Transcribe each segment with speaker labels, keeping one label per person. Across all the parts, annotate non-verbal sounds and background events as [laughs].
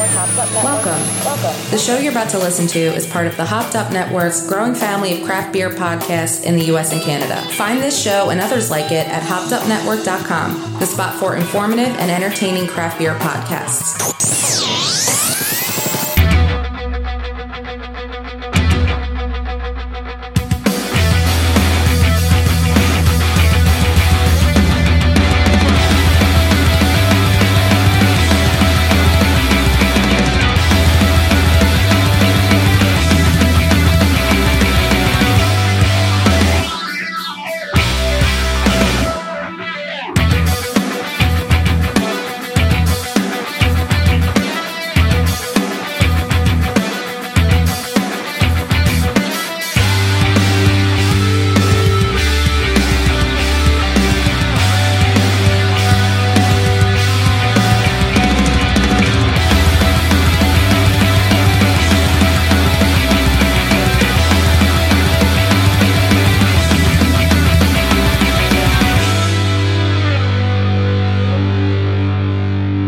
Speaker 1: Welcome. The show you're about to listen to is part of the Hopped Up Network's growing family of craft beer podcasts in the US and Canada. Find this show and others like it at hoppedupnetwork.com, the spot for informative and entertaining craft beer podcasts.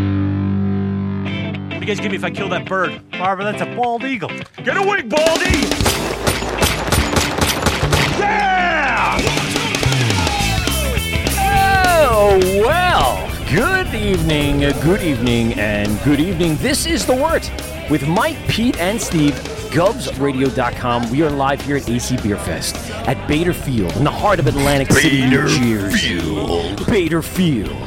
Speaker 2: What do you guys give me if I kill that bird?
Speaker 3: Barbara, that's a bald eagle.
Speaker 2: Get a wig, Baldy! Yeah!
Speaker 4: Oh, well. Good evening, uh, good evening, and good evening. This is The Wort with Mike, Pete, and Steve, GovsRadio.com. We are live here at AC Beer Fest at Bader Field in the heart of Atlantic City. New Jersey. Bader Field.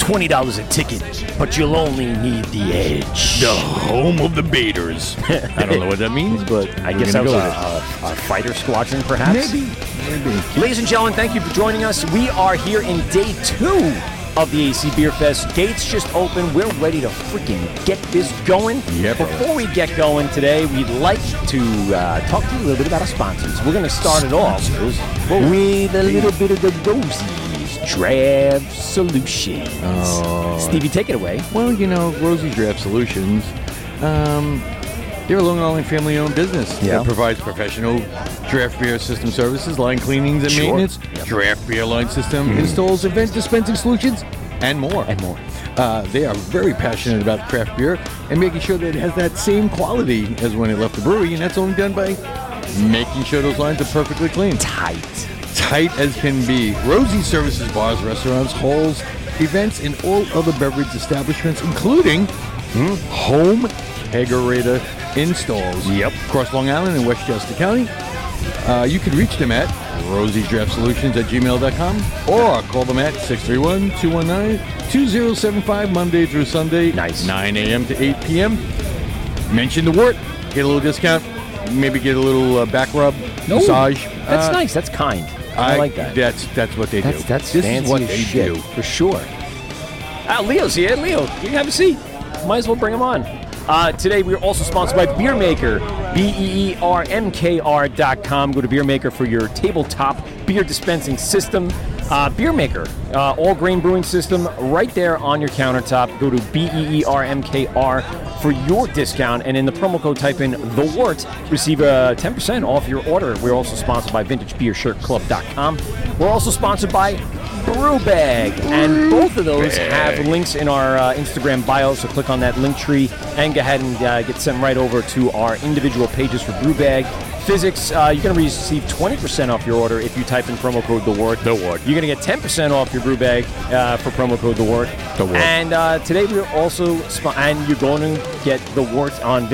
Speaker 4: $20 a ticket, but you'll only need the edge.
Speaker 5: The home of the
Speaker 4: [laughs]
Speaker 5: Baders. I don't know what that means, but
Speaker 4: I guess that was a, a, a fighter squadron, perhaps?
Speaker 5: maybe. Maybe.
Speaker 4: Ladies and gentlemen, thank you for joining us. We are here in day two of the AC Beer Fest. Gates just open. We're ready to freaking get this going.
Speaker 5: Yeah, bro.
Speaker 4: Before we get going today, we'd like to uh, talk to you a little bit about our sponsors. We're going to start it off with a little bit of the Rosie's Draft Solutions. Stevie, take it away.
Speaker 5: Oh. Well, you know, Rosie's Draft Solutions, um, they're a Long Island family owned business
Speaker 4: Yeah.
Speaker 5: that provides professional draft beer system services, line cleanings and
Speaker 4: Sure.
Speaker 5: maintenance, draft beer line system installs, event dispensing solutions, and more.
Speaker 4: Hmm. And more.
Speaker 5: Uh, they are very passionate about craft beer and making sure that it has that same quality as when it left the brewery, and that's only done by making sure those lines are perfectly clean
Speaker 4: Tight.
Speaker 5: tight as can be. Rosie services bars, restaurants, halls, events, and all other beverage establishments, including
Speaker 4: Hmm?
Speaker 5: home kegerator installs. Yep. Across Long Island and Westchester County. Uh, you can reach them at rosiedraftsolutions at gmail.com or call them at 631-219-2075 Monday through Sunday,
Speaker 4: Nice.
Speaker 5: 9 a.m. to 8 p.m. Mention the wort, get a little discount, maybe get a little uh, back rub, massage.
Speaker 4: That's
Speaker 5: Uh,
Speaker 4: nice. That's kind. I, like that.
Speaker 5: That's that's what they
Speaker 4: That's
Speaker 5: do.
Speaker 4: that's
Speaker 5: this
Speaker 4: fancy
Speaker 5: is what
Speaker 4: as
Speaker 5: they
Speaker 4: shit
Speaker 5: do.
Speaker 4: for sure. Ah, Leo's here. Leo, you can have a seat. Might as well bring him on. Uh, today we are also sponsored by Beer Maker, B E E R M K R dot com. Go to Beer Maker for your tabletop beer dispensing system. Uh, beer Maker, uh, all grain brewing system, right there on your countertop. Go to B E E R M K R for your discount, and in the promo code type in the Wart, receive uh, 10% off your order. We're also sponsored by VintageBeerShirtClub.com. Um, We're also sponsored by Brewbag. And both of those have links in our uh, Instagram bio, so click on that link tree and go ahead and uh, get sent right over to our individual pages for Brewbag. Physics, uh, you're going to receive 20% off your order if you type in promo code The Wart. The Wart. You're going to get 10% off your brew bag uh, for promo code The Wart.
Speaker 5: The Wart.
Speaker 4: And uh, today we're also, spo- and you're going to get The Wart on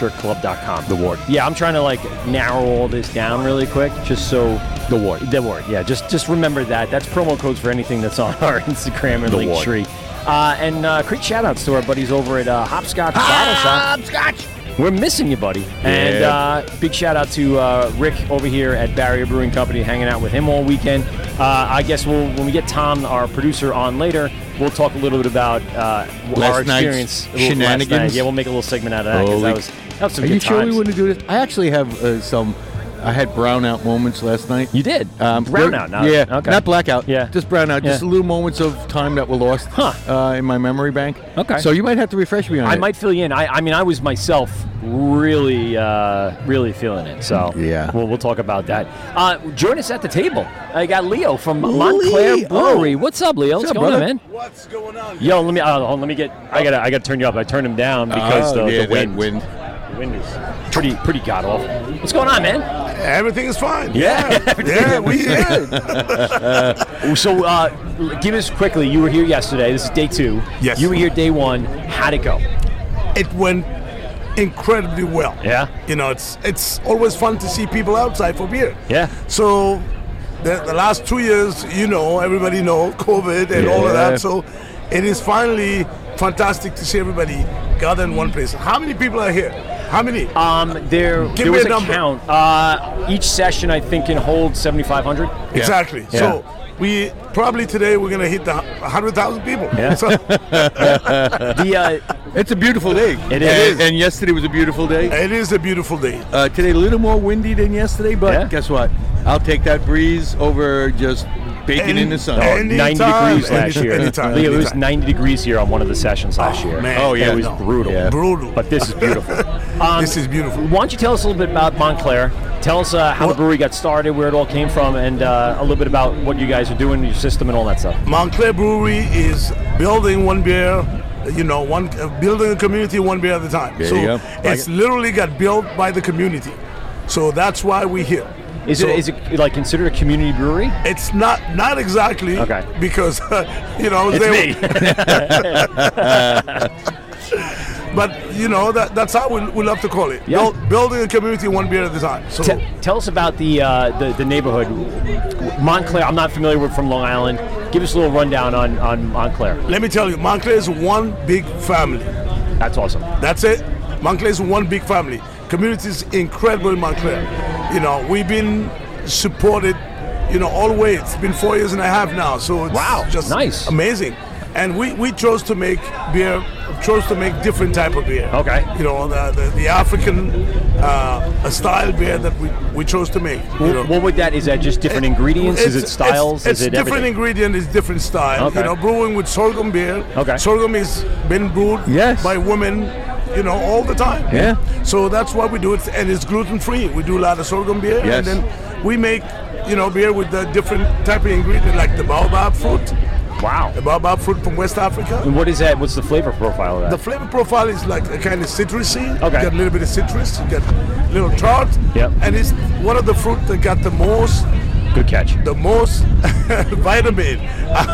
Speaker 4: VintageBeerShirtClub.com. The Wart. Yeah, I'm trying to like narrow all this down really quick just so
Speaker 5: The war.
Speaker 4: the word, yeah. Just just remember that. That's promo codes for anything that's on [laughs] our Instagram and
Speaker 5: The
Speaker 4: link
Speaker 5: word.
Speaker 4: tree. Uh, and uh, quick shout outs to our buddies over at uh, Hopscotch Bottle Shop.
Speaker 5: Scotch.
Speaker 4: We're missing you, buddy. And
Speaker 5: Yeah.
Speaker 4: uh, big shout out to uh, Rick over here at Barrier Brewing Company, hanging out with him all weekend. Uh, I guess we'll, when we get Tom, our producer, on later, we'll talk a little bit about uh, our
Speaker 5: Last night's
Speaker 4: experience. last night.
Speaker 5: shenanigans.
Speaker 4: Yeah, we'll make a little segment out of that because
Speaker 5: Holy-
Speaker 4: that was, that was some
Speaker 5: Are
Speaker 4: good
Speaker 5: you sure we
Speaker 4: times.
Speaker 5: wouldn't do this? I actually have uh, some
Speaker 6: I had brownout moments last night.
Speaker 4: You did.
Speaker 6: bro-
Speaker 4: brownout. Not,
Speaker 6: yeah,
Speaker 4: Okay.
Speaker 6: not blackout.
Speaker 4: Yeah.
Speaker 6: just brownout. Just
Speaker 4: Yeah.
Speaker 6: little moments of time that were lost
Speaker 4: Huh.
Speaker 6: uh, in my memory bank.
Speaker 4: Okay.
Speaker 6: so you might have to refresh me on
Speaker 4: I
Speaker 6: it.
Speaker 4: might fill you in. I, I mean, I was myself really, uh, really feeling it. So
Speaker 6: Yeah.
Speaker 4: we'll, we'll talk about that. Uh, join us at the table. I got Leo from Montclair Brewery. What's up, Leo? What's,
Speaker 6: Oh. up,
Speaker 4: going
Speaker 6: brother?
Speaker 4: on, man? What's going on? Yo, let me. Uh, hold on, let me get. I gotta. I gotta turn you up. I turned him down because
Speaker 6: Oh,
Speaker 4: the,
Speaker 6: yeah,
Speaker 4: the wind.
Speaker 6: that wind.
Speaker 4: The wind is pretty, pretty god awful. What's going on, man?
Speaker 7: Everything is fine.
Speaker 4: Yeah. [laughs]
Speaker 7: Yeah, we yeah.
Speaker 4: So, uh, l- give us quickly. You were here yesterday. This is day two.
Speaker 7: Yes.
Speaker 4: You were here day one. How'd it go?
Speaker 7: It went incredibly well.
Speaker 4: Yeah.
Speaker 7: You know, it's it's always fun to see people outside for beer.
Speaker 4: Yeah.
Speaker 7: So the, the last two years, you know, everybody know [laughs] COVID and all of
Speaker 6: Yeah.
Speaker 7: that. So it is finally fantastic to see everybody gather in one place. How many people are here? How many?
Speaker 4: Um, there, there
Speaker 7: me
Speaker 4: was
Speaker 7: a
Speaker 4: a
Speaker 7: number.
Speaker 4: count. Uh, each session, I think, can hold 7,500.
Speaker 7: Exactly.
Speaker 4: Yeah.
Speaker 7: So we probably today we're gonna hit the hundred thousand people.
Speaker 4: Yeah.
Speaker 6: [laughs]
Speaker 7: So, [laughs]
Speaker 4: The, uh,
Speaker 6: It's a beautiful day. And-
Speaker 4: It is.
Speaker 6: And yesterday was a beautiful day.
Speaker 7: it is a beautiful day.
Speaker 6: Uh, today a little more windy than yesterday, but
Speaker 4: Yeah.
Speaker 6: guess what? I'll take that breeze over just baking in the sun.
Speaker 7: and-
Speaker 4: 90
Speaker 7: Anytime,
Speaker 4: Oh, degrees last
Speaker 7: any-
Speaker 4: year.
Speaker 7: anytime,
Speaker 4: Leo, it was
Speaker 7: anytime.
Speaker 4: 90 degrees here on one of the sessions last year.
Speaker 7: man.
Speaker 6: Oh, yeah.
Speaker 4: It was
Speaker 6: No.
Speaker 4: brutal.
Speaker 6: Yeah.
Speaker 7: Brutal.
Speaker 4: But this is beautiful. Um,
Speaker 7: this is beautiful.
Speaker 4: Why don't you tell us a little bit about Montclair? Tell us uh, how the
Speaker 7: Well-
Speaker 4: brewery got started, where it all came from, and uh, a little bit about what you guys are doing, your system, and all that stuff.
Speaker 7: Montclair Brewery is building one beer, you know, one uh, building a community one beer at a time.
Speaker 6: There
Speaker 7: so
Speaker 6: you go. Like
Speaker 7: it's
Speaker 6: it.
Speaker 7: literally got built by the community. So that's why we're here.
Speaker 4: Is
Speaker 7: So
Speaker 4: it is it like considered a community brewery?
Speaker 7: It's not not exactly
Speaker 4: Okay.
Speaker 7: because [laughs] you know I was
Speaker 4: It's
Speaker 7: there.
Speaker 4: me.
Speaker 7: [laughs]
Speaker 4: [laughs]
Speaker 7: But you know that that's how we, we love to call it.
Speaker 4: Yeah.
Speaker 7: Build, building a community one beer at a time. So
Speaker 4: Te- tell us about the, uh, the the neighborhood, Montclair. I'm not familiar with from Long Island. Give us a little rundown on on Montclair.
Speaker 7: let me tell you, Montclair is one big family.
Speaker 4: That's awesome.
Speaker 7: That's it. Montclair is one big family. Community is incredible in Montclair. You know, we've been supported, you know, all the way. It's been four years and a half now. So it's
Speaker 4: Wow,
Speaker 7: just
Speaker 4: nice.
Speaker 7: amazing. And we, we chose to make beer, chose to make different type of beer.
Speaker 4: Okay.
Speaker 7: You know, the, the, the African uh, style beer that we, we chose to make. you know.
Speaker 4: What, what would that? Is that just different ingredients? Is it
Speaker 7: It's-
Speaker 4: styles?
Speaker 7: It's, it's
Speaker 4: is it
Speaker 7: different
Speaker 4: everything?
Speaker 7: ingredient. It's different style.
Speaker 4: Okay.
Speaker 7: You know, brewing with sorghum beer.
Speaker 4: Okay.
Speaker 7: Sorghum is been brewed
Speaker 6: Yes.
Speaker 7: by women. You know, all the time.
Speaker 6: Yeah.
Speaker 7: So that's why we do it, and it's gluten free. We do a lot of sorghum beer,
Speaker 6: Yes.
Speaker 7: and then we make you know beer with the different type of ingredient, like the baobab fruit,
Speaker 4: wow.
Speaker 7: the baobab fruit from West Africa.
Speaker 4: And what is that? What's the flavor profile of
Speaker 7: The
Speaker 4: that?
Speaker 7: flavor profile is like a kind of citrusy.
Speaker 4: Okay.
Speaker 7: You got a little bit of citrus. You got a little tart.
Speaker 4: Yep.
Speaker 7: And it's one of the fruit that got the most
Speaker 4: Good catch.
Speaker 7: the most [laughs] vitamin. [laughs]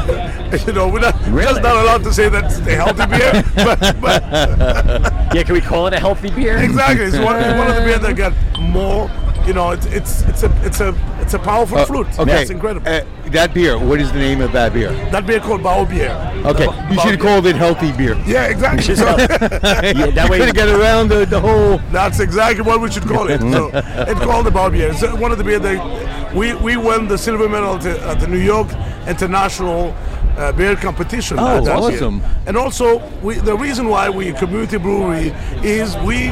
Speaker 7: you know, we're not
Speaker 4: Really?
Speaker 7: just not allowed to say that's a healthy
Speaker 4: [laughs]
Speaker 7: beer, but, but
Speaker 5: [laughs]
Speaker 4: yeah, can we call it a healthy beer?
Speaker 7: exactly, it's one, it's one of the
Speaker 6: [laughs]
Speaker 7: beer that got more. You know, it's it's it's a it's a it's a powerful
Speaker 4: Oh,
Speaker 6: Uh,
Speaker 7: fruit.
Speaker 6: Okay.
Speaker 7: it's incredible.
Speaker 6: Uh, that beer. What is the name of that beer?
Speaker 7: that beer called Bao beer.
Speaker 6: Okay.
Speaker 7: Ba-
Speaker 6: you
Speaker 7: Bao
Speaker 6: should have
Speaker 7: beer.
Speaker 6: called it healthy beer.
Speaker 7: Oh, Yeah,
Speaker 6: [laughs]
Speaker 7: exactly. So [laughs]
Speaker 4: [laughs] Yeah, that way.
Speaker 6: Way to get around the, the whole.
Speaker 7: that's exactly what we should call it.
Speaker 4: [laughs]
Speaker 7: So it's called the Bao beer. It's uh, one of the beer that we we won the silver medal to, at the New York International. Uh, beer competition.
Speaker 6: Oh,
Speaker 7: that year.
Speaker 6: awesome.
Speaker 7: And also, we, the reason why we a community brewery is we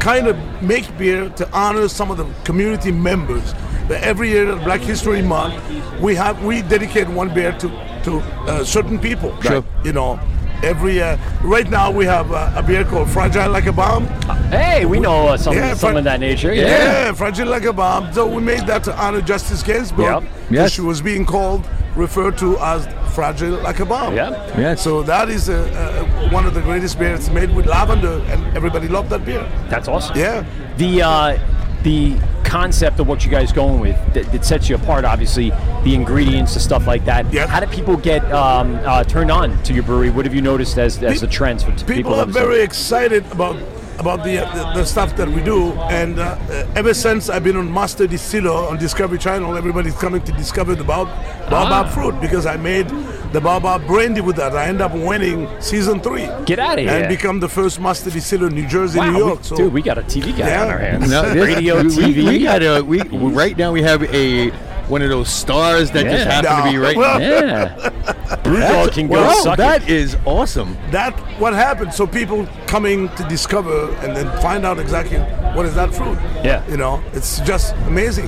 Speaker 7: kind of make beer to honor some of the community members. But Every year at Black History Month, we have we dedicate one beer to to uh, certain people.
Speaker 6: Sure.
Speaker 7: You know, every uh, right now we have uh, a beer called Fragile Like a Bomb.
Speaker 4: hey, we know uh, some,
Speaker 7: Yeah,
Speaker 4: some
Speaker 7: fun-
Speaker 4: of that nature. Yeah.
Speaker 7: Fragile Like a Bomb. So we made that to honor Justice Ginsburg.
Speaker 4: Yep.
Speaker 6: Yes.
Speaker 7: She was being called, referred to as Fragile Like a Bomb.
Speaker 4: Yep.
Speaker 6: Yes.
Speaker 7: So that is uh uh one of the greatest beers made with lavender, and everybody loved that beer.
Speaker 4: That's awesome.
Speaker 7: Yeah.
Speaker 4: The uh, the concept of what you guys going with that, that sets you apart, obviously, the ingredients and stuff like that.
Speaker 7: Yeah.
Speaker 4: How do people get um, uh, turned on to your brewery? What have you noticed as, as
Speaker 7: Pe-
Speaker 4: the trends for t-
Speaker 7: People,
Speaker 4: people?
Speaker 7: are
Speaker 4: that-
Speaker 7: very excited about about the, uh, the the stuff that we do, and uh, uh, ever since I've been on Master Distiller on Discovery Channel, everybody's coming to discover the baob- baobab
Speaker 4: Ah.
Speaker 7: fruit because I made the baobab brandy with that. I end up winning season three.
Speaker 4: Get outta here.
Speaker 7: And become the first Master Distiller in New Jersey,
Speaker 4: Wow,
Speaker 7: New
Speaker 4: we-
Speaker 7: York. so
Speaker 4: dude, we got a TV guy
Speaker 7: Yeah. [laughs]
Speaker 4: on our hands.
Speaker 6: No, this-
Speaker 4: Radio,
Speaker 6: we,
Speaker 4: TV.
Speaker 6: We got a. We right now we have a
Speaker 5: one of those stars that just
Speaker 4: Yeah.
Speaker 5: happen to be right.
Speaker 7: [laughs] Well,
Speaker 4: Yeah. Brewdog can go
Speaker 5: Well,
Speaker 4: suck it.
Speaker 5: that is awesome.
Speaker 7: that what happened. So people coming to discover and then find out exactly what is that fruit.
Speaker 4: Yeah.
Speaker 7: you know, it's just amazing.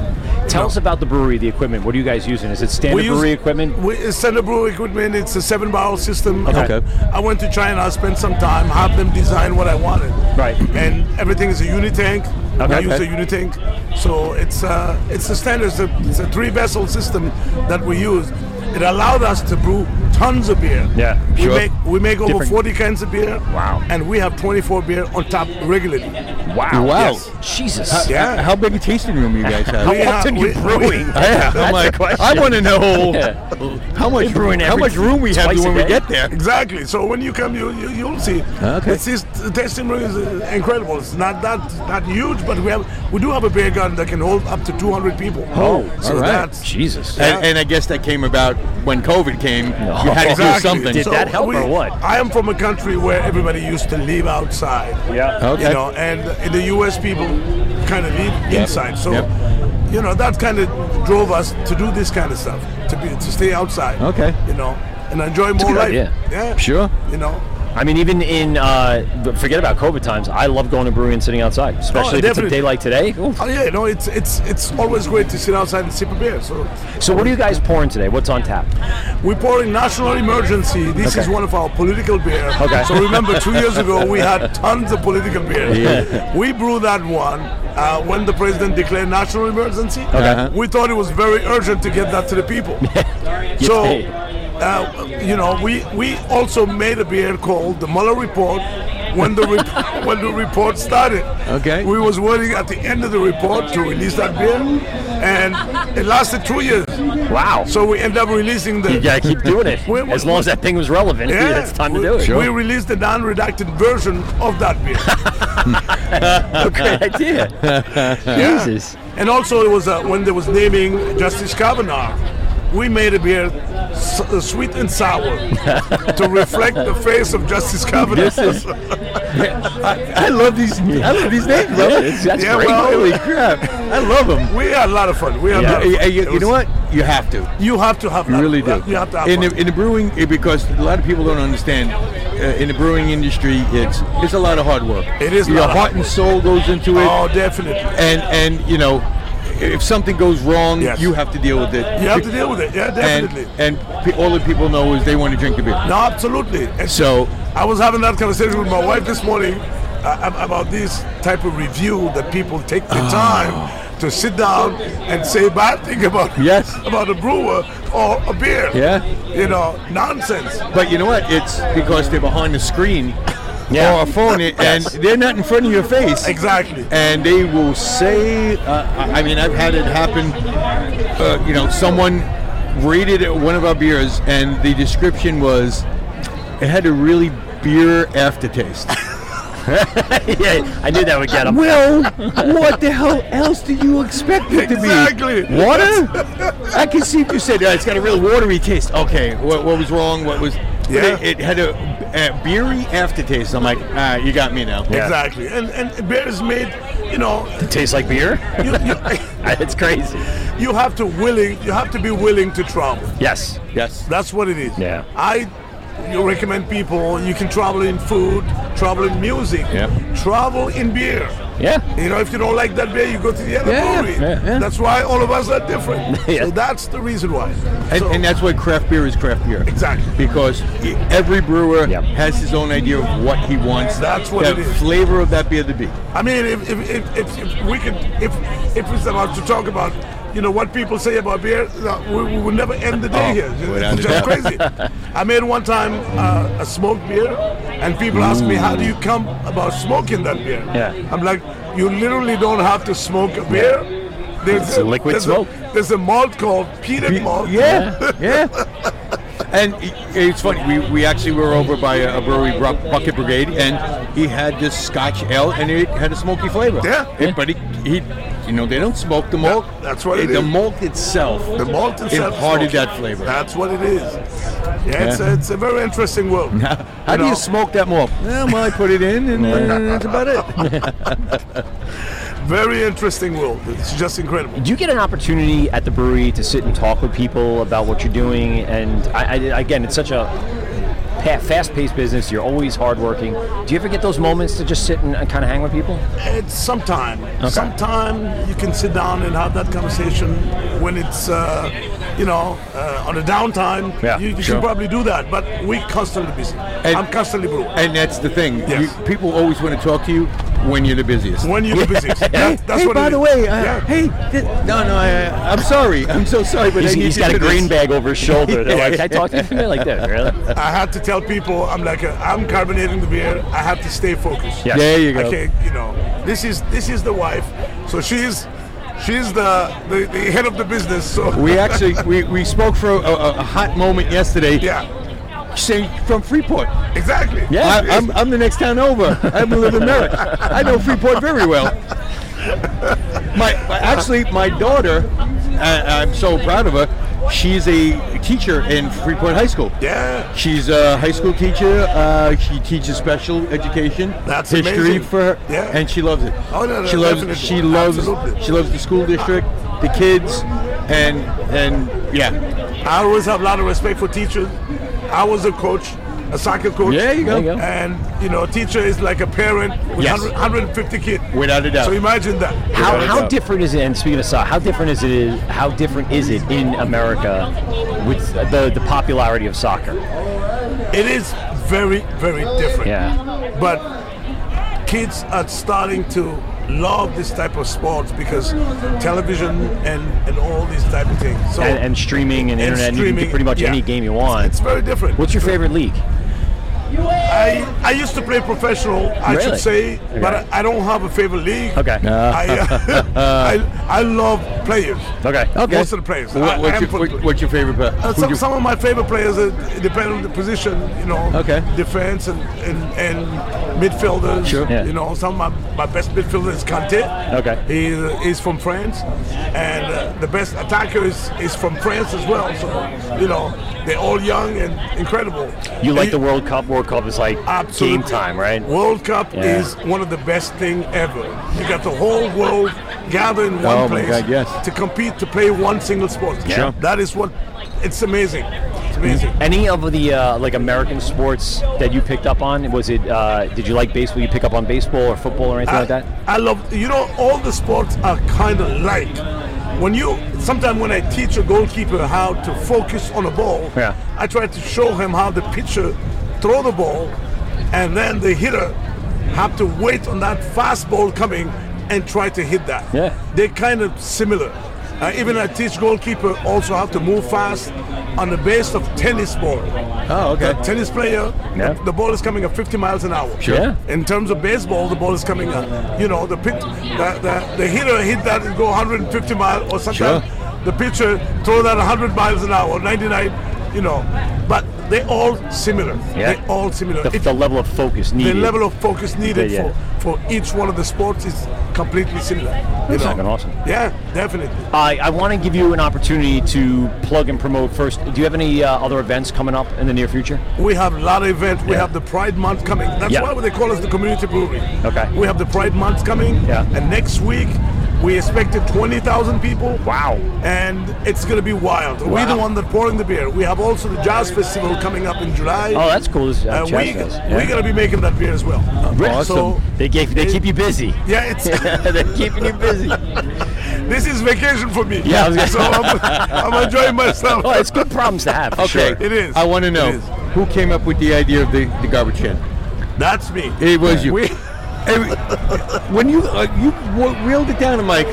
Speaker 4: Tell us about the brewery, the equipment. What are you guys using? Is it standard
Speaker 7: We use-
Speaker 4: brewery equipment?
Speaker 7: We, it's standard brewery equipment. It's a seven barrel system.
Speaker 5: Okay. Okay.
Speaker 7: I went to China, I spent some time, have them design what I wanted.
Speaker 4: Right.
Speaker 7: And everything is a unit tank.
Speaker 4: Okay.
Speaker 7: I use
Speaker 4: Okay.
Speaker 7: a unit tank. So it's uh, it's the standard. It's a, it's a three vessel system that we use. It allowed us to brew tons of beer.
Speaker 4: Yeah,
Speaker 7: We
Speaker 5: sure.
Speaker 7: make we make over
Speaker 5: Different-
Speaker 7: 40 cans of beer.
Speaker 4: Wow.
Speaker 7: And we have 24 beer on tap regularly.
Speaker 4: Wow.
Speaker 5: Wow.
Speaker 7: Yes.
Speaker 4: Jesus.
Speaker 7: Yeah.
Speaker 5: How- How big a tasting room you guys have?
Speaker 7: We have-
Speaker 4: often you
Speaker 7: we-
Speaker 4: brewing?
Speaker 5: [laughs] Yeah,
Speaker 4: That's
Speaker 5: I'm
Speaker 4: the
Speaker 5: like,
Speaker 4: question.
Speaker 5: I want to
Speaker 4: [laughs]
Speaker 5: know [laughs]
Speaker 4: Yeah.
Speaker 5: how much
Speaker 4: They brewing
Speaker 5: how
Speaker 4: every-
Speaker 5: much room we have
Speaker 4: twice a
Speaker 5: when we
Speaker 4: day?
Speaker 5: get there.
Speaker 7: Exactly. So when you come, you, you you'll see.
Speaker 5: Okay.
Speaker 7: It's just, the tasting room is uh, incredible. It's not that not huge, but we have we do have a beer garden that can hold up to 200 people.
Speaker 5: Oh,
Speaker 7: so
Speaker 5: all right.
Speaker 7: that's
Speaker 4: Jesus.
Speaker 5: And, and I guess that came about when COVID came.
Speaker 4: No.
Speaker 5: You had to
Speaker 4: Exactly.
Speaker 5: do something.
Speaker 4: Did that help
Speaker 7: we-
Speaker 4: or what?
Speaker 5: [laughs]
Speaker 7: I am from a country where everybody used to live outside.
Speaker 4: Yeah.
Speaker 5: Okay.
Speaker 7: You know, and in the U.S., people kind of live
Speaker 5: Yep.
Speaker 7: inside. So,
Speaker 5: Yep.
Speaker 7: you know, that kind of drove us to do this kind of stuff to be to stay outside.
Speaker 5: Okay.
Speaker 7: You know, and enjoy more
Speaker 4: good
Speaker 7: life.
Speaker 4: idea.
Speaker 7: Yeah.
Speaker 5: Sure.
Speaker 7: You know.
Speaker 4: I mean, even in uh, but forget about COVID times. I love going to brewery and sitting outside, especially if it's
Speaker 7: Oh,
Speaker 4: a
Speaker 7: definitely.
Speaker 4: day like today. Ooh.
Speaker 7: Oh yeah, no, it's it's it's always great to sit outside and sip a beer. So
Speaker 4: So, what are you guys pouring today? What's on tap?
Speaker 7: we pour in national emergency. This is
Speaker 4: Okay.
Speaker 7: one of our political beer.
Speaker 4: Okay.
Speaker 7: So remember, two years ago we had tons of political beer.
Speaker 5: Yeah.
Speaker 7: We brewed that one uh, when the president declared national emergency.
Speaker 5: Okay.
Speaker 7: We thought it was very urgent to get that to the people. so. Uh, you know, we, we also made a beer called the Mueller Report. When the rep- [laughs] when the report started,
Speaker 5: Okay.
Speaker 7: we was waiting at the end of the report to release that beer, and it lasted two years.
Speaker 4: Wow.
Speaker 7: So we end up releasing the.
Speaker 4: you gotta keep doing it
Speaker 7: We- we-
Speaker 4: as long as that thing was relevant.
Speaker 7: Yeah,
Speaker 4: it's time to
Speaker 7: we,
Speaker 4: do it.
Speaker 7: We released the non-redacted version of that
Speaker 4: [laughs]
Speaker 7: beer,
Speaker 4: Great
Speaker 5: [laughs]
Speaker 4: idea. Jesus.
Speaker 7: and also it was uh, when there was naming Justice Kavanaugh. We made a beer, s- uh, sweet
Speaker 5: [laughs]
Speaker 7: and sour, to reflect the face of Justice Kavanaugh.
Speaker 5: This
Speaker 7: [laughs]
Speaker 5: is- I, I love these. I love these names. bro.
Speaker 4: That's- that's
Speaker 7: Yeah,
Speaker 4: great.
Speaker 7: well-
Speaker 5: Holy crap! I love them.
Speaker 7: we had a lot of fun. We had a lot of
Speaker 5: You,
Speaker 7: fun. It
Speaker 5: you- you
Speaker 7: was-
Speaker 5: know what? You have to.
Speaker 7: You have to have.
Speaker 5: You
Speaker 7: that-
Speaker 5: really do.
Speaker 7: You have to have
Speaker 5: in
Speaker 7: fun.
Speaker 5: the, in the brewing eh, because a lot of people don't understand. Uh, in the brewing industry, it's it's a lot of hard work.
Speaker 7: It is a
Speaker 5: Your
Speaker 7: lot of
Speaker 5: heart and soul goes into it.
Speaker 7: oh, definitely.
Speaker 5: and and you know if something goes wrong
Speaker 7: Yes.
Speaker 5: you have to deal with it
Speaker 7: You have to deal with it. Yeah,
Speaker 5: and
Speaker 7: definitely.
Speaker 5: and pe- all the people know is they want to drink the beer
Speaker 7: no, absolutely. [laughs] And
Speaker 5: so
Speaker 7: I was having that conversation with my wife this morning uh, ab- about this type of review that people take the
Speaker 4: Ah.
Speaker 7: time to sit down and say bad thing about
Speaker 5: Yes.
Speaker 7: [laughs] about a brewer or a beer.
Speaker 5: Yeah.
Speaker 7: you know, nonsense.
Speaker 5: but you know what it's because they're behind the screen
Speaker 4: Yeah.
Speaker 5: or a phone and they're not in front of your face
Speaker 7: Exactly.
Speaker 5: and they will say uh, I I mean I've had it happen uh, you know someone rated one of our beers and the description was it had a really beer aftertaste
Speaker 4: [laughs] yeah, I knew that would get him.
Speaker 5: Well, what the hell else do you expect it to be?
Speaker 7: Exactly. [laughs]
Speaker 5: Water? I can see if you said, oh, it's got a real watery taste. Okay, what, what was wrong? What was. but
Speaker 7: Yeah.
Speaker 5: It, it had a, a beery aftertaste. I'm like, ah, you got me now. [laughs]
Speaker 7: Exactly. And and beer is made, you know,
Speaker 4: Tastes like beer.
Speaker 7: you,
Speaker 4: [laughs]
Speaker 7: you,
Speaker 4: it's crazy.
Speaker 7: you have to willing, you have to be willing to travel.
Speaker 4: Yes.
Speaker 5: Yes.
Speaker 7: That's what it is.
Speaker 4: Yeah.
Speaker 7: I you recommend people you can travel in food, travel in music,
Speaker 5: Yep.
Speaker 7: travel in beer.
Speaker 4: Yeah.
Speaker 7: You know, if you don't like that beer, you go to the other
Speaker 5: Yeah,
Speaker 7: brewery.
Speaker 5: yeah, yeah.
Speaker 7: That's why all of us are different.
Speaker 4: Yeah.
Speaker 7: So that's the reason why.
Speaker 5: And,
Speaker 7: So-
Speaker 5: and that's why craft beer is craft beer.
Speaker 7: Exactly.
Speaker 5: Because e- every brewer
Speaker 4: Yep.
Speaker 5: has his own idea of what he wants.
Speaker 7: That's what
Speaker 5: the
Speaker 7: it is.
Speaker 5: flavor of that beer to be.
Speaker 7: I mean, if if, if, if, if we could, if if it's about to talk about, you know, what people say about beer, no, we, we would never end the day
Speaker 5: Oh,
Speaker 7: here.
Speaker 5: without
Speaker 7: It's
Speaker 5: a
Speaker 7: just
Speaker 5: doubt.
Speaker 7: crazy. I made one time uh, a smoked beer, and people ask me, how do you come about smoking that beer?
Speaker 4: Yeah.
Speaker 7: I'm like, you literally don't have to smoke a beer. There's
Speaker 4: It's a liquid
Speaker 7: there's
Speaker 4: smoke.
Speaker 7: there's a malt called peanut malt.
Speaker 5: Yeah, yeah. And i- it's funny. We, we actually were over by a brewery, Bru- Bucket Brigade, and he had this Scotch ale, and it had a smoky flavor.
Speaker 7: Yeah.
Speaker 5: It- but he, he, you know, they don't smoke the malt.
Speaker 7: that's what it
Speaker 5: The
Speaker 7: is.
Speaker 5: malt itself.
Speaker 7: The malt itself.
Speaker 5: Imparted
Speaker 7: smoky.
Speaker 5: that flavor.
Speaker 7: That's what it is. Yeah, It's,
Speaker 5: Yeah.
Speaker 7: it's a very interesting world.
Speaker 5: [laughs] How do you
Speaker 7: know?
Speaker 5: smoke that more? Yeah, well, I put it in, and uh, [laughs] that's about it.
Speaker 7: [laughs] Very interesting world. It's just incredible.
Speaker 4: Do you get an opportunity at the brewery to sit and talk with people about what you're doing? And I, I, again, it's such a pa- fast-paced business. You're always hardworking. Do you ever get those moments to just sit and, and kind of hang with people?
Speaker 7: It's sometime. Sometime you can sit down and have that conversation when it's, uh, you know, uh, on a downtime.
Speaker 5: Yeah,
Speaker 7: you you
Speaker 5: sure.
Speaker 7: should probably do that, but we're constantly busy. I'm constantly brewing.
Speaker 5: And that's the thing.
Speaker 7: Yes.
Speaker 5: You- people always want to talk to you when you're the busiest.
Speaker 7: when you're the
Speaker 5: [laughs]
Speaker 7: busiest. That- that's
Speaker 5: hey,
Speaker 7: what
Speaker 5: by
Speaker 7: it
Speaker 5: the
Speaker 7: is.
Speaker 5: way, uh,
Speaker 7: Yeah.
Speaker 5: hey, th- no, no, I, I- I'm sorry. I'm so sorry, but
Speaker 4: He's-
Speaker 5: I need
Speaker 4: he's
Speaker 5: you
Speaker 4: got
Speaker 5: to
Speaker 4: a
Speaker 5: do this.
Speaker 4: green bag over
Speaker 5: [laughs]
Speaker 4: his shoulder. They're like, "Can I talk to you from there like that, really?
Speaker 7: I had to tell people I'm like uh, I'm carbonating the beer. I have to stay focused.
Speaker 4: Yeah.
Speaker 5: There you
Speaker 7: I
Speaker 5: go.
Speaker 7: can't, you know. This is this is the wife, so she's she's the the, the head of the business. So [laughs]
Speaker 5: We actually we, we spoke for a, a, a hot moment yesterday.
Speaker 7: yeah,
Speaker 5: Saying from Freeport.
Speaker 7: exactly.
Speaker 4: Yeah.
Speaker 5: I, I'm, I'm the next town over. I live in Merritt. I know Freeport very well. My my- actually, my daughter, I, I'm so proud of her. She's a teacher in Freeport High School.
Speaker 7: yeah.
Speaker 5: She's a high school teacher. Uh, she teaches special education.
Speaker 7: That's
Speaker 5: history
Speaker 7: amazing.
Speaker 5: for her,
Speaker 7: Yeah.
Speaker 5: and she loves it.
Speaker 7: Oh, no, no,
Speaker 5: she loves
Speaker 7: definitely.
Speaker 5: she loves
Speaker 7: Absolutely.
Speaker 5: she loves the school district, the kids, and and yeah,
Speaker 7: I always have a lot of respect for teachers. I was a coach, a soccer coach.
Speaker 5: There you go.
Speaker 4: There you go.
Speaker 7: And you know, a teacher is like a parent with
Speaker 5: Yes.
Speaker 7: 100, 150 kids.
Speaker 5: without a doubt.
Speaker 7: So imagine that.
Speaker 4: How,
Speaker 5: Without a
Speaker 4: how
Speaker 5: doubt.
Speaker 4: different is it? And speaking of soccer, how different is it? How different is it in America with the, the popularity of soccer?
Speaker 7: It is very, very different.
Speaker 4: Yeah.
Speaker 7: But kids are starting to love this type of sports because television and, and all these type of things. So
Speaker 4: And, and streaming and,
Speaker 7: and
Speaker 4: internet, and you can
Speaker 7: streaming,
Speaker 4: get pretty much
Speaker 7: yeah.
Speaker 4: any game you want.
Speaker 7: It's very different.
Speaker 4: What's your favorite league?
Speaker 7: I, I used to play professional, I
Speaker 4: Really?
Speaker 7: should say, but
Speaker 4: Okay.
Speaker 7: I, I don't have a favorite league.
Speaker 4: Okay.
Speaker 7: [laughs]
Speaker 5: [laughs]
Speaker 7: I, uh, I I love players.
Speaker 4: Okay.
Speaker 5: Okay.
Speaker 7: Most of the players.
Speaker 5: What-
Speaker 7: I- I
Speaker 5: what's,
Speaker 7: am
Speaker 5: your,
Speaker 7: for-
Speaker 5: what- what's your favorite? pa-
Speaker 7: Uh,
Speaker 5: who'd
Speaker 7: some,
Speaker 5: you-
Speaker 7: some of my favorite players uh, depend on the position, you know.
Speaker 5: Okay.
Speaker 7: Defense and, and, and midfielders.
Speaker 5: Sure.
Speaker 4: Yeah.
Speaker 7: You know, some of my, my best midfielder is Kante.
Speaker 4: Okay.
Speaker 7: He uh, is from France, and uh, the best attacker is, is from France as well. So you know, they're all young and incredible.
Speaker 4: You like the
Speaker 7: And-
Speaker 4: World Cup? World Cup is like
Speaker 7: Absolutely.
Speaker 4: game time, right?
Speaker 7: World Cup
Speaker 4: Yeah.
Speaker 7: is one of the best thing ever. You got the whole world gathered in one
Speaker 5: Oh my
Speaker 7: place
Speaker 5: God, yes.
Speaker 7: to compete to play one single sport.
Speaker 4: Yeah. Sure.
Speaker 7: That is what it's amazing. It's amazing.
Speaker 4: Any of the uh, like American sports that you picked up on? Was it? Uh, did you like baseball? You pick up on baseball or football or anything
Speaker 7: I,
Speaker 4: like that?
Speaker 7: I love you know all the sports are kind of like when you sometimes when I teach a goalkeeper how to focus on a ball,
Speaker 4: Yeah.
Speaker 7: I try to show him how the pitcher throw the ball, and then the hitter have to wait on that fastball coming and try to hit that.
Speaker 4: Yeah.
Speaker 7: they're kind of similar. Uh, even I teach goalkeeper also how to move fast on the base of tennis ball.
Speaker 5: Oh, okay.
Speaker 7: The tennis player,
Speaker 4: Yeah.
Speaker 7: the, the ball is coming at 50 miles an hour.
Speaker 4: Sure. Yeah.
Speaker 7: In terms of baseball, the ball is coming up. You know, the pitch, the, the, the hitter hit that and go 150 miles, or sometimes the pitcher throw that 100 miles an hour, 99. You know, but they all similar.
Speaker 4: Yeah.
Speaker 7: They all similar.
Speaker 4: The,
Speaker 7: It-
Speaker 4: the level of focus
Speaker 7: the
Speaker 4: needed.
Speaker 7: level of focus needed
Speaker 4: Yeah, yeah.
Speaker 7: for for each one of the sports is completely similar. You
Speaker 4: That's
Speaker 7: know?
Speaker 4: fucking awesome.
Speaker 7: Yeah, definitely.
Speaker 4: I, I want to give you an opportunity to plug and promote first. Do you have any uh, other events coming up in the near future?
Speaker 7: We have a lot of events. We have the Pride Month coming. That's
Speaker 4: Yeah.
Speaker 7: why they call us the Community Brewery.
Speaker 4: Okay.
Speaker 7: We have the Pride Month coming.
Speaker 4: Yeah.
Speaker 7: And next week, we expected 20,000 people. Wow. And it's going to be wild. We're the
Speaker 4: Wow.
Speaker 7: one that pouring the beer. We have also the Jazz Festival coming up in July.
Speaker 4: Oh, that's cool. This, uh,
Speaker 7: and
Speaker 4: Chaz
Speaker 7: we,
Speaker 4: does.
Speaker 7: we're
Speaker 4: Yeah.
Speaker 7: going to be making that beer as well.
Speaker 5: Awesome.
Speaker 7: So,
Speaker 4: They, gave, they keep you busy.
Speaker 7: yeah, it's
Speaker 4: [laughs] They're keeping you busy.
Speaker 7: [laughs] this is vacation for me.
Speaker 4: Yeah, I was
Speaker 7: [laughs]
Speaker 4: gonna-
Speaker 7: so I'm, I'm enjoying
Speaker 4: [laughs]
Speaker 7: myself.
Speaker 4: Oh,
Speaker 7: [laughs]
Speaker 4: it's good problems to have. for
Speaker 5: okay,
Speaker 4: sure.
Speaker 7: It is.
Speaker 5: I want to
Speaker 7: It
Speaker 5: know
Speaker 7: is.
Speaker 5: who came up with the idea of the, the garbage can.
Speaker 7: That's me.
Speaker 5: It was you. [laughs]
Speaker 7: We-
Speaker 5: And when you uh, you w- reeled it down, I'm like,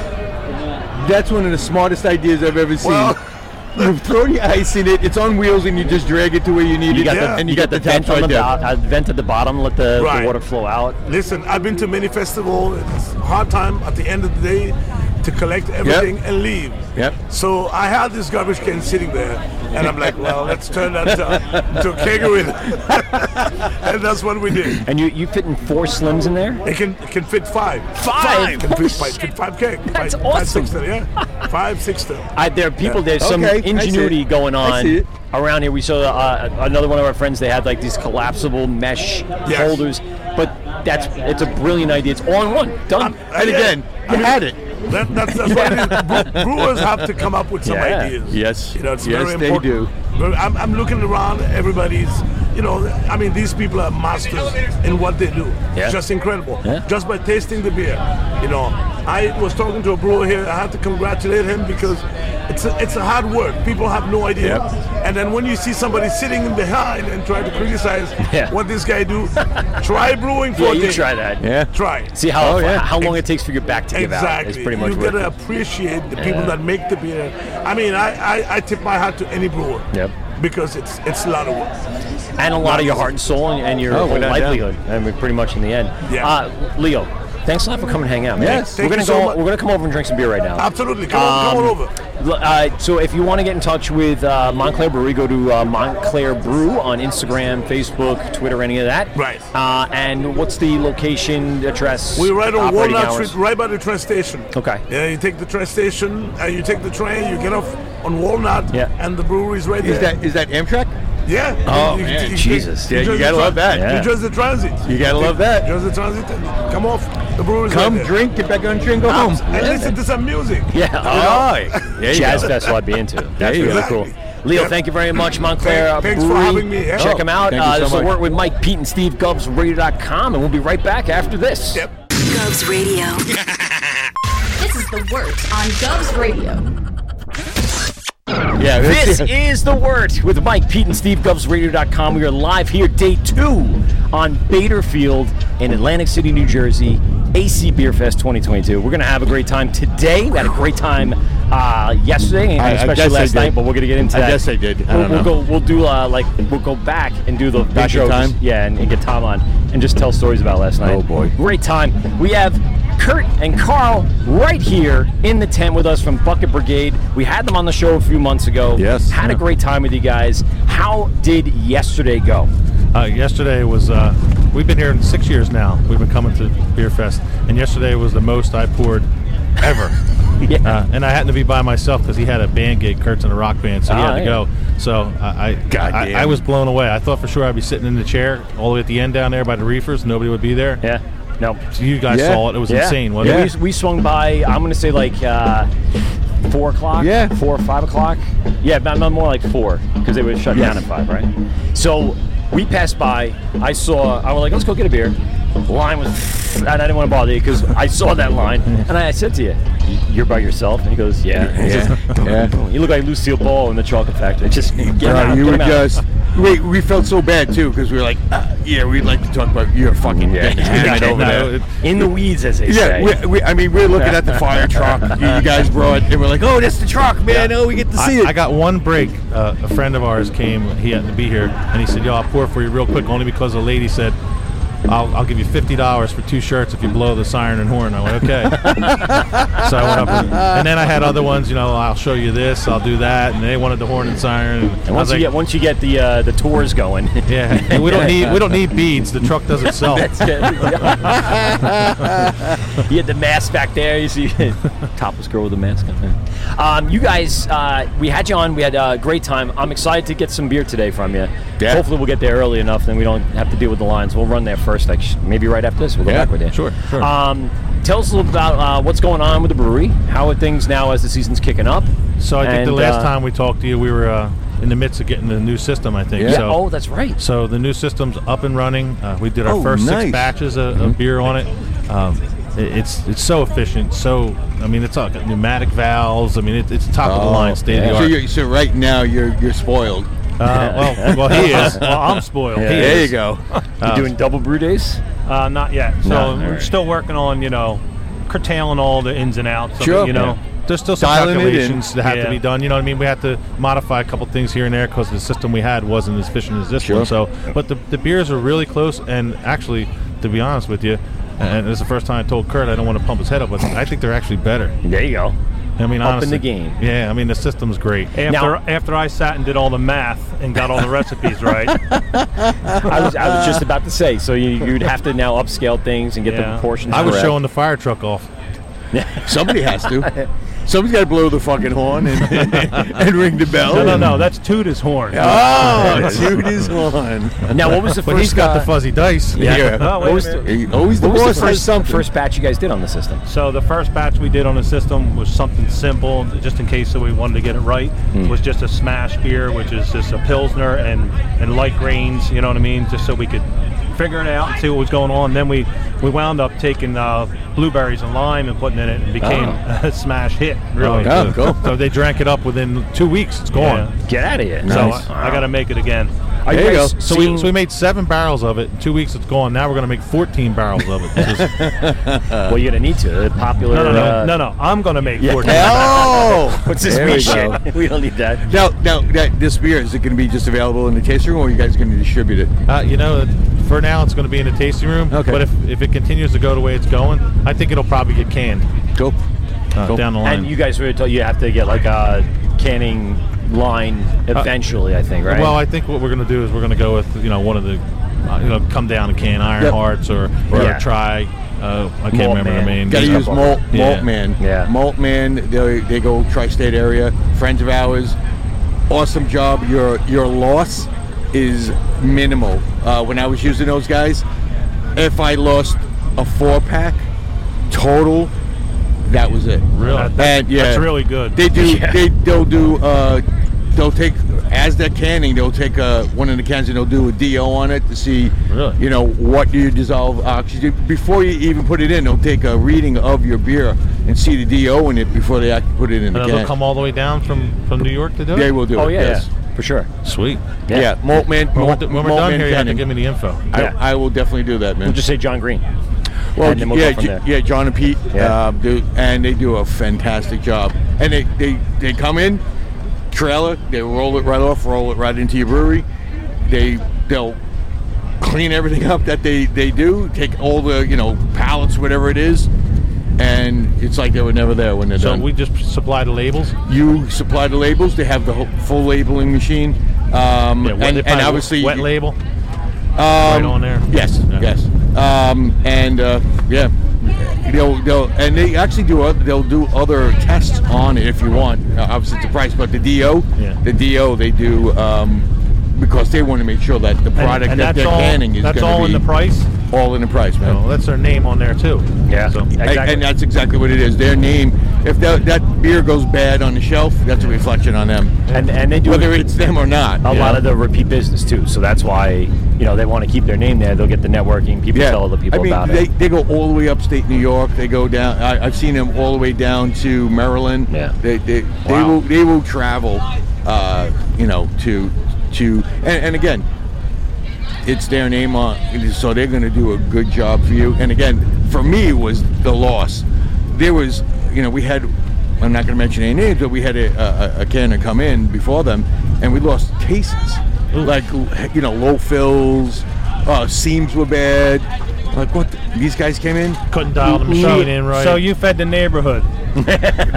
Speaker 5: that's one of the smartest ideas I've ever seen. [laughs]
Speaker 7: Well-
Speaker 5: You've thrown your ice in it. It's on wheels, and you just drag it to where you need
Speaker 4: You
Speaker 5: it,
Speaker 4: got
Speaker 7: Yeah.
Speaker 4: the,
Speaker 5: and
Speaker 4: you got the vent
Speaker 5: tap
Speaker 4: on the
Speaker 5: there.
Speaker 4: bo- uh, vent at the bottom. Let the, the
Speaker 7: Right.
Speaker 4: water flow out.
Speaker 7: Listen, I've been to many festivals. It's a hard time at the end of the day to collect everything and leave.
Speaker 5: Yep.
Speaker 7: So I had this garbage can sitting there, [laughs] and I'm like, well, let's turn that uh, to a kegerator. and and that's what we did.
Speaker 4: And you, you fitting four slims in there?
Speaker 7: It can it can fit five.
Speaker 4: Five?
Speaker 7: Can
Speaker 4: Holy
Speaker 7: fit five,
Speaker 4: shit.
Speaker 7: fit five cake.
Speaker 4: That's
Speaker 7: five, Five
Speaker 4: awesome.
Speaker 7: sixter, yeah. Five sixter.
Speaker 4: I, there are people. There's some
Speaker 6: Okay, I see
Speaker 4: ingenuity
Speaker 6: it.
Speaker 4: going
Speaker 6: I
Speaker 4: on
Speaker 6: see it.
Speaker 4: around here. We saw uh, another one of our friends. They had like these collapsible mesh
Speaker 7: Yes.
Speaker 4: holders, but that's it's a brilliant idea. It's all in one, done.
Speaker 6: Um, And again, you had it.
Speaker 7: That, that's, that's what it is.
Speaker 4: [laughs]
Speaker 7: Bre- Brewers have to come up with some
Speaker 4: Yeah.
Speaker 7: ideas.
Speaker 6: Yes.
Speaker 7: You know, it's
Speaker 6: Yes,
Speaker 7: very
Speaker 6: they
Speaker 7: important.
Speaker 6: do.
Speaker 7: But I'm, I'm looking around. Everybody's, you know, I mean, these people are masters in what they do.
Speaker 4: Yeah.
Speaker 7: Just incredible.
Speaker 4: Yeah.
Speaker 7: Just by tasting the beer. You know, I was talking to a brewer here. I had to congratulate him because it's a, it's a hard work. People have no idea.
Speaker 4: Yep.
Speaker 7: And then when you see somebody sitting in behind and try to criticize
Speaker 4: Yeah.
Speaker 7: what this guy do, try brewing for
Speaker 4: Yeah,
Speaker 7: a
Speaker 4: you
Speaker 7: day.
Speaker 4: try that.
Speaker 6: Yeah.
Speaker 7: Try.
Speaker 4: See how
Speaker 6: Oh, yeah.
Speaker 4: how long it takes for your back to give out.
Speaker 7: Exactly.
Speaker 4: It's pretty much
Speaker 7: you
Speaker 4: what
Speaker 7: gotta appreciate the people that make the beer. I mean, I, I, I tip my hat to any brewer.
Speaker 4: Yep.
Speaker 7: Because it's it's a lot of work.
Speaker 4: and a lot of your heart and soul and, and your
Speaker 6: Oh,
Speaker 4: whole
Speaker 6: without doubt.
Speaker 4: livelihood. I mean, pretty much in the end.
Speaker 7: Yeah.
Speaker 4: Uh, Leo, thanks a lot for coming and hang out. man.
Speaker 6: Yes.
Speaker 4: we're
Speaker 7: Thank
Speaker 4: gonna
Speaker 7: you so
Speaker 4: go.
Speaker 7: much.
Speaker 4: we're gonna come over and drink some beer right now. Um,
Speaker 7: Absolutely. Come, on, come on over.
Speaker 4: L- Uh, so if you want to get in touch with uh, Montclair Brewery, go to uh, Montclair Brew on Instagram, Facebook, Twitter, any of that.
Speaker 7: Right.
Speaker 4: Uh, and what's the location, address?
Speaker 7: We're right on
Speaker 4: operating
Speaker 7: Walnut
Speaker 4: hours?
Speaker 7: Street, right by the train station.
Speaker 4: Okay.
Speaker 7: Yeah, you take the train station and you take the train. You get off on Walnut,
Speaker 4: Yeah.
Speaker 7: and the brewery's right
Speaker 6: Is
Speaker 7: there.
Speaker 6: that is that Amtrak?
Speaker 7: yeah.
Speaker 6: Oh, man,
Speaker 4: Jesus.
Speaker 6: Yeah, you
Speaker 7: just
Speaker 6: gotta
Speaker 7: the
Speaker 6: love that.
Speaker 4: Yeah.
Speaker 7: You just the transit.
Speaker 6: You gotta
Speaker 7: Take-
Speaker 6: love that.
Speaker 7: Just the transit. And come off. The brewery's
Speaker 6: Come
Speaker 7: right there.
Speaker 6: drink, get back on the train, go home.
Speaker 7: And listen to some music.
Speaker 4: [laughs] Yeah.
Speaker 6: Oh, there you
Speaker 7: [laughs]
Speaker 4: Jazz
Speaker 6: go.
Speaker 4: festival I'd be into. That's
Speaker 6: you
Speaker 4: really
Speaker 6: go.
Speaker 4: cool.
Speaker 7: Exactly.
Speaker 4: Leo,
Speaker 7: Yeah.
Speaker 4: thank you very much, Montclair.
Speaker 7: Thank- thanks for
Speaker 4: Brewery.
Speaker 7: having me, yeah.
Speaker 4: Check
Speaker 6: Oh,
Speaker 4: them out.
Speaker 6: thank you
Speaker 4: Uh,
Speaker 6: so
Speaker 4: this will
Speaker 6: much.
Speaker 4: work with Mike, Pete, and Steve, GubsRadio.com, and we'll be right back after this.
Speaker 7: Yep.
Speaker 8: Gov's Radio.
Speaker 1: This is the word on Gov's Radio.
Speaker 6: Yeah,
Speaker 4: This
Speaker 6: that's it.
Speaker 4: is The Word with Mike, Pete, and Steve, GovsRadio.com. We are live here, day two, on Bader Field in Atlantic City, New Jersey, AC Beer Fest 2022. We're going to have a great time today. We had a great time uh, yesterday, and
Speaker 6: I- I
Speaker 4: especially
Speaker 6: guess I
Speaker 4: last
Speaker 6: did.
Speaker 4: night, but we're going to get into
Speaker 6: I
Speaker 4: that.
Speaker 6: guess I did. I
Speaker 4: we'll,
Speaker 6: don't
Speaker 4: we'll
Speaker 6: know.
Speaker 4: go. We'll do uh, like we'll go back and do the
Speaker 6: Back in
Speaker 4: intro,
Speaker 6: time?
Speaker 4: yeah, and, and get Tom on and just tell stories about last night.
Speaker 6: Oh, boy.
Speaker 4: great time. We have Kurt and Carl right here in the tent with us from Bucket Brigade. We had them on the show a few months ago.
Speaker 6: Yes.
Speaker 4: had a
Speaker 6: Yeah.
Speaker 4: great time with you guys. How did yesterday go?
Speaker 9: Uh, yesterday was, uh, we've been here six years now. We've been coming to Beer Fest, and yesterday was the most I poured ever.
Speaker 4: [laughs] Yeah.
Speaker 9: Uh, and I happened to be by myself because he had a band gig, Kurt's in a rock band, so he
Speaker 4: Ah,
Speaker 9: had to
Speaker 4: yeah.
Speaker 9: go. So I, I, I,
Speaker 6: Goddamn.
Speaker 9: I was blown away. I thought for sure I'd be sitting in the chair all the way at the end down there by the reefers. Nobody would be there.
Speaker 4: Yeah, no.
Speaker 9: So you guys
Speaker 6: Yeah.
Speaker 9: saw it. It was
Speaker 4: yeah.
Speaker 9: insane, wasn't
Speaker 4: Yeah.
Speaker 9: it?
Speaker 4: We, we swung by. I'm gonna say like uh, four o'clock.
Speaker 6: Yeah.
Speaker 4: four or five o'clock. Yeah, but I'm more like four because they would shut down at five, right? So we passed by. I saw. I was like, let's go get a beer. Line was, and I didn't want to bother you because I saw that line, and I said to you, "You're by yourself." And he goes, "Yeah." And he
Speaker 6: Yeah.
Speaker 4: says,
Speaker 6: yeah.
Speaker 4: You look like Lucille Ball in the Chocolate Factory. Just get him
Speaker 6: Bro,
Speaker 4: out.
Speaker 6: you
Speaker 4: get
Speaker 6: were
Speaker 4: him out.
Speaker 6: just. We, we felt so bad too because we were like, uh, yeah, we'd like to talk about your fucking
Speaker 4: Yeah,
Speaker 6: yeah,
Speaker 4: yeah,
Speaker 9: [laughs]
Speaker 6: over
Speaker 9: no,
Speaker 6: there.
Speaker 9: it-
Speaker 6: [laughs]
Speaker 4: in the weeds, as they say.
Speaker 6: Yeah, we, we, I mean, we are looking at the fire truck
Speaker 4: [laughs]
Speaker 6: you you guys
Speaker 9: Uh,
Speaker 6: brought, and we're like, oh, that's the truck, man. Oh, we get to see
Speaker 9: I,
Speaker 6: it.
Speaker 9: I got one break. Uh, a friend of ours came. He had to be here, and he said, "Yo, I'll pour for you real quick, only because a lady said." I'll, I'll give you fifty dollars for two shirts if you blow the siren and horn. I
Speaker 6: [laughs]
Speaker 9: went okay. so I went up, and, and then I had other ones. You know, I'll show you this, I'll do that, and they wanted the horn and siren. And I was
Speaker 4: once you
Speaker 9: like,
Speaker 4: get once you get the uh, the tours going.
Speaker 9: [laughs] yeah, and we don't need we don't need beads. The truck doesn't sell. [laughs]
Speaker 4: you had the mask back there. You see, [laughs] topless girl with a mask on. there. Um, you guys, uh, we had you on. We had a great time. I'm excited to get some beer today from you.
Speaker 6: Yeah.
Speaker 4: Hopefully, we'll get there early enough, then we don't have to deal with the lines. We'll run there first, like sh- maybe right after this. We'll go
Speaker 6: Yeah,
Speaker 4: back with you.
Speaker 6: sure, sure.
Speaker 4: Um, tell us a little about uh, what's going on with the brewery. How are things now as the season's kicking up?
Speaker 9: So I think the
Speaker 4: And,
Speaker 9: last
Speaker 4: uh,
Speaker 9: time we talked to you, we were uh, in the midst of getting the new system. I think.
Speaker 6: Yeah.
Speaker 9: So,
Speaker 4: oh, that's right.
Speaker 9: So the new system's up and running. Uh, we did our
Speaker 6: Oh,
Speaker 9: first
Speaker 6: nice. Mm-hmm.
Speaker 9: six batches of, of beer on it. Um, it- It's it's so efficient. So I mean, it's all got pneumatic valves. I mean, it, it's top of the line, state of the
Speaker 6: Oh, So,
Speaker 9: art.
Speaker 6: you're, so right now you're you're spoiled.
Speaker 9: Uh,
Speaker 6: [laughs]
Speaker 9: well, well, he is. Well, Uh, I'm spoiled. He
Speaker 4: Yeah.
Speaker 9: is.
Speaker 6: There you
Speaker 9: [laughs]
Speaker 6: go.
Speaker 4: you doing double brew days?
Speaker 2: Uh, not yet. So
Speaker 4: No,
Speaker 2: we're
Speaker 4: alright.
Speaker 2: still working on, you know, curtailing all the ins and outs. of it,
Speaker 6: Sure.
Speaker 2: You know,
Speaker 9: There's still some
Speaker 6: Dialing it in.
Speaker 9: calculations that have
Speaker 2: Yeah.
Speaker 9: to be done. You know what I mean? We had to modify a couple things here and there because the system we had wasn't as efficient as this
Speaker 6: Sure.
Speaker 9: one. So, but the, the beers are really close. And actually, to be honest with you, and it's the first time I told Kurt I don't want to pump his head up, but I think they're actually better.
Speaker 4: There you go.
Speaker 9: I mean,
Speaker 4: Up in
Speaker 9: honestly,
Speaker 4: the game.
Speaker 9: Yeah, I mean the system's great.
Speaker 2: After
Speaker 4: Now-
Speaker 2: after I sat and did all the math and
Speaker 4: [laughs]
Speaker 2: got all the recipes right,
Speaker 4: I was, I was just about to say. So you, you'd have to now upscale things and get the
Speaker 2: Yeah.
Speaker 4: proportions.
Speaker 9: I was
Speaker 4: correct. [laughs]
Speaker 9: showing the fire truck off.
Speaker 5: Somebody has
Speaker 9: Uh,
Speaker 5: to. Somebody's got to blow the fucking horn and, [laughs] and ring the bell.
Speaker 2: no, no, no, that's Toota's horn.
Speaker 5: Oh, dude is on.
Speaker 4: Now, what was the
Speaker 9: But
Speaker 4: first?
Speaker 9: he's got
Speaker 4: uh,
Speaker 9: the fuzzy dice.
Speaker 5: Yeah.
Speaker 2: Oh, wait
Speaker 4: what
Speaker 2: a
Speaker 4: was
Speaker 2: minute.
Speaker 4: the,
Speaker 5: He always the
Speaker 4: what was
Speaker 5: boss
Speaker 4: the
Speaker 5: for
Speaker 4: first,
Speaker 5: something.
Speaker 4: first batch you guys did on the system?
Speaker 2: So the first batch we did on the system was something simple, just in case that we wanted to get it right.
Speaker 4: Hmm.
Speaker 2: Was just a smash beer, which is just a pilsner and and light grains. You know what I mean? Just so we could figure it out and see what was going on. Then we we wound up taking uh, blueberries and lime and putting it in it, and became
Speaker 4: Oh.
Speaker 2: [laughs] a smash hit. Really.
Speaker 5: Oh,
Speaker 9: So-
Speaker 5: cool.
Speaker 9: So they drank it up within two weeks. It's gone.
Speaker 2: Yeah.
Speaker 4: Get out of here!
Speaker 2: So
Speaker 5: Nice.
Speaker 2: I, I got to make it again.
Speaker 4: Are
Speaker 5: There you
Speaker 4: guys
Speaker 5: go.
Speaker 9: So, we,
Speaker 4: seeing-
Speaker 9: so we made seven barrels of it. In two weeks, it's gone. Now we're going to make 14 barrels of
Speaker 5: [laughs]
Speaker 9: it. It's just-
Speaker 4: well, you're uh, gonna need to. The popular.
Speaker 2: No, no,
Speaker 4: uh,
Speaker 2: no, no, no. I'm gonna make
Speaker 4: yeah.
Speaker 2: four. [laughs]
Speaker 5: Oh,
Speaker 4: What's this
Speaker 5: There
Speaker 4: we
Speaker 5: we go.
Speaker 4: shit? [laughs] we don't need that.
Speaker 5: Now, now that, this beer is it going to be just available in the tasting room, or are you guys going to distribute it?
Speaker 9: uh, you know, for now, it's going to be in the tasting room.
Speaker 5: Okay.
Speaker 9: But if, if it continues to go the way it's going, I think it'll probably get canned
Speaker 5: Cool.
Speaker 9: uh,
Speaker 5: Cool.
Speaker 9: down the line.
Speaker 4: And you guys were told you have to get like a canning line eventually. I think right.
Speaker 9: Uh, Well, I think what we're going to do is we're going to go with you know one of the uh, you know come down and can Iron
Speaker 5: Yep.
Speaker 9: Hearts or or
Speaker 4: Yeah.
Speaker 9: try. Uh, I can't
Speaker 4: Malt
Speaker 9: remember
Speaker 4: Man.
Speaker 9: the main.
Speaker 5: Got to
Speaker 9: Yeah.
Speaker 5: use malt, malt
Speaker 9: Yeah.
Speaker 5: man.
Speaker 4: Yeah.
Speaker 5: Malt man. They, they go tri-state area. Friends of ours. Awesome job. Your your loss is minimal. Uh, when I was using those guys, if I lost a four pack total, that was it.
Speaker 2: Really?
Speaker 5: And yeah,
Speaker 2: That's really good.
Speaker 5: They do. They they'll do. Uh, they'll take as they're canning. They'll take uh, one of the cans and they'll do a DO on it to see.
Speaker 9: Really?
Speaker 5: You know what you dissolve oxygen before you even put it in. They'll take a reading of your beer and see the DO in it before they actually put it in the
Speaker 9: And
Speaker 5: can.
Speaker 9: they'll come all the way down from from New York to do it.
Speaker 5: they will do.
Speaker 4: oh
Speaker 5: it,
Speaker 4: yeah,
Speaker 5: yes.
Speaker 4: yeah, for sure.
Speaker 9: Sweet.
Speaker 5: yeah. Malt man.
Speaker 9: When we're,
Speaker 5: malt-
Speaker 9: d- when we're
Speaker 5: malt
Speaker 9: done
Speaker 5: man
Speaker 9: here, you have to
Speaker 5: canning.
Speaker 9: give me the info.
Speaker 5: I,
Speaker 4: Yeah.
Speaker 5: I will definitely do that, man.
Speaker 4: We'll just say John Green.
Speaker 5: Well,
Speaker 4: and then we'll
Speaker 5: yeah,
Speaker 4: go from
Speaker 5: J-
Speaker 4: there.
Speaker 5: yeah, John and Pete,
Speaker 4: Yeah.
Speaker 5: um, do, and they do a fantastic job. And they, they, they come in, trailer, they roll it right off, roll it right into your brewery. They they'll clean everything up that they they do, take all the you know pallets, whatever it is, and it's like they were never there when they're
Speaker 9: So
Speaker 5: done.
Speaker 9: we just supply the labels.
Speaker 5: you supply the labels; they have the whole, full labeling machine, um,
Speaker 9: Yeah, what
Speaker 5: and,
Speaker 9: they
Speaker 5: and
Speaker 9: find,
Speaker 5: obviously
Speaker 9: wet label.
Speaker 5: um,
Speaker 9: right on there.
Speaker 5: Yes,
Speaker 9: Yeah.
Speaker 5: yes. Um, and uh, yeah, they'll, they'll and they actually do oth- they'll do other tests on it if you want. Uh, obviously, it's a price, but the DO,
Speaker 9: Yeah.
Speaker 5: the DO, they do um, because they want to make sure that the product
Speaker 2: and
Speaker 5: that
Speaker 2: that's
Speaker 5: they're
Speaker 2: all,
Speaker 5: canning is
Speaker 2: that's
Speaker 5: gonna
Speaker 2: all in
Speaker 5: be
Speaker 2: the price.
Speaker 5: all in the price, man.
Speaker 9: Oh, that's their name on there too.
Speaker 4: Yeah.
Speaker 9: So,
Speaker 5: A-
Speaker 4: Exactly.
Speaker 5: And that's exactly what it is. Their name. If that, that beer goes bad on the shelf, that's a reflection on them,
Speaker 4: and and they do
Speaker 5: whether it's them or not.
Speaker 4: a lot of the repeat business too. So that's why you know they want to keep their name there. They'll get the networking. People tell other people
Speaker 5: I mean,
Speaker 4: about
Speaker 5: they,
Speaker 4: it.
Speaker 5: they go all the way upstate New York. They go down. I, I've seen them all the way down to Maryland.
Speaker 4: Yeah.
Speaker 5: They they, they
Speaker 4: Wow.
Speaker 5: will they will travel, uh, you know, to to and, and again, it's their name on. So they're going to do a good job for you. And again, for me was the loss. There was, you know, we had. I'm not going to mention any names, but we had a, a, a canner come in before them, and we lost cases. Like, you know, low fills, uh, seams were bad. Like, what? The, these guys came in?
Speaker 9: couldn't dial the
Speaker 2: So,
Speaker 9: machine in right.
Speaker 2: so you fed the neighborhood.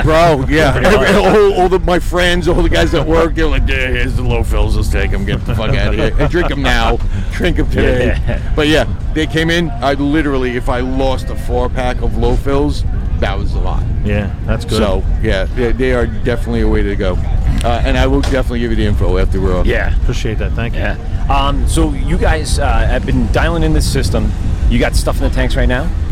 Speaker 5: Bro, yeah. [laughs] all, all the, my friends, all the guys at work, they're like, yeah, here's the low fills. Let's take them. Get the fuck out of here. And drink them now. Drink them today.
Speaker 4: Yeah.
Speaker 5: But yeah, they came in. I literally, if I lost a four pack of low fills, that was a lot.
Speaker 9: yeah, that's good.
Speaker 5: So yeah, they, they are definitely a way to go. Uh, and I will definitely give you the info after we're off.
Speaker 4: yeah.
Speaker 9: appreciate that. Thank you.
Speaker 4: Yeah. Um, so you guys uh, have been dialing in this system. You got stuff in the tanks right now.
Speaker 2: [laughs]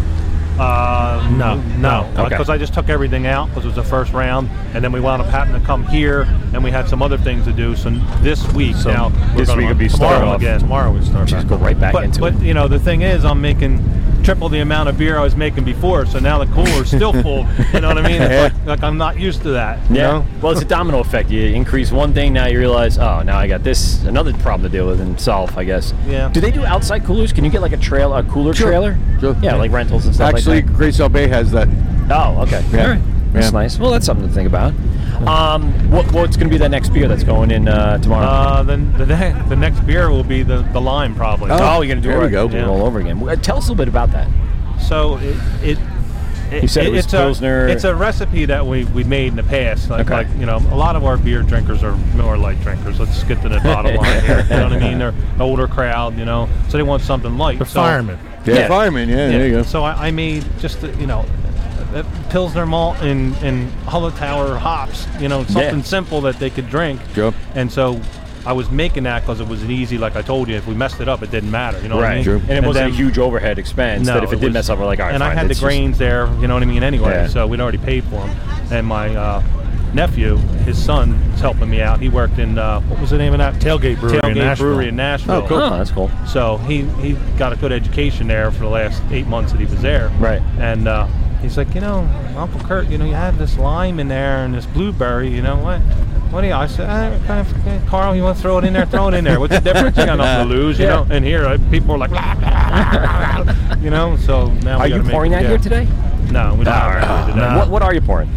Speaker 2: Uh, no, no,
Speaker 4: Okay.
Speaker 2: because I just took everything out because it was the first round, and then we wound up having to come here, and we had some other things to do. So this week
Speaker 9: So
Speaker 2: now, we're
Speaker 4: this
Speaker 2: gonna-
Speaker 4: week will be
Speaker 2: tomorrow
Speaker 4: start off.
Speaker 2: again.
Speaker 9: Tomorrow we start. back
Speaker 4: Just go
Speaker 9: up.
Speaker 4: right back
Speaker 2: But,
Speaker 4: into
Speaker 2: but
Speaker 4: it.
Speaker 2: you know the thing is, I'm making triple the amount of beer I was making before, so now the cooler's still full. You know what I mean? It's
Speaker 5: Yeah.
Speaker 2: like, like I'm not used to that.
Speaker 4: Yeah. Well, it's a domino effect. You increase one thing, now you realize, oh, now I got this another problem to deal with and solve. I guess.
Speaker 2: Yeah.
Speaker 4: Do they do outside coolers? Can you get like a trail, a cooler
Speaker 5: Sure.
Speaker 4: trailer?
Speaker 5: Sure.
Speaker 4: Yeah, like rentals and stuff
Speaker 5: Actually,
Speaker 4: like that.
Speaker 5: Grace Bay has that.
Speaker 4: Oh, okay.
Speaker 5: Yeah.
Speaker 4: All right. That's
Speaker 5: Yeah.
Speaker 4: nice. Well, that's something to think about. Um, what, what's going to be that next beer that's going in uh, tomorrow?
Speaker 2: Uh, then the, ne- the next beer will be the, the lime probably.
Speaker 5: Oh,
Speaker 4: you're going to do
Speaker 5: there
Speaker 4: it
Speaker 5: we
Speaker 4: right-
Speaker 5: go.
Speaker 4: do it all over again. Uh, Tell us a little bit about that.
Speaker 2: So it, it
Speaker 4: He said it was
Speaker 2: it's
Speaker 4: Pilsner.
Speaker 2: A, it's a recipe that we we made in the past. Like,
Speaker 4: Okay.
Speaker 2: like you know, a lot of our beer drinkers are more light drinkers. Let's get to the
Speaker 4: [laughs]
Speaker 2: bottom line here. You know what I mean? They're an older crowd, you know, so they want something light.
Speaker 9: The
Speaker 2: so,
Speaker 9: fireman.
Speaker 6: Yeah,
Speaker 2: Yeah.
Speaker 6: fireman. Yeah, there you go.
Speaker 2: So I, I made just the, you know uh, Pilsner malt and and Hollow Tower hops. You know something simple that they could drink.
Speaker 6: Sure.
Speaker 2: And so I was making that because it was an easy. Like I told you, if we messed it up, it didn't matter. You know what I mean?
Speaker 4: Right. And it wasn't
Speaker 2: then-
Speaker 4: a huge overhead expense that if it,
Speaker 2: it
Speaker 4: did
Speaker 2: was-
Speaker 4: mess up, we're like, all right,
Speaker 2: And
Speaker 4: fine,
Speaker 2: I had the
Speaker 4: it's just-
Speaker 2: grains there, you know what I mean, anyway,
Speaker 4: Yeah.
Speaker 2: so we'd already paid for them. And my uh, nephew, his son, is helping me out. He worked in, uh, what was the name of that?
Speaker 9: Tailgate Brewery in
Speaker 2: Tailgate
Speaker 9: Nashville.
Speaker 2: Brewery in Nashville.
Speaker 4: Oh, cool. Oh, that's cool.
Speaker 2: So he, he got a good education there for the last eight months that he was there.
Speaker 4: Right.
Speaker 2: And uh, he's like, you know, Uncle Kurt, you know, you have this lime in there and this blueberry, you know what? What do you? I said, "Ah, kind of- eh, Carl, you want to throw it in there? Throw it in there. What's the difference? You got nothing to lose, you
Speaker 4: Yeah.
Speaker 2: know. And here, uh, people are like, "Blah, blah, blah, blah," you know. So now
Speaker 4: Are
Speaker 2: we
Speaker 4: you
Speaker 2: gotta make
Speaker 4: pouring
Speaker 2: it-
Speaker 4: that
Speaker 2: yeah.
Speaker 4: here today?
Speaker 2: No, we don't have that here today.
Speaker 4: What, what are you pouring?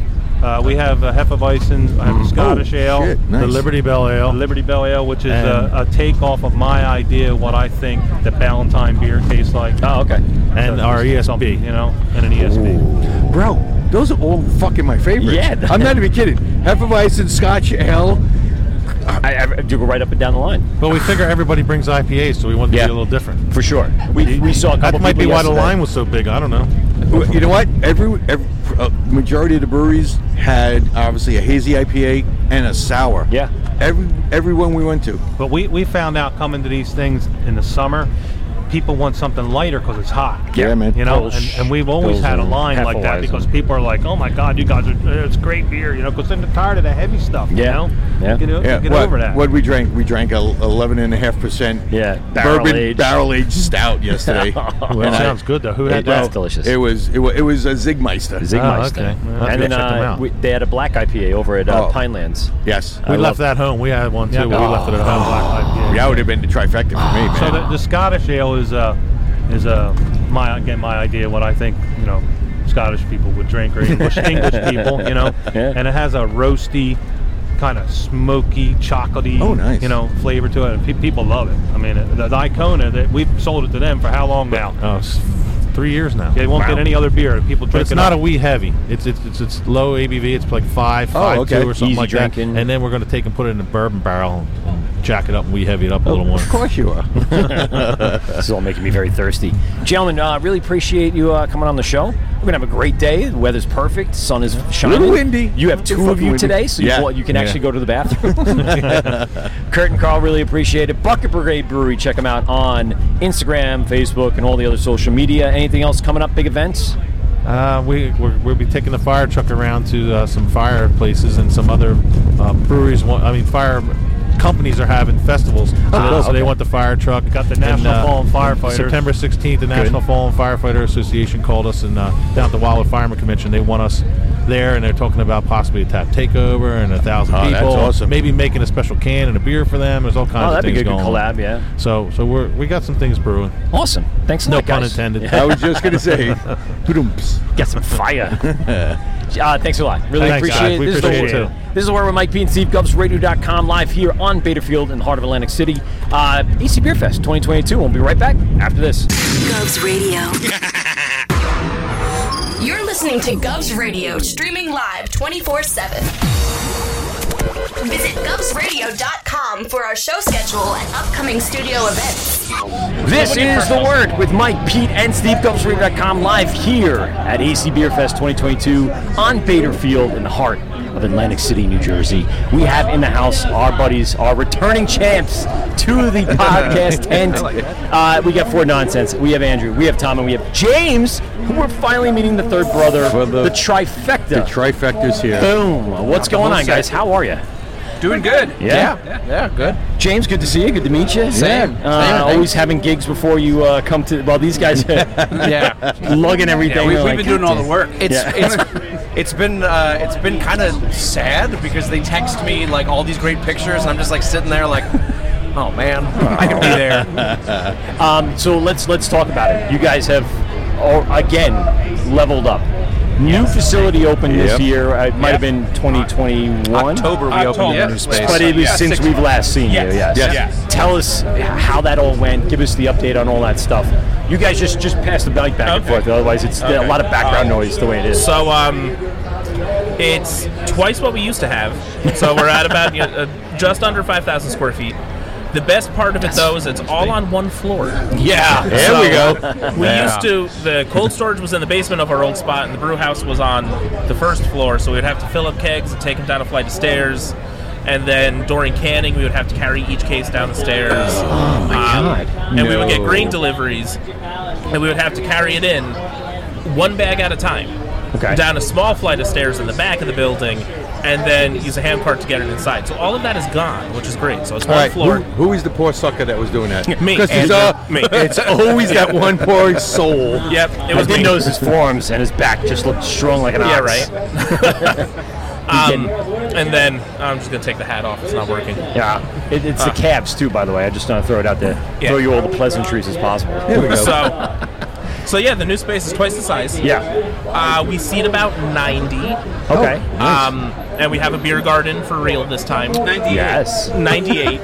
Speaker 2: Uh, we have a Hefeweizen, I have a Scottish ale,
Speaker 6: shit, nice.
Speaker 9: The Liberty Bell Ale.
Speaker 2: a Liberty Bell ale, which is a,
Speaker 9: And-
Speaker 2: a takeoff of my idea of what I think the Ballantine beer tastes like. E
Speaker 4: Oh, okay.
Speaker 9: and
Speaker 2: So
Speaker 9: our
Speaker 2: it's something,
Speaker 9: ESB.
Speaker 2: you know, and an E ESB.
Speaker 6: Bro, those are all fucking my favorites.
Speaker 4: Yeah.
Speaker 6: I'm not even kidding. Hefeweizen, Scotch Ale.
Speaker 4: I, I do go right up and down the line
Speaker 9: But we figure everybody brings IPAs, so we want to
Speaker 4: Yeah.
Speaker 9: be a little different.
Speaker 4: for sure. We, we saw a couple.
Speaker 9: That might be
Speaker 4: people
Speaker 9: why the
Speaker 4: yesterday.
Speaker 9: line was so big. I don't know.
Speaker 6: Well, You know what? Every, every uh, majority of the breweries had obviously a hazy IPA and a sour.
Speaker 4: Yeah.
Speaker 6: Every everyone we went to.
Speaker 2: But we, we found out coming to these things in the summer, people want something lighter because it's hot.
Speaker 6: Yeah, man.
Speaker 2: You know, and,
Speaker 4: Kolsch,
Speaker 2: and we've always had a
Speaker 4: Pilsner,
Speaker 2: line like that
Speaker 4: Hefeweizen.
Speaker 2: because people are like, "Oh my God, you guys are it's great beer," you know, because they're tired of the heavy stuff.
Speaker 4: Yeah.
Speaker 2: you know?
Speaker 4: Yeah.
Speaker 2: get, o-
Speaker 6: Yeah,
Speaker 2: get
Speaker 6: what,
Speaker 2: over that.
Speaker 6: what we drank, we drank a 11.5%
Speaker 4: Yeah,
Speaker 6: bourbon
Speaker 4: barrel-aged.
Speaker 6: barrel aged stout
Speaker 4: [laughs]
Speaker 6: yesterday.
Speaker 9: Well,
Speaker 6: And
Speaker 9: that
Speaker 6: I-
Speaker 9: sounds good though. Who
Speaker 4: Yeah,
Speaker 9: had
Speaker 4: that's
Speaker 9: that?
Speaker 4: delicious.
Speaker 6: It was it, wa- it was a Zigmeister.
Speaker 4: Zigmeister.
Speaker 9: Ah, okay. I'll have to
Speaker 4: And then
Speaker 9: check them
Speaker 4: uh,
Speaker 9: out.
Speaker 4: we, they had a black IPA over at uh,
Speaker 6: Oh.
Speaker 4: Pinelands.
Speaker 6: yes.
Speaker 9: We
Speaker 4: I love-
Speaker 9: left that home. We had one too. but We left it at home.
Speaker 2: Black
Speaker 6: that would have been the trifecta for me, man.
Speaker 2: So the, the Scottish ale is uh, is uh, my again my idea what I think you know Scottish people would drink or
Speaker 9: [laughs]
Speaker 2: English English people you know,
Speaker 4: Yeah.
Speaker 2: and it has a roasty kind of smoky chocolatey
Speaker 6: Oh, nice.
Speaker 2: you know flavor to it and pe- people love it i mean the, the icona that we've sold it to them for how long now
Speaker 9: Oh, it's three years now.
Speaker 2: they won't get any other beer people
Speaker 9: But
Speaker 2: drink
Speaker 9: it's
Speaker 2: it
Speaker 9: not a
Speaker 2: up.
Speaker 9: wee heavy. It's it's it's, it's low ABV. It's like five,
Speaker 6: Oh,
Speaker 9: five, two
Speaker 6: okay.
Speaker 9: or something
Speaker 4: Easy
Speaker 9: like
Speaker 4: drinking.
Speaker 9: that. And then we're going to take and put it in a bourbon barrel and jack it up and wee heavy it up a little more.
Speaker 6: of course [laughs] you are.
Speaker 4: This is all making me very thirsty. Gentlemen, uh, really appreciate you uh, coming on the show. We're going to have a great day. The weather's perfect. sun is shining.
Speaker 6: Little windy.
Speaker 4: You have two of
Speaker 6: Fucking
Speaker 4: you
Speaker 6: windy.
Speaker 4: today, so
Speaker 6: Yeah.
Speaker 4: you, you can
Speaker 9: Yeah.
Speaker 4: actually go to the bathroom.
Speaker 6: [laughs]
Speaker 4: Kurt and Carl really appreciate it. Bucket Brigade Brewery, check them out on Instagram, Facebook, and all the other social media. Anything else coming up? Big events?
Speaker 9: Uh, we we're, we'll be taking the fire truck around to uh, some fireplaces and some other uh, breweries. want- I mean, fire companies are having festivals, so,
Speaker 4: Ah,
Speaker 9: they, so they
Speaker 4: okay.
Speaker 9: want the fire truck.
Speaker 2: got the National Fallen Firefighters.
Speaker 9: uh, September 16th, the National Fallen Firefighter Association called us and uh, down at the Wildwood Fireman Convention. They want us there, and they're talking about possibly a tap takeover and a thousand
Speaker 6: Oh,
Speaker 9: people.
Speaker 6: that's awesome.
Speaker 9: Maybe making a special can and a beer for them. There's all kinds
Speaker 4: Oh,
Speaker 9: of
Speaker 4: that'd
Speaker 9: things
Speaker 4: be a good
Speaker 9: going. on.
Speaker 4: collab, yeah.
Speaker 9: So so we're we got some things brewing.
Speaker 4: Awesome. Thanks a
Speaker 9: No
Speaker 4: lot,
Speaker 9: pun
Speaker 4: guys.
Speaker 9: intended.
Speaker 4: Yeah.
Speaker 6: I was just gonna say,
Speaker 9: [laughs]
Speaker 6: "Ba-dum-ps."
Speaker 4: Get
Speaker 6: [laughs]
Speaker 4: some fire. uh, thanks a lot. Really
Speaker 9: Thanks,
Speaker 4: appreciate
Speaker 9: guys.
Speaker 4: it.
Speaker 9: We
Speaker 4: this,
Speaker 9: appreciate
Speaker 4: is
Speaker 9: it,
Speaker 4: the,
Speaker 9: too.
Speaker 4: this is where we're Mike P and Steve Gubbs, radio.com, live here on Betafield in the heart of Atlantic City. Uh, EC Beer Fest 2022. We'll be right back after this.
Speaker 8: Govs Radio. [laughs] You're listening to Govs Radio, streaming live 24 7. Visit govsradio.com for our show schedule and upcoming studio events.
Speaker 4: This is The Word with Mike, Pete, and Steve Gubbs, radio.com, live here at AC Beer Fest 2022 on Baderfield in the heart of Atlantic City, New Jersey. We have in the house our buddies, our returning champs
Speaker 6: [laughs]
Speaker 4: to the podcast tent. Uh, we got four nonsense. We have Andrew, we have Tom, and we have James, who we're finally meeting the third brother,
Speaker 6: For the-
Speaker 4: the trifecta.
Speaker 6: The trifecta's here.
Speaker 4: Boom. What's going on, guys? How are you?
Speaker 10: Doing good.
Speaker 4: Yeah.
Speaker 10: Yeah, yeah, good.
Speaker 4: James, good to see you. Good to meet you.
Speaker 10: Same.
Speaker 4: Uh,
Speaker 10: Same.
Speaker 4: always having gigs before you uh, come to. Well, these guys [laughs]
Speaker 10: Yeah.
Speaker 4: lugging everything.
Speaker 10: we,
Speaker 4: They're
Speaker 10: we've
Speaker 4: like,
Speaker 10: been doing all the work. It's
Speaker 4: Yeah. [laughs]
Speaker 10: it's it's been uh, it's been kind of sad because they text me like all these great pictures, and I'm just like sitting there like, oh man, I could be
Speaker 11: Oh. [laughs]
Speaker 10: there.
Speaker 4: Um, so let's let's talk about it. You guys have, all, again, oh, leveled up. New facility opened this
Speaker 6: Yep.
Speaker 4: year. Uh, It might have been 2021.
Speaker 10: October we opened
Speaker 12: October.
Speaker 10: the space.
Speaker 4: But it was
Speaker 12: Yeah,
Speaker 4: since
Speaker 12: six
Speaker 4: we've last seen
Speaker 12: Yes.
Speaker 4: you. Yes.
Speaker 12: Yes. Yes.
Speaker 4: Tell us how that all went. Give us the update on all that stuff. You guys just just pass the mic back and
Speaker 12: Okay.
Speaker 4: forth. Otherwise, it's a
Speaker 12: Okay. Uh,
Speaker 4: lot of background noise the way it is.
Speaker 12: So um, it's twice what we used to have. So we're at about you know, uh, just under five thousand square feet. The best part of it though is it's all on one floor.
Speaker 4: yeah.
Speaker 12: There
Speaker 4: So-
Speaker 12: we go. We used to the cold storage was in the basement of our old spot, and the brew house was on the first floor. So we'd have to fill up kegs and take them down a flight of stairs, and then during canning we would have to carry each case down the stairs. Oh my
Speaker 4: God.
Speaker 12: And we would get
Speaker 4: No.
Speaker 12: grain deliveries, and we would have to carry it in one bag at a time
Speaker 4: Okay.
Speaker 12: down a small flight of stairs in the back of the building, and then use a hand cart to get it inside. So all of that is gone, which is great. So it's one
Speaker 6: All right,
Speaker 12: floor.
Speaker 6: who, who is the poor sucker that was doing
Speaker 9: [laughs]
Speaker 6: that?
Speaker 12: [laughs] Me.
Speaker 6: Because it's, uh,
Speaker 4: [laughs]
Speaker 12: Me.
Speaker 6: [laughs] it's always
Speaker 12: [laughs]
Speaker 6: that one poor soul.
Speaker 12: Yep, it
Speaker 4: I
Speaker 12: was me.
Speaker 4: did notice his forearms and his back just looked strong like an
Speaker 12: Yeah,
Speaker 4: ox.
Speaker 12: right.
Speaker 4: [laughs]
Speaker 12: [laughs] um, and then I'm just gonna take the hat off. It's not working. Uh,
Speaker 4: Yeah. It, it's the calves too, by the way. I just want to throw it out there.
Speaker 12: Yeah.
Speaker 4: Throw you all the pleasantries as possible.
Speaker 6: Here we go.
Speaker 12: [laughs] So, so yeah, the new space is twice the size.
Speaker 4: Yeah.
Speaker 12: Uh, we seat about 90,
Speaker 4: Okay.
Speaker 12: um, and we have a beer garden for real this time. 98.
Speaker 4: yes.
Speaker 12: 98.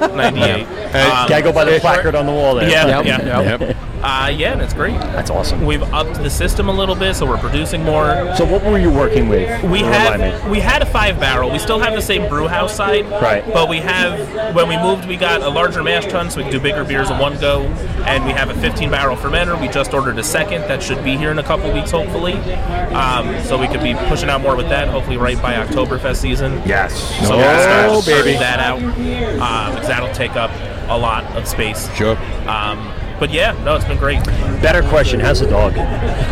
Speaker 6: [laughs]
Speaker 12: 98.
Speaker 4: [laughs]
Speaker 12: Um,
Speaker 4: Gotta go by the placard on the wall there.
Speaker 12: Yeah,
Speaker 6: Yep,
Speaker 12: yeah.
Speaker 6: yep.
Speaker 12: Uh, yeah, and it's great.
Speaker 4: That's awesome.
Speaker 12: We've upped the system a little bit, so we're producing more.
Speaker 4: So what were you working with?
Speaker 12: We
Speaker 4: Remind
Speaker 12: had
Speaker 4: me.
Speaker 12: we had a five barrel. We still have the same brew house side,
Speaker 4: Right.
Speaker 12: But we have when we moved, we got a larger mash tun, so we can do bigger beers in one go. And we have a 15 barrel fermenter. We just ordered a second that should be here in a couple weeks, hopefully. Um, so we could be pushing out more with that, hopefully right by Oktoberfest season.
Speaker 4: Yes.
Speaker 12: So we're gonna start
Speaker 6: Oh,
Speaker 12: sorting
Speaker 6: baby.
Speaker 12: that out um, because that'll take up a lot of space.
Speaker 6: Sure.
Speaker 12: Um, but yeah, no, it's been great.
Speaker 4: Better question. How's the dog?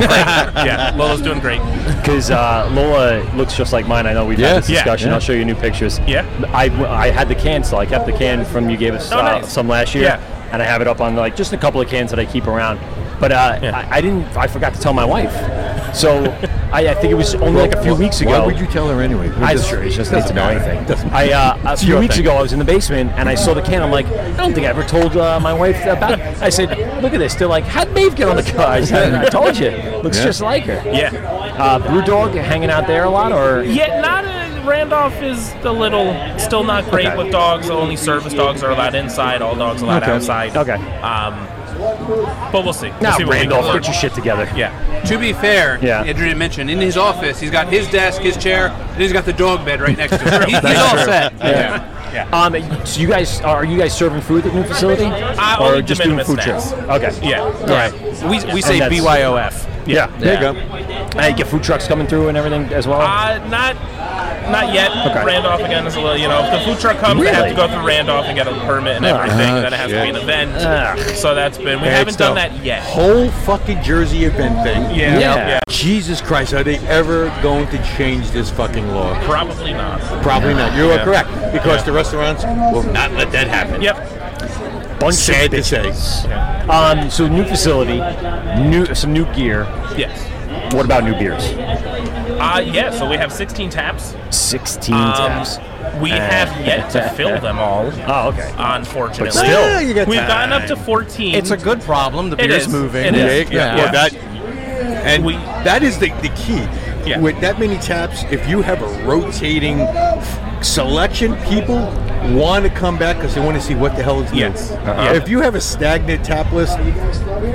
Speaker 12: yeah, Lolo's doing great.
Speaker 4: [laughs] Because uh, Lola looks just like mine. I know we've
Speaker 6: Yeah.
Speaker 4: had this
Speaker 12: Yeah.
Speaker 4: discussion. I'll show you new pictures.
Speaker 12: Yeah.
Speaker 4: I, I had the can still. I kept the can from you gave us
Speaker 12: Oh,
Speaker 4: uh,
Speaker 12: nice.
Speaker 4: some last year.
Speaker 12: Yeah.
Speaker 4: And I have it up on like just a couple of cans that I keep around. But uh,
Speaker 12: Yeah.
Speaker 4: I, I didn't. I forgot to tell my wife.
Speaker 12: [laughs]
Speaker 4: So I, I think it was only like a few weeks ago.
Speaker 6: Why would you tell her anyway?
Speaker 4: That's true. It's just it's
Speaker 6: doesn't
Speaker 4: an annoying
Speaker 6: matter.
Speaker 4: thing. I uh, a few weeks ago, I was in the basement and I saw the can. I'm like, I don't think I ever told uh, my wife about it. I said, look at this. They're like, how'd Maeve get on the car? I said, I told you. Looks
Speaker 6: Yeah.
Speaker 4: just like her.
Speaker 12: Yeah.
Speaker 4: Uh, Brew Dog hanging out there a lot, or
Speaker 12: Yeah, not a, Randolph is a little still not great
Speaker 4: Okay.
Speaker 12: with dogs. Only service dogs are allowed inside. All dogs allowed
Speaker 6: Okay.
Speaker 12: outside.
Speaker 4: Okay.
Speaker 12: Um, but we'll see. We'll
Speaker 4: now
Speaker 12: see what we can
Speaker 4: Randolph,
Speaker 12: learn.
Speaker 4: get your shit together. [laughs]
Speaker 12: Yeah.
Speaker 13: To be fair,
Speaker 4: Yeah.
Speaker 13: Adrian mentioned in his office, he's got his desk, his chair, and he's got the dog bed right next to him.
Speaker 4: [laughs]
Speaker 13: He- he's all set.
Speaker 4: Yeah. Um, so you guys are you guys serving food at the new facility,
Speaker 12: Uh,
Speaker 4: or
Speaker 12: only de
Speaker 4: just doing
Speaker 12: minimis
Speaker 4: food
Speaker 12: snacks.
Speaker 4: trucks? Okay.
Speaker 12: Yeah. All
Speaker 4: right.
Speaker 13: We, we
Speaker 4: say that's-
Speaker 13: BYOF.
Speaker 4: Yeah.
Speaker 6: There you
Speaker 4: Yeah.
Speaker 6: go.
Speaker 4: And you get food trucks coming through and everything as well.
Speaker 12: Uh, not not yet.
Speaker 4: Okay.
Speaker 12: Randolph again is a little, you know, if the food truck comes, they have to
Speaker 4: Really?
Speaker 12: go through Randolph and get a permit and everything.
Speaker 6: Ah,
Speaker 12: then it has to be an
Speaker 6: shit.
Speaker 12: event.
Speaker 4: Ah.
Speaker 12: so that's been, we
Speaker 6: Hey,
Speaker 12: haven't
Speaker 6: it's the
Speaker 12: done that yet.
Speaker 6: Whole fucking Jersey event thing.
Speaker 12: Yeah.
Speaker 4: Yeah.
Speaker 12: yeah.
Speaker 6: Jesus Christ, are they ever going to change this fucking law?
Speaker 12: Probably not.
Speaker 6: Probably not. You are correct. Because the restaurants will not let that happen.
Speaker 12: Yep.
Speaker 4: Bunch
Speaker 6: Sad
Speaker 4: of
Speaker 6: to say.
Speaker 4: Um, so new facility, new some new gear.
Speaker 12: Yes.
Speaker 4: What about new beers?
Speaker 12: Uh, yeah, so we have 16 taps.
Speaker 4: Sixteen
Speaker 12: Um,
Speaker 4: taps.
Speaker 12: We have yet to fill them all.
Speaker 4: Ah. [laughs] Oh, okay.
Speaker 12: Unfortunately,
Speaker 4: But still,
Speaker 6: Yeah, you got
Speaker 12: we've
Speaker 6: time.
Speaker 12: gotten up to 14.
Speaker 10: It's a good problem. The
Speaker 12: It
Speaker 10: beer's
Speaker 12: is.
Speaker 10: moving.
Speaker 12: It
Speaker 6: Yeah,
Speaker 12: is.
Speaker 6: yeah,
Speaker 12: Yeah.
Speaker 6: well, that and
Speaker 12: We-
Speaker 6: that is the, the key.
Speaker 12: Yeah.
Speaker 6: With that many taps, if you have a rotating selection, people want to come back because they want to see what the hell is new.
Speaker 12: Yes.
Speaker 6: Uh-huh. If you have a stagnant tap list,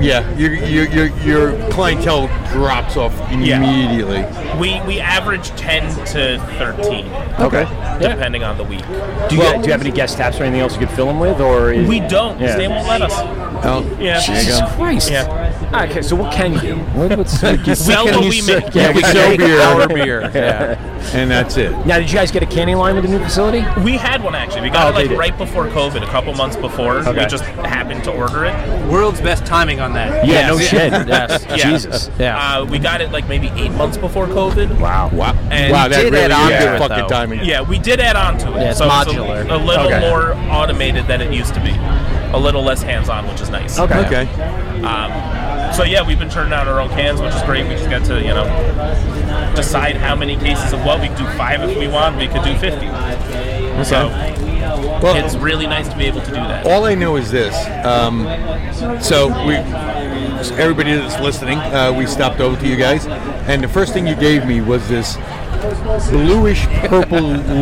Speaker 6: yeah, your your your, your clientele drops off
Speaker 12: Yeah.
Speaker 6: immediately.
Speaker 12: we we average 10 to 13,
Speaker 4: Okay.
Speaker 12: depending on the week.
Speaker 4: Do you, do you have any guest taps or anything else you could fill them with, or is,
Speaker 12: We don't. 'cause
Speaker 4: Yeah.
Speaker 12: They won't let us.
Speaker 6: Oh,
Speaker 12: Yeah.
Speaker 4: Jesus Christ.
Speaker 12: Yeah.
Speaker 4: Okay, so what can you do? What, [laughs] what's
Speaker 12: Sell what we make.
Speaker 6: yeah, we sell beer,
Speaker 4: [laughs]
Speaker 10: Our
Speaker 12: [laughs]
Speaker 10: beer.
Speaker 6: and that's it.
Speaker 4: Now, did you guys get a canning line with the new facility?
Speaker 12: We had one actually. We got
Speaker 4: Oh, they
Speaker 12: it
Speaker 4: did.
Speaker 12: like right before COVID, a couple months before.
Speaker 4: Okay.
Speaker 12: We just happened to order it.
Speaker 13: World's best timing on that.
Speaker 4: Yeah, no shit.
Speaker 10: [laughs] Yes.
Speaker 12: Yeah.
Speaker 4: Jesus.
Speaker 12: Uh, we got it like maybe eight months before COVID.
Speaker 4: Wow.
Speaker 6: Wow,
Speaker 12: And
Speaker 6: wow,
Speaker 12: we
Speaker 6: that
Speaker 10: did
Speaker 6: really
Speaker 10: add on
Speaker 6: is
Speaker 10: to
Speaker 6: good
Speaker 10: it,
Speaker 6: fucking
Speaker 10: though.
Speaker 6: timing.
Speaker 12: Yeah, we did add on to it.
Speaker 10: Yeah, it's
Speaker 12: so a-
Speaker 10: modular.
Speaker 12: a, little
Speaker 4: Okay.
Speaker 12: more automated than it used to be. A little less hands-on, which is nice.
Speaker 4: Okay.
Speaker 6: Okay.
Speaker 12: Um, so yeah, we've been turning out our own cans, which is great. We just got to you know decide how many cases of what we could do five if we want. We could do fifty. So
Speaker 6: Well,
Speaker 12: it's really nice to be able to do that.
Speaker 6: all I know is this. Um, so we
Speaker 5: everybody that's listening, uh, we stopped over to you guys, and the first thing you gave me was this bluish purple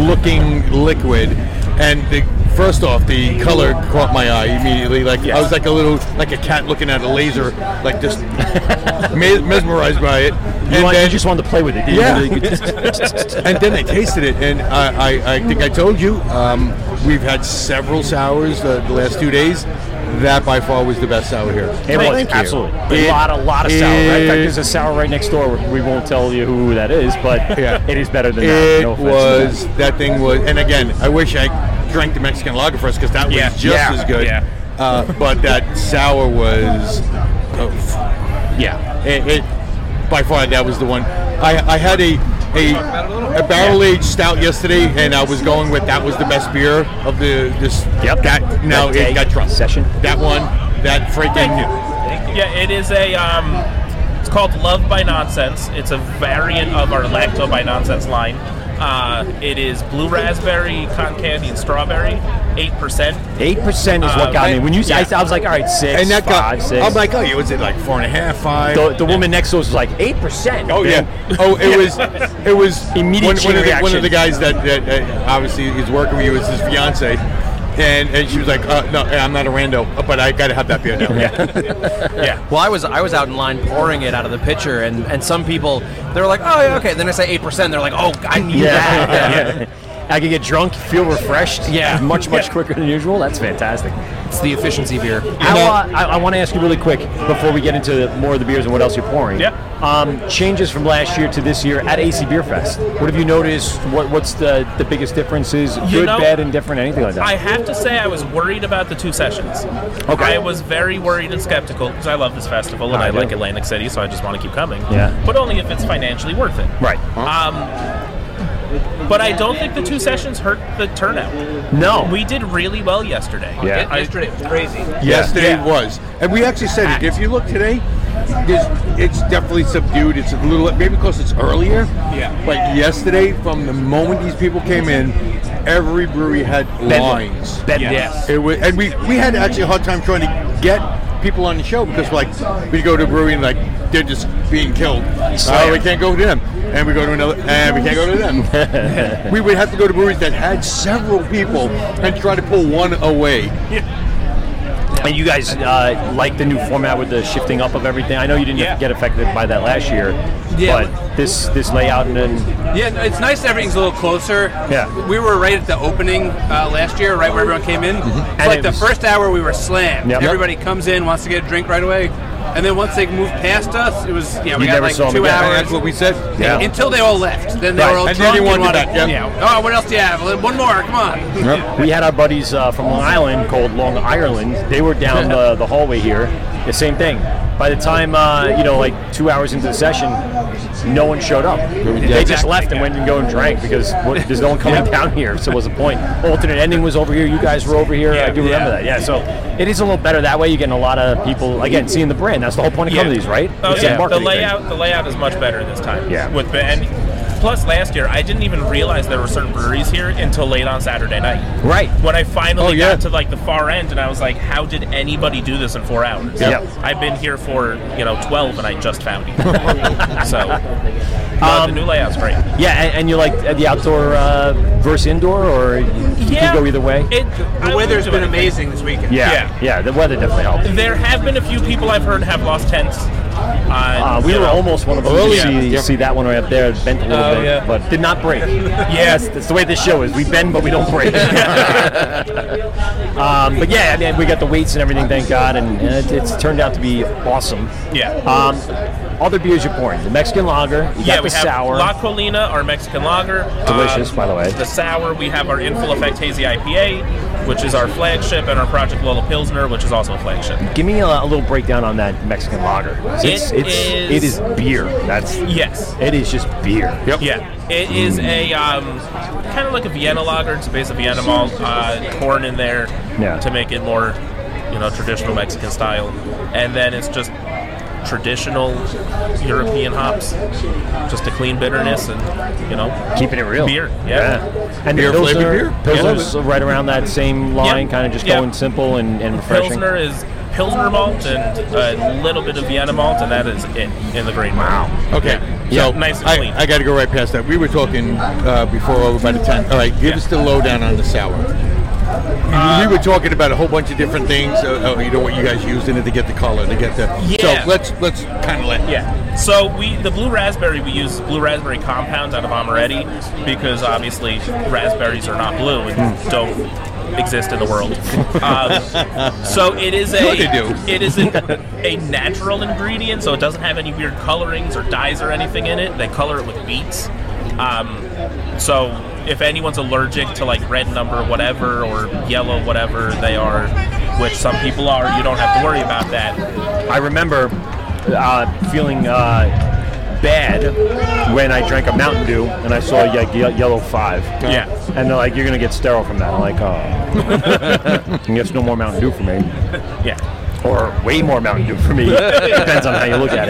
Speaker 5: looking liquid, and the. First off, the color caught my eye immediately. Like I was like a little, like a cat looking at a laser, like just [laughs] mes- mesmerized by it. You, and then, you just
Speaker 4: wanted to play with it.
Speaker 5: Yeah.
Speaker 4: didn't you? You
Speaker 5: [laughs] and then I tasted it, and I, I, I think I told you um, we've had several sours the, the last two days. That by far was the best sour here.
Speaker 4: It was absolutely a lot, a lot of sour. Right? In fact, there's a sour right next door. We won't tell you who that is,
Speaker 5: [laughs]
Speaker 4: but
Speaker 5: Yeah.
Speaker 4: it is better than that.
Speaker 5: It
Speaker 4: No offense to
Speaker 5: was that thing was, and again, I wish I drank the Mexican lager first because that was
Speaker 4: Yeah.
Speaker 5: just
Speaker 4: Yeah.
Speaker 5: as good.
Speaker 4: Yeah.
Speaker 5: Uh, but that sour was, oh,
Speaker 4: yeah,
Speaker 5: it, it by far that was the one. I, I had a a, a barrel aged stout yesterday, and I was going with that was the best beer of the this yep. that now
Speaker 12: That day,
Speaker 5: it got drunk
Speaker 4: session
Speaker 5: that one that freaking
Speaker 12: Yeah, it is a. Um, it's called Love by Nonsense. It's a variant of our Lacto by Nonsense line. Uh, it is blue raspberry, cotton candy, and strawberry. Eight percent.
Speaker 4: Eight percent is
Speaker 5: Uh,
Speaker 4: what got me. When you, I, I was like, all right, six,
Speaker 12: And that got-
Speaker 4: five, six.
Speaker 12: I'm like,
Speaker 5: oh, you was it like four and a half, five?
Speaker 4: The, the woman next to us was like eight percent.
Speaker 5: Oh yeah. Oh,
Speaker 4: [laughs]
Speaker 5: it was. It was
Speaker 4: Immediate
Speaker 5: One, one,
Speaker 4: chain
Speaker 5: of, the, one of
Speaker 4: reaction.
Speaker 5: the guys that, that uh, obviously is working with you is his fiance, and, and she was like, uh, "No, I'm not a rando, but I got to have that beer now."
Speaker 14: yeah. Well, I was I was out in line pouring it out of the pitcher, and, and some people they were like, oh yeah, okay. Then I say eight percent, they're like, oh, I need that.
Speaker 4: [laughs] yeah. I could get drunk, feel refreshed, yeah, much much quicker than usual. That's fantastic.
Speaker 14: It's the efficiency beer.
Speaker 4: I, wa- I, want to ask you really quick before we get into more of the beers and what else you're pouring. Yep. Um, changes from last year to this year at AC Beer Fest. What have you noticed? What what's the the biggest differences?
Speaker 12: You
Speaker 4: Good,
Speaker 12: know,
Speaker 4: bad, indifferent, anything like that?
Speaker 12: I have to say, I was worried about the two sessions.
Speaker 4: Okay.
Speaker 12: I was very worried and skeptical because I love this festival and
Speaker 4: I
Speaker 12: I,
Speaker 4: do.
Speaker 12: like Atlantic City, so I just want to keep coming.
Speaker 4: Yeah.
Speaker 12: But only if it's financially worth it.
Speaker 4: Right.
Speaker 12: Um, but I don't think the two sessions hurt the turnout.
Speaker 4: No.
Speaker 12: We did really well yesterday.
Speaker 5: Yeah.
Speaker 12: I- yesterday was crazy.
Speaker 5: Yesterday was, and we actually said it. If you look today, there's, it's definitely subdued. It's a little maybe because it's earlier.
Speaker 13: Yeah.
Speaker 5: But yesterday, from the moment these people came in, every brewery had
Speaker 13: Bedlam.
Speaker 5: lines.
Speaker 13: Bedlam. Yes.
Speaker 5: It was, and we we had actually a hard time trying to get people on the show because like we go to a brewery and like they're just being killed. Oh, we can't go to them, and we go to another, and we can't go to [laughs] them. we would have to go to breweries that had several people and try to pull one away.
Speaker 4: And you guys uh, like the new format with the shifting up of everything. I know you didn't get affected by that last year,
Speaker 13: Yeah.
Speaker 4: but this this layout and then
Speaker 13: Yeah, no, it's nice that everything's a little closer.
Speaker 4: Yeah.
Speaker 13: We were right at the opening uh, last year, right where everyone came in. It's
Speaker 4: And
Speaker 13: like
Speaker 4: it
Speaker 13: the
Speaker 4: was-
Speaker 13: first hour we were slammed.
Speaker 4: Yep.
Speaker 13: Everybody comes in, wants to get a drink right away. And then once they moved past us, it was, yeah, we
Speaker 5: You
Speaker 13: got
Speaker 5: never
Speaker 13: like
Speaker 5: saw 'em
Speaker 13: two
Speaker 5: again.
Speaker 13: hours.
Speaker 5: That's what we said.
Speaker 13: Yeah. Until they all left. Then they
Speaker 4: Right.
Speaker 13: were all
Speaker 4: And then
Speaker 13: drunk
Speaker 4: you wanted
Speaker 13: and wanted-
Speaker 4: that, yep.
Speaker 13: yeah. Oh, what else do you have? One more, come on.
Speaker 4: We had our buddies uh, from Long Island called Long Ireland. They were
Speaker 12: [laughs]
Speaker 4: down the, the hallway here. The same thing. By the time uh, you know, like two hours into the session, no one showed up. they just
Speaker 13: exactly.
Speaker 4: left and went and go and drank because what, there's no one coming down here. So what's the point? Alternate ending was over here. You guys were over here. I do remember that. Yeah. So it is a little better that way. You're getting a lot of people again seeing the brand. That's the whole point of coming to these, right?
Speaker 12: Oh,
Speaker 4: It's a
Speaker 12: yeah. The
Speaker 4: marketing thing.
Speaker 12: layout, the layout is much better this time.
Speaker 4: Yeah.
Speaker 12: With the- and plus last year, I didn't even realize there were certain breweries here until late on Saturday night.
Speaker 4: Right. Oh,
Speaker 12: When I finally got to like the far end, and I was like, "How did anybody do this in four hours?"
Speaker 4: Yep.
Speaker 12: I've been here for you know twelve, and I just found
Speaker 4: [laughs]
Speaker 12: you. so no,
Speaker 4: Um,
Speaker 12: the new layout's great.
Speaker 4: Yeah, and, and you like uh, the outdoor uh, versus indoor, or you
Speaker 12: Yeah.
Speaker 4: can go either way.
Speaker 12: It, the weather's been
Speaker 13: amazing this weekend.
Speaker 4: yeah, yeah, The weather definitely helped.
Speaker 12: There have been a few people I've heard have lost tents. Uh,
Speaker 4: Uh, we
Speaker 12: you
Speaker 4: were
Speaker 12: know.
Speaker 4: almost one of them. You see, you see that one right up there, bent a little
Speaker 12: Oh,
Speaker 4: bit,
Speaker 12: yeah.
Speaker 4: but did not
Speaker 12: [laughs]
Speaker 4: break.
Speaker 12: Yeah.
Speaker 4: that's, that's the way this show is. We bend, but we don't
Speaker 12: [laughs]
Speaker 4: break. [laughs] um, but yeah, I mean, we got the weights and everything, thank God, and, and it, it's turned out to be awesome.
Speaker 12: Yeah.
Speaker 4: Um, other beers you're pouring: the Mexican lager, you
Speaker 12: yeah,
Speaker 4: got
Speaker 12: we
Speaker 4: the
Speaker 12: have
Speaker 4: sour,
Speaker 12: La Colina, our Mexican lager. Uh,
Speaker 4: delicious, by the way.
Speaker 12: The sour, we have our Infill Effect Hazy IPA, which is our flagship, and our Project Lola Pilsner, which is also a flagship.
Speaker 4: Give me a, a little breakdown on that Mexican lager. It's,
Speaker 12: It
Speaker 4: it's,
Speaker 12: is-
Speaker 4: it is beer. That's
Speaker 12: Yes.
Speaker 4: It is just beer.
Speaker 12: Yeah, it is
Speaker 4: Mm.
Speaker 12: a um, kind of like a Vienna lager. It's a base of Vienna malt, uh, corn in there
Speaker 4: Yeah.
Speaker 12: to make it more, you know, traditional Mexican style, and then it's just traditional European hops, just a clean bitterness, and you know,
Speaker 4: Keeping it real.
Speaker 12: beer. Yeah,
Speaker 4: And
Speaker 12: Beer
Speaker 4: the Pilsner,
Speaker 12: flavored beer?
Speaker 4: Pilsner's right around that same line, kind of just
Speaker 12: Yeah.
Speaker 4: going simple and, and refreshing.
Speaker 12: Pilsner is Pilsner malt and a little bit of Vienna malt, and that is it in the grain. Wow.
Speaker 6: Okay.
Speaker 12: Yeah.
Speaker 6: So
Speaker 12: So nice and
Speaker 6: I,
Speaker 12: clean.
Speaker 6: I got to go right past that. We were talking uh, before over by the tent. All right, give us the lowdown on the sour.
Speaker 12: Uh,
Speaker 6: we were talking about a whole bunch of different things. Uh, uh, you know what you guys used in it to get the color, to get the.
Speaker 12: Yeah.
Speaker 6: So let's let's kind of let.
Speaker 12: Yeah. So we the blue raspberry we use blue raspberry compounds out of Amaretti because obviously raspberries are not blue and
Speaker 6: Hmm.
Speaker 13: Mm.
Speaker 12: don't exist in the world. Um, so it is a
Speaker 13: Sure they do.
Speaker 12: it is a, a natural ingredient, so it doesn't have any weird colorings or dyes or anything in it. They color it with beets. Um, so if anyone's allergic to like red number whatever or yellow whatever they are, which some people are, you don't have to worry about that.
Speaker 4: I remember uh, feeling uh, bad when I drank a Mountain Dew and I saw like ye- Yellow Five.
Speaker 12: Yeah.
Speaker 4: And they're like, "You're gonna get sterile from that." I'm like,
Speaker 12: [laughs]
Speaker 4: "Oh, I guess no more Mountain Dew for me."
Speaker 12: Yeah.
Speaker 4: Or way more Mountain Dew
Speaker 12: [laughs]
Speaker 4: for me. Depends on how you look at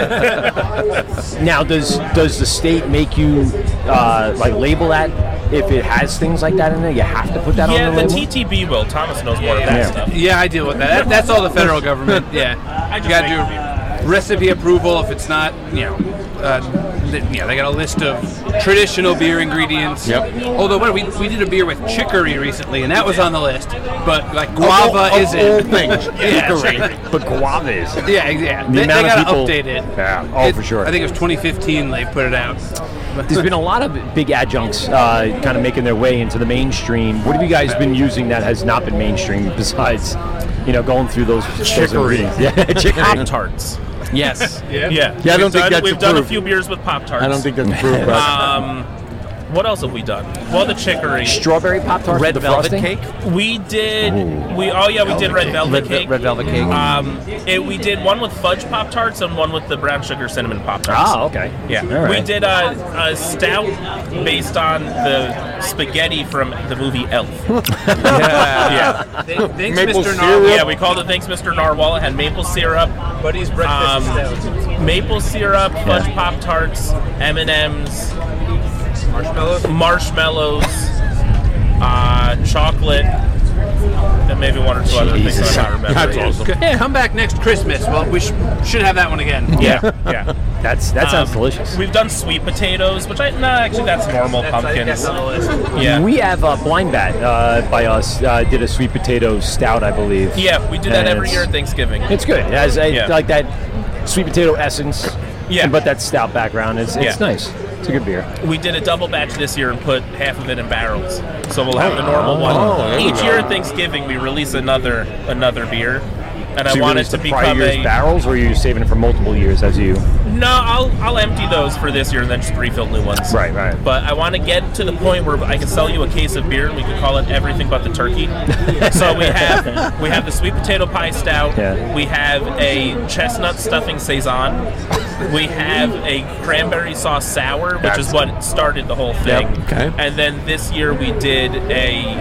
Speaker 4: it. Now, does does the state make you uh, like label that if it has things like that in it? You have to put that
Speaker 12: yeah,
Speaker 4: on the label.
Speaker 12: TTB will. Thomas knows more of that
Speaker 4: Yeah.
Speaker 12: stuff.
Speaker 13: Yeah, I deal with that. that that's all the
Speaker 12: [laughs]
Speaker 13: federal government. Yeah, you got to do recipe approval if it's not. You know, uh, th- yeah, they got a list of traditional beer ingredients.
Speaker 6: Yep.
Speaker 13: Although what we, we did a beer with chicory recently, and that was on the list. But like guava
Speaker 6: Of all- of
Speaker 13: isn't. [laughs]
Speaker 6: all things,
Speaker 13: yeah,
Speaker 6: chicory.
Speaker 4: But guava is.
Speaker 13: Yeah, yeah.
Speaker 4: The
Speaker 13: They, they
Speaker 4: amount of
Speaker 13: got to
Speaker 4: people-
Speaker 13: update it.
Speaker 4: Yeah, oh,
Speaker 13: It-
Speaker 4: for sure.
Speaker 13: I think it was 2015 they put it out.
Speaker 4: There's been a lot of big adjuncts uh, kind of making their way into the mainstream. What have you guys been using that has not been mainstream besides, you know, going through those those
Speaker 12: Chicory.
Speaker 4: ingredients? yeah, [laughs] chicory.
Speaker 12: Pop tarts.
Speaker 4: Yes.
Speaker 12: [laughs] yeah.
Speaker 4: Yeah, I don't
Speaker 12: We've
Speaker 4: think
Speaker 12: done-
Speaker 4: that's
Speaker 12: We've done a
Speaker 4: approved.
Speaker 12: few beers with Pop Tarts.
Speaker 4: I
Speaker 12: [laughs]
Speaker 4: don't think that's approved, but-
Speaker 12: um, what else have we done? Well, the chicory.
Speaker 4: Strawberry Pop Tarts.
Speaker 12: Red
Speaker 4: with the
Speaker 12: velvet
Speaker 4: frosting?
Speaker 12: cake? We did. We oh yeah, we did red velvet cake. Red velvet cake. Um, it, we did one with fudge pop tarts and one with the brown sugar cinnamon pop tarts.
Speaker 4: Ah, okay.
Speaker 12: Yeah.
Speaker 4: All
Speaker 12: We
Speaker 4: right.
Speaker 12: did a, a stout based on the spaghetti from the movie Elf. yeah. yeah.
Speaker 13: Th- thanks,
Speaker 12: maple
Speaker 13: Mr.
Speaker 12: Narwhal.
Speaker 13: Narwhal.
Speaker 12: Yeah, we called it Thanks Mr. Narwhal. It had maple syrup. Buddy's breakfast Maple syrup, fudge pop tarts, M and M's, marshmallows, marshmallows, uh, chocolate, and maybe one or two other things that I'm not remembering.
Speaker 13: Yeah, come back next Christmas. Well, we sh- should have that one again.
Speaker 12: Yeah, yeah.
Speaker 4: That's that sounds
Speaker 12: Um,
Speaker 4: delicious.
Speaker 12: We've done sweet potatoes, which I no, actually that's normal pumpkins. yeah.
Speaker 4: We have uh, Blind Bat uh, by us uh, did a sweet potato stout, I believe.
Speaker 12: Yeah, we do that
Speaker 4: And
Speaker 12: every
Speaker 4: it's-
Speaker 12: year at Thanksgiving.
Speaker 4: It's good. It has a,
Speaker 12: Yeah.
Speaker 4: like that sweet potato essence. Yeah. But that stout background is it's
Speaker 12: Yeah.
Speaker 4: nice. It's a good beer.
Speaker 12: We did a double batch this year and put half of it in barrels. So we'll have the normal
Speaker 4: Oh,
Speaker 12: one.
Speaker 4: there we
Speaker 12: Each
Speaker 4: go.
Speaker 12: year at Thanksgiving we release another another beer. And
Speaker 4: So
Speaker 12: I
Speaker 4: you
Speaker 12: want it
Speaker 4: release
Speaker 12: to
Speaker 4: the prior
Speaker 12: become
Speaker 4: year's
Speaker 12: a
Speaker 4: barrels, or are you saving it for multiple years as you?
Speaker 12: No, I'll I'll empty those for this year and then just refill new ones.
Speaker 4: Right, right.
Speaker 12: But I want to get to the point where I can sell you a case of beer and we can call it everything but the
Speaker 4: [laughs]
Speaker 12: turkey. so we have we have the sweet potato pie stout.
Speaker 4: Yeah.
Speaker 12: We have a chestnut stuffing saison. We have a cranberry sauce sour, which is
Speaker 4: That's-
Speaker 12: what started the whole thing.
Speaker 4: Yep, okay.
Speaker 12: And then this year we did a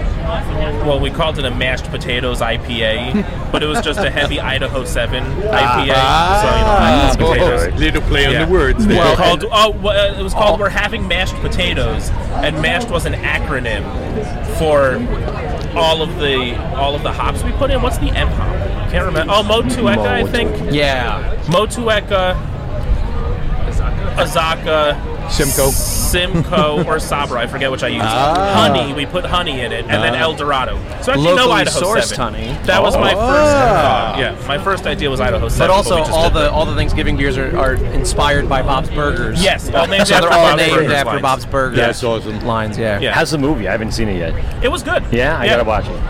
Speaker 12: well, we called it a mashed potatoes IPA, but it was just a heavy Idaho Seven IPA.
Speaker 6: Ah,
Speaker 12: so you know, mashed potatoes.
Speaker 6: boy. Little play on the words there.
Speaker 12: Well, called, oh, well, it was called "We're Having Mashed Potatoes," and mashed was an acronym for all of the all of the hops we put in. What's the M hop? Can't remember. Oh, Motueka, I think.
Speaker 13: Yeah.
Speaker 12: Motueka, Azaka,
Speaker 6: Simcoe.
Speaker 12: Simcoe,
Speaker 6: [laughs]
Speaker 12: or Sabra. I forget which I used.
Speaker 13: Ah.
Speaker 12: Honey, we put honey in it, and then
Speaker 13: Ah.
Speaker 12: El Dorado. So actually, no
Speaker 13: Locally
Speaker 12: Idaho
Speaker 13: sourced
Speaker 12: 7.
Speaker 13: honey.
Speaker 12: That was my
Speaker 13: Oh.
Speaker 12: first
Speaker 6: Ah.
Speaker 12: thought. Yeah, my first idea was Idaho
Speaker 13: But
Speaker 12: Seven.
Speaker 13: also,
Speaker 12: we just
Speaker 13: all
Speaker 12: did
Speaker 13: the all the Thanksgiving beers are, are inspired by Bob's Burgers.
Speaker 12: Yes, all named
Speaker 13: so
Speaker 12: after
Speaker 13: they're all
Speaker 12: Bob's
Speaker 13: named
Speaker 12: Burgers
Speaker 13: after
Speaker 12: lines.
Speaker 13: Bob's Burgers.
Speaker 4: That's
Speaker 6: awesome.
Speaker 13: Lines, yeah.
Speaker 4: How's the movie? I haven't seen it yet.
Speaker 12: It was good.
Speaker 4: Yeah, I gotta watch it.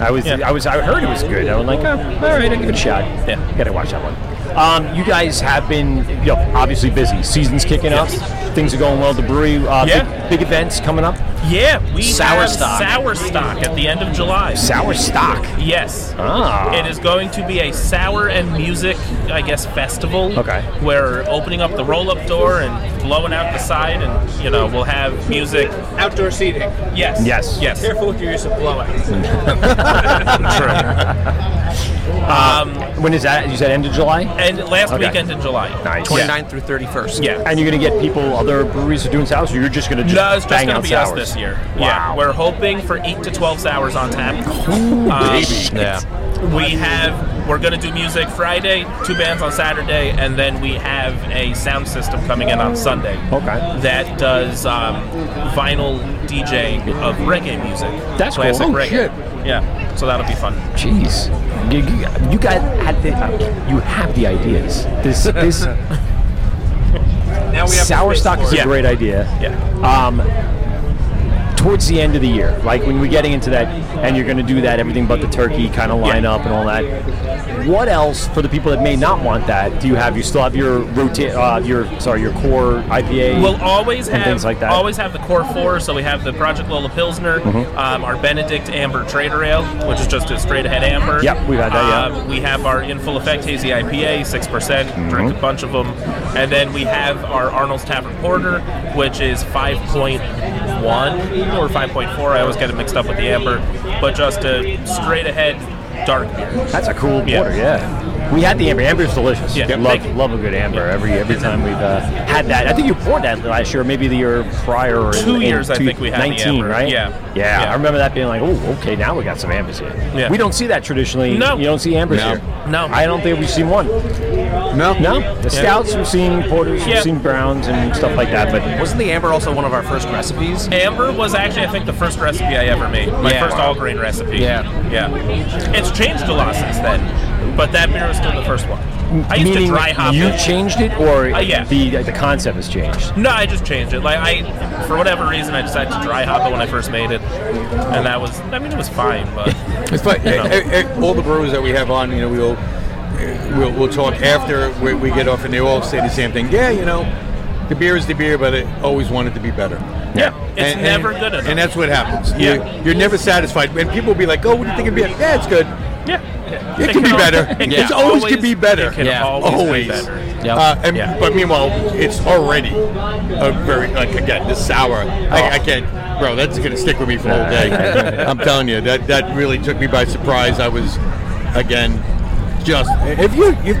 Speaker 4: I was, I was, I heard it was good. I was like, oh, all right, I'll give it a shot. Yeah, gotta watch that one. Um, you guys have been, you know, obviously busy. Season's kicking up. Things are going well at the brewery. Uh,
Speaker 12: Yeah.
Speaker 4: big, big events coming up.
Speaker 12: Yeah, we
Speaker 4: Sour
Speaker 12: have
Speaker 4: stock.
Speaker 12: sour stock at the end of July.
Speaker 4: Sour stock.
Speaker 12: Yes.
Speaker 4: Ah.
Speaker 12: It is going to be a sour and music, I guess, festival. Okay. Where opening up the roll-up door and blowing out the side, and you know we'll have music.
Speaker 13: Outdoor seating.
Speaker 12: Yes.
Speaker 4: Yes.
Speaker 12: Yes.
Speaker 13: Careful with your use of
Speaker 4: [laughs]
Speaker 13: blowouts.
Speaker 12: [laughs]
Speaker 4: Um, when is that? You said end of July.
Speaker 12: And last
Speaker 4: Okay.
Speaker 12: weekend in July.
Speaker 4: Nice.
Speaker 13: 29th through 31st.
Speaker 12: Yeah.
Speaker 4: And you're gonna get people, other breweries are doing sours, or you're just gonna just
Speaker 12: no, it's just
Speaker 4: bang
Speaker 12: going to
Speaker 4: out
Speaker 12: be
Speaker 4: sours
Speaker 12: us this year.
Speaker 4: Wow.
Speaker 12: Yeah, we're hoping for eight to twelve sours on tap. Um,
Speaker 4: baby.
Speaker 12: We have we're going to do music Friday, two bands on Saturday, and then we have a sound system coming in on Sunday.
Speaker 4: Okay.
Speaker 12: That does um, vinyl DJ of reggae music.
Speaker 4: That's cool.
Speaker 12: classic
Speaker 4: Oh,
Speaker 12: reggae.
Speaker 4: shit.
Speaker 12: Yeah. So that'll be fun.
Speaker 4: Jeez, you, you, you guys had the you have the ideas.
Speaker 12: [laughs]
Speaker 4: This this
Speaker 12: Now we have the
Speaker 4: sour
Speaker 12: space
Speaker 4: stock
Speaker 12: for
Speaker 4: is
Speaker 12: it.
Speaker 4: a great idea.
Speaker 12: Yeah.
Speaker 4: Um, towards the end of the year, like when we're getting into that, and you're going to do that everything but the turkey kind of lineup and all that. What else for the people that may not want that? Do you have? You still have your rotate, uh, your sorry, your core IPA.
Speaker 12: We'll always
Speaker 4: and
Speaker 12: have
Speaker 4: things like that.
Speaker 12: Always have the core four. So we have the Project Lola Pilsner,
Speaker 4: Mhm.
Speaker 12: um, our Benedict Amber Trader Ale, which is just a straight ahead amber.
Speaker 4: Yep, we've had that, yeah. Mm-hmm.
Speaker 12: Um, we have our In Full Effect Hazy IPA, six percent. Drink a bunch of them, and then we have our Arnold's Tavern Porter, which is five point one or five point four. I always get it mixed up with the amber, but just a straight ahead dark beer.
Speaker 4: That's a cool
Speaker 12: Yeah.
Speaker 4: porter, yeah. We had the amber. Amber's delicious.
Speaker 12: Yeah.
Speaker 4: love love a good amber. Every every time we've uh, had that, I think you poured that last year, maybe the year prior. Or
Speaker 12: Two years, I think we had the
Speaker 4: 19,
Speaker 12: amber.
Speaker 4: right?
Speaker 12: Yeah.
Speaker 4: yeah, I remember that being like, oh, okay, now we got some ambers here.
Speaker 12: Yeah.
Speaker 4: we don't see that traditionally.
Speaker 12: No.
Speaker 4: you don't see ambers
Speaker 12: No.
Speaker 4: here.
Speaker 12: No.
Speaker 4: I don't think we've seen one.
Speaker 5: No,
Speaker 4: no.
Speaker 12: Yeah.
Speaker 4: The stouts we've seen porters, we've
Speaker 12: Yeah.
Speaker 4: seen browns and stuff like that, but
Speaker 12: Wasn't the amber also one of our first recipes? Amber was actually, I think, the first recipe I ever made. My
Speaker 4: Yeah.
Speaker 12: first all grain recipe.
Speaker 4: Yeah.
Speaker 12: Yeah. It's changed a lot since then, but that beer was still the first one. I used
Speaker 4: meaning
Speaker 12: to dry hop
Speaker 4: you
Speaker 12: it.
Speaker 4: changed it, or
Speaker 12: Uh, yeah.
Speaker 4: the the concept has changed.
Speaker 12: No, I just changed it. Like I, for whatever reason, I decided to dry hop it when I first made it, and that was. I mean, it was fine, [laughs] but.
Speaker 5: It's like
Speaker 12: you know.
Speaker 5: eh, eh, all the brewers that we have on, you know, we'll eh, we'll, we'll talk after we, we get off, and they all say the same thing. Yeah, you know, the beer is the beer, but I always wanted to be better.
Speaker 12: Yeah, it's
Speaker 5: And-
Speaker 12: never
Speaker 5: and-
Speaker 12: good enough.
Speaker 5: And that's what happens.
Speaker 12: Yeah.
Speaker 5: You're, you're never satisfied. And people will be like, oh, what do you think of beer? Yeah, it's good.
Speaker 12: Yeah.
Speaker 5: It can be better.
Speaker 12: It
Speaker 5: It's always can be better.
Speaker 12: It can always, be better.
Speaker 5: Uh, and, But meanwhile, it's already a very like again this sour. I, I can't, bro. That's gonna stick with me for the whole day. [laughs] I'm telling you, that that really took me by surprise. I was, again, just if you you.